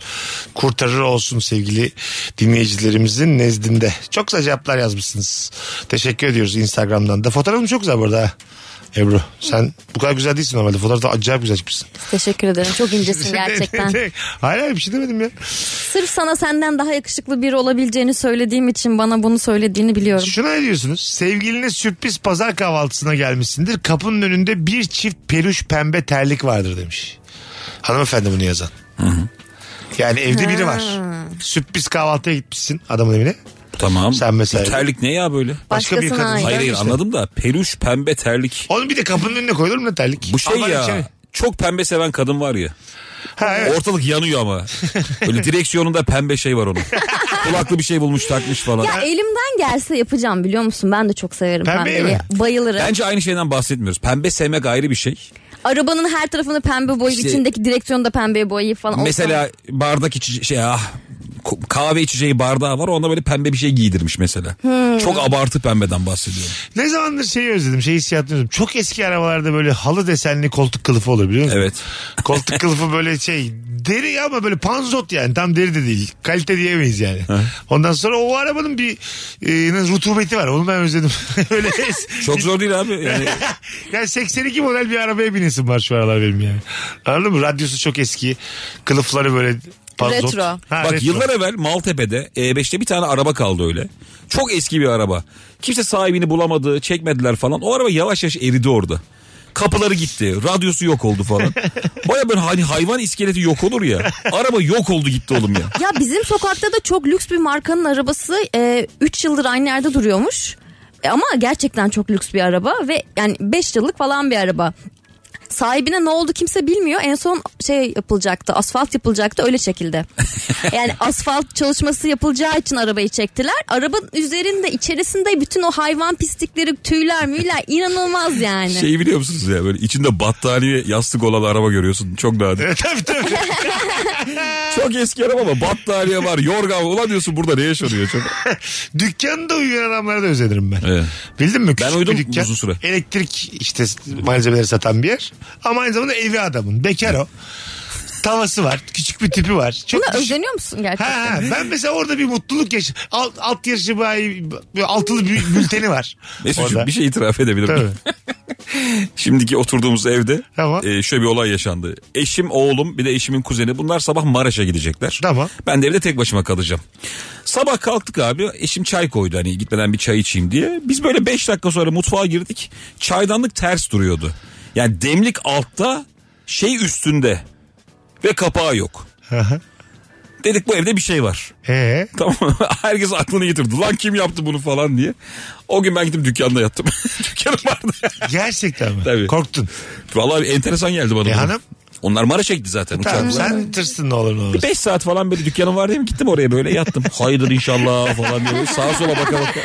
Speaker 1: kurtarır olsun sevgili dinleyicilerimizin nezdinde. Çok güzel cevaplar yazmışsınız. Teşekkür ediyoruz Instagram'dan da. Fotoğrafım çok güzel burada. Ebru sen bu kadar güzel değilsin normalde. Fotoğrafta acayip güzel çıkmışsın.
Speaker 2: teşekkür ederim çok incesin gerçekten.
Speaker 1: hayır hayır bir şey demedim ya.
Speaker 2: Sırf sana senden daha yakışıklı biri olabileceğini söylediğim için bana bunu söylediğini biliyorum.
Speaker 1: Şuna ne diyorsunuz? Sevgiline sürpriz pazar kahvaltısına gelmişsindir. Kapının önünde bir çift peluş pembe terlik vardır demiş. Hanımefendi bunu yazan. Yani evde biri var. Sürpriz kahvaltıya gitmişsin adamın evine.
Speaker 3: Tamam.
Speaker 1: Sen mesela-
Speaker 3: Bu Terlik ne ya böyle?
Speaker 1: Başka bir
Speaker 2: Başkasına
Speaker 1: kadın.
Speaker 2: ait.
Speaker 3: Hayır hayır
Speaker 1: İşte.
Speaker 3: anladım da peluş pembe terlik.
Speaker 1: Onu bir de kapının önüne koyulur mu ne terlik?
Speaker 3: Bu şey
Speaker 1: Aman
Speaker 3: ya
Speaker 1: içeri.
Speaker 3: çok pembe seven kadın var ya.
Speaker 1: Ha, evet.
Speaker 3: Ortalık yanıyor ama. Böyle direksiyonunda pembe şey var onun. Kulaklı bir şey bulmuş takmış falan.
Speaker 2: Ya elimden gelse yapacağım biliyor musun? Ben de çok severim
Speaker 1: Pembeyi
Speaker 2: pembeyi.
Speaker 1: mi?
Speaker 2: Bayılırım.
Speaker 3: Bence aynı şeyden bahsetmiyoruz. Pembe sevmek ayrı bir şey.
Speaker 2: Arabanın her tarafını pembe boyayıp
Speaker 1: Şey-
Speaker 3: İşte-
Speaker 2: içindeki direksiyonu da pembeye boyayıp falan.
Speaker 3: Mesela bardak içeceği şey ah ku- kahve içeceği bardağı var onda böyle pembe bir şey giydirmiş mesela. Çok abartı pembeden bahsediyorum.
Speaker 1: Ne zamandır şeyi özledim, şey hissiyatını özledim. Çok eski arabalarda böyle halı desenli koltuk kılıfı olur biliyor musun?
Speaker 3: Evet.
Speaker 1: Koltuk kılıfı böyle şey deri ama böyle panzot yani tam deri de değil. Kalite diyemeyiz yani. Ondan sonra o arabanın bir e, rutubeti var. Onu ben özledim. Öyle es-
Speaker 3: Çok zor değil abi. Yani
Speaker 1: yani 82 model bir arabaya binesim var şu aralar benim yani. Anladın mı? Radyosu çok eski. Kılıfları böyle panzot.
Speaker 2: Retro.
Speaker 1: Ha,
Speaker 3: Bak
Speaker 1: retro.
Speaker 3: yıllar evvel Maltepe'de E5'te bir tane araba kaldı öyle. Çok eski bir araba. Kimse sahibini bulamadı, çekmediler falan. O araba yavaş yavaş eridi orada. Kapıları gitti. Radyosu yok oldu falan. Baya böyle hani hayvan iskeleti yok olur ya. Araba yok oldu gitti oğlum ya.
Speaker 2: Ya bizim sokakta da çok lüks bir markanın arabası 3 yıldır aynı yerde duruyormuş. E, ama gerçekten çok lüks bir araba ve yani 5 yıllık falan bir araba. Sahibine ne oldu kimse bilmiyor. En son şey yapılacaktı, asfalt yapılacaktı öyle çekildi. yani asfalt çalışması yapılacağı için arabayı çektiler. Arabanın üzerinde, içerisinde bütün o hayvan pislikleri, tüyler, müyler inanılmaz yani.
Speaker 3: Şeyi Şey biliyor musunuz ya böyle içinde battaniye yastık olan araba görüyorsun. Çok nadir.
Speaker 1: tabii tabii.
Speaker 3: Çok eski araba ama battaniye var, yorgan var. Ulan diyorsun burada ne yaşanıyor? Çok...
Speaker 1: Dükkanında uyuyan adamlara da özenirim ben.
Speaker 3: Evet.
Speaker 1: Bildin mi? Küçük
Speaker 3: uyudum
Speaker 1: bir dükkan,
Speaker 3: uzun süre.
Speaker 1: Elektrik işte malzemeleri satan bir yer. Ama aynı zamanda evi adamın. Bekar o. Tavası var. Küçük bir tipi var. Çok
Speaker 2: Buna
Speaker 1: düşük-
Speaker 2: özeniyor musun gerçekten?
Speaker 1: Ha, ha, ben mesela orada bir mutluluk yaş alt, alt yarışı bayi bir altılı bir bülteni var.
Speaker 3: Mesut'cum
Speaker 1: orada.
Speaker 3: bir şey itiraf edebilir miyim? Şimdiki oturduğumuz evde
Speaker 1: Tamam.
Speaker 3: e, şöyle bir olay yaşandı. Eşim, oğlum bir de eşimin kuzeni bunlar sabah Maraş'a gidecekler.
Speaker 1: Tamam.
Speaker 3: Ben de evde tek başıma kalacağım. Sabah kalktık abi eşim çay koydu hani gitmeden bir çay içeyim diye. Biz böyle 5 dakika sonra mutfağa girdik. Çaydanlık ters duruyordu. Yani demlik altta şey üstünde ve kapağı yok.
Speaker 1: Aha.
Speaker 3: Dedik bu evde bir şey var.
Speaker 1: Ee,
Speaker 3: Tamam mı? herkes aklını yitirdi. Lan kim yaptı bunu falan diye. O gün ben gittim dükkanda yattım. Dükkanım vardı.
Speaker 1: gerçekten mi?
Speaker 3: Tabii.
Speaker 1: Korktun.
Speaker 3: Vallahi enteresan geldi bana.
Speaker 1: E
Speaker 3: bu.
Speaker 1: hanım?
Speaker 3: Onlar Maraş'a gitti zaten
Speaker 1: Tamam
Speaker 3: uçakla.
Speaker 1: sen tırsın ne olur ne olmaz.
Speaker 3: 5 saat falan böyle dükkanım var değil mi? Gittim oraya böyle yattım. Hayırdır inşallah falan diye böyle sağa sola baka baka.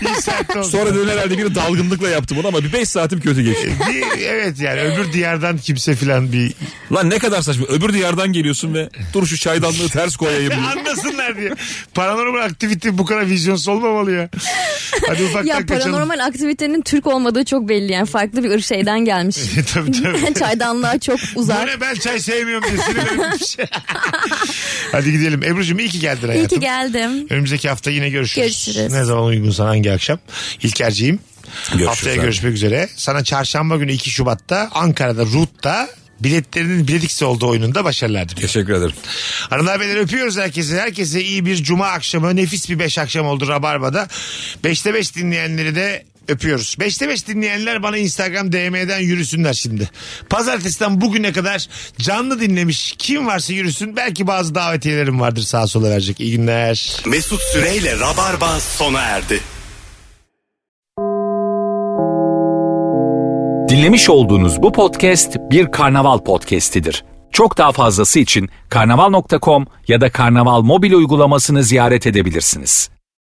Speaker 1: Bir saatte oldu.
Speaker 3: Sonra dön herhalde bir dalgınlıkla yaptı bunu ama bir 5 saatim kötü geçti.
Speaker 1: Bir- evet yani öbür diyardan kimse filan bir
Speaker 3: Lan ne kadar saçma. Öbür diyardan geliyorsun ve dur şu çaydanlığı ters koyayım diye.
Speaker 1: anlasınlar diye. Paranormal aktivite bu kadar vizyonsuz olmamalı ya. Hadi ufaktan
Speaker 2: Ya
Speaker 1: kaçalım.
Speaker 2: paranormal aktivitenin Türk olmadığı çok belli yani farklı bir ırk şeyden gelmiş.
Speaker 1: tabii tabii.
Speaker 2: Çaydanlığa çok uzak.
Speaker 1: Böyle ben çay sevmiyorum diye sinirlenmiş. Hadi gidelim. Ebru'cum iyi ki geldin hayatım.
Speaker 2: İyi ki geldim.
Speaker 1: Önümüzdeki hafta yine görüşürüz.
Speaker 2: Görüşürüz.
Speaker 1: Ne zaman uygunsan hangi akşam? İlker'ciğim.
Speaker 3: Görüşürüz
Speaker 1: Haftaya
Speaker 3: abi.
Speaker 1: görüşmek üzere. Sana çarşamba günü 2 Şubat'ta Ankara'da Root'ta biletlerinin biletiksi olduğu oyununda başarılar diliyorum.
Speaker 3: Teşekkür ederim.
Speaker 1: Hanımlar beyler öpüyoruz herkese. Herkese iyi bir cuma akşamı. Nefis bir beş akşam oldu Rabarba'da. Beşte beş dinleyenleri de öpüyoruz. Beşte beş dinleyenler bana Instagram DM'den yürüsünler şimdi. Pazartesiden bugüne kadar canlı dinlemiş kim varsa yürüsün. Belki bazı davetiyelerim vardır sağa sola verecek. İyi günler.
Speaker 8: Mesut Süreyle Rabarba sona erdi.
Speaker 10: Dinlemiş olduğunuz bu podcast bir karnaval podcastidir. Çok daha fazlası için karnaval.com ya da karnaval mobil uygulamasını ziyaret edebilirsiniz.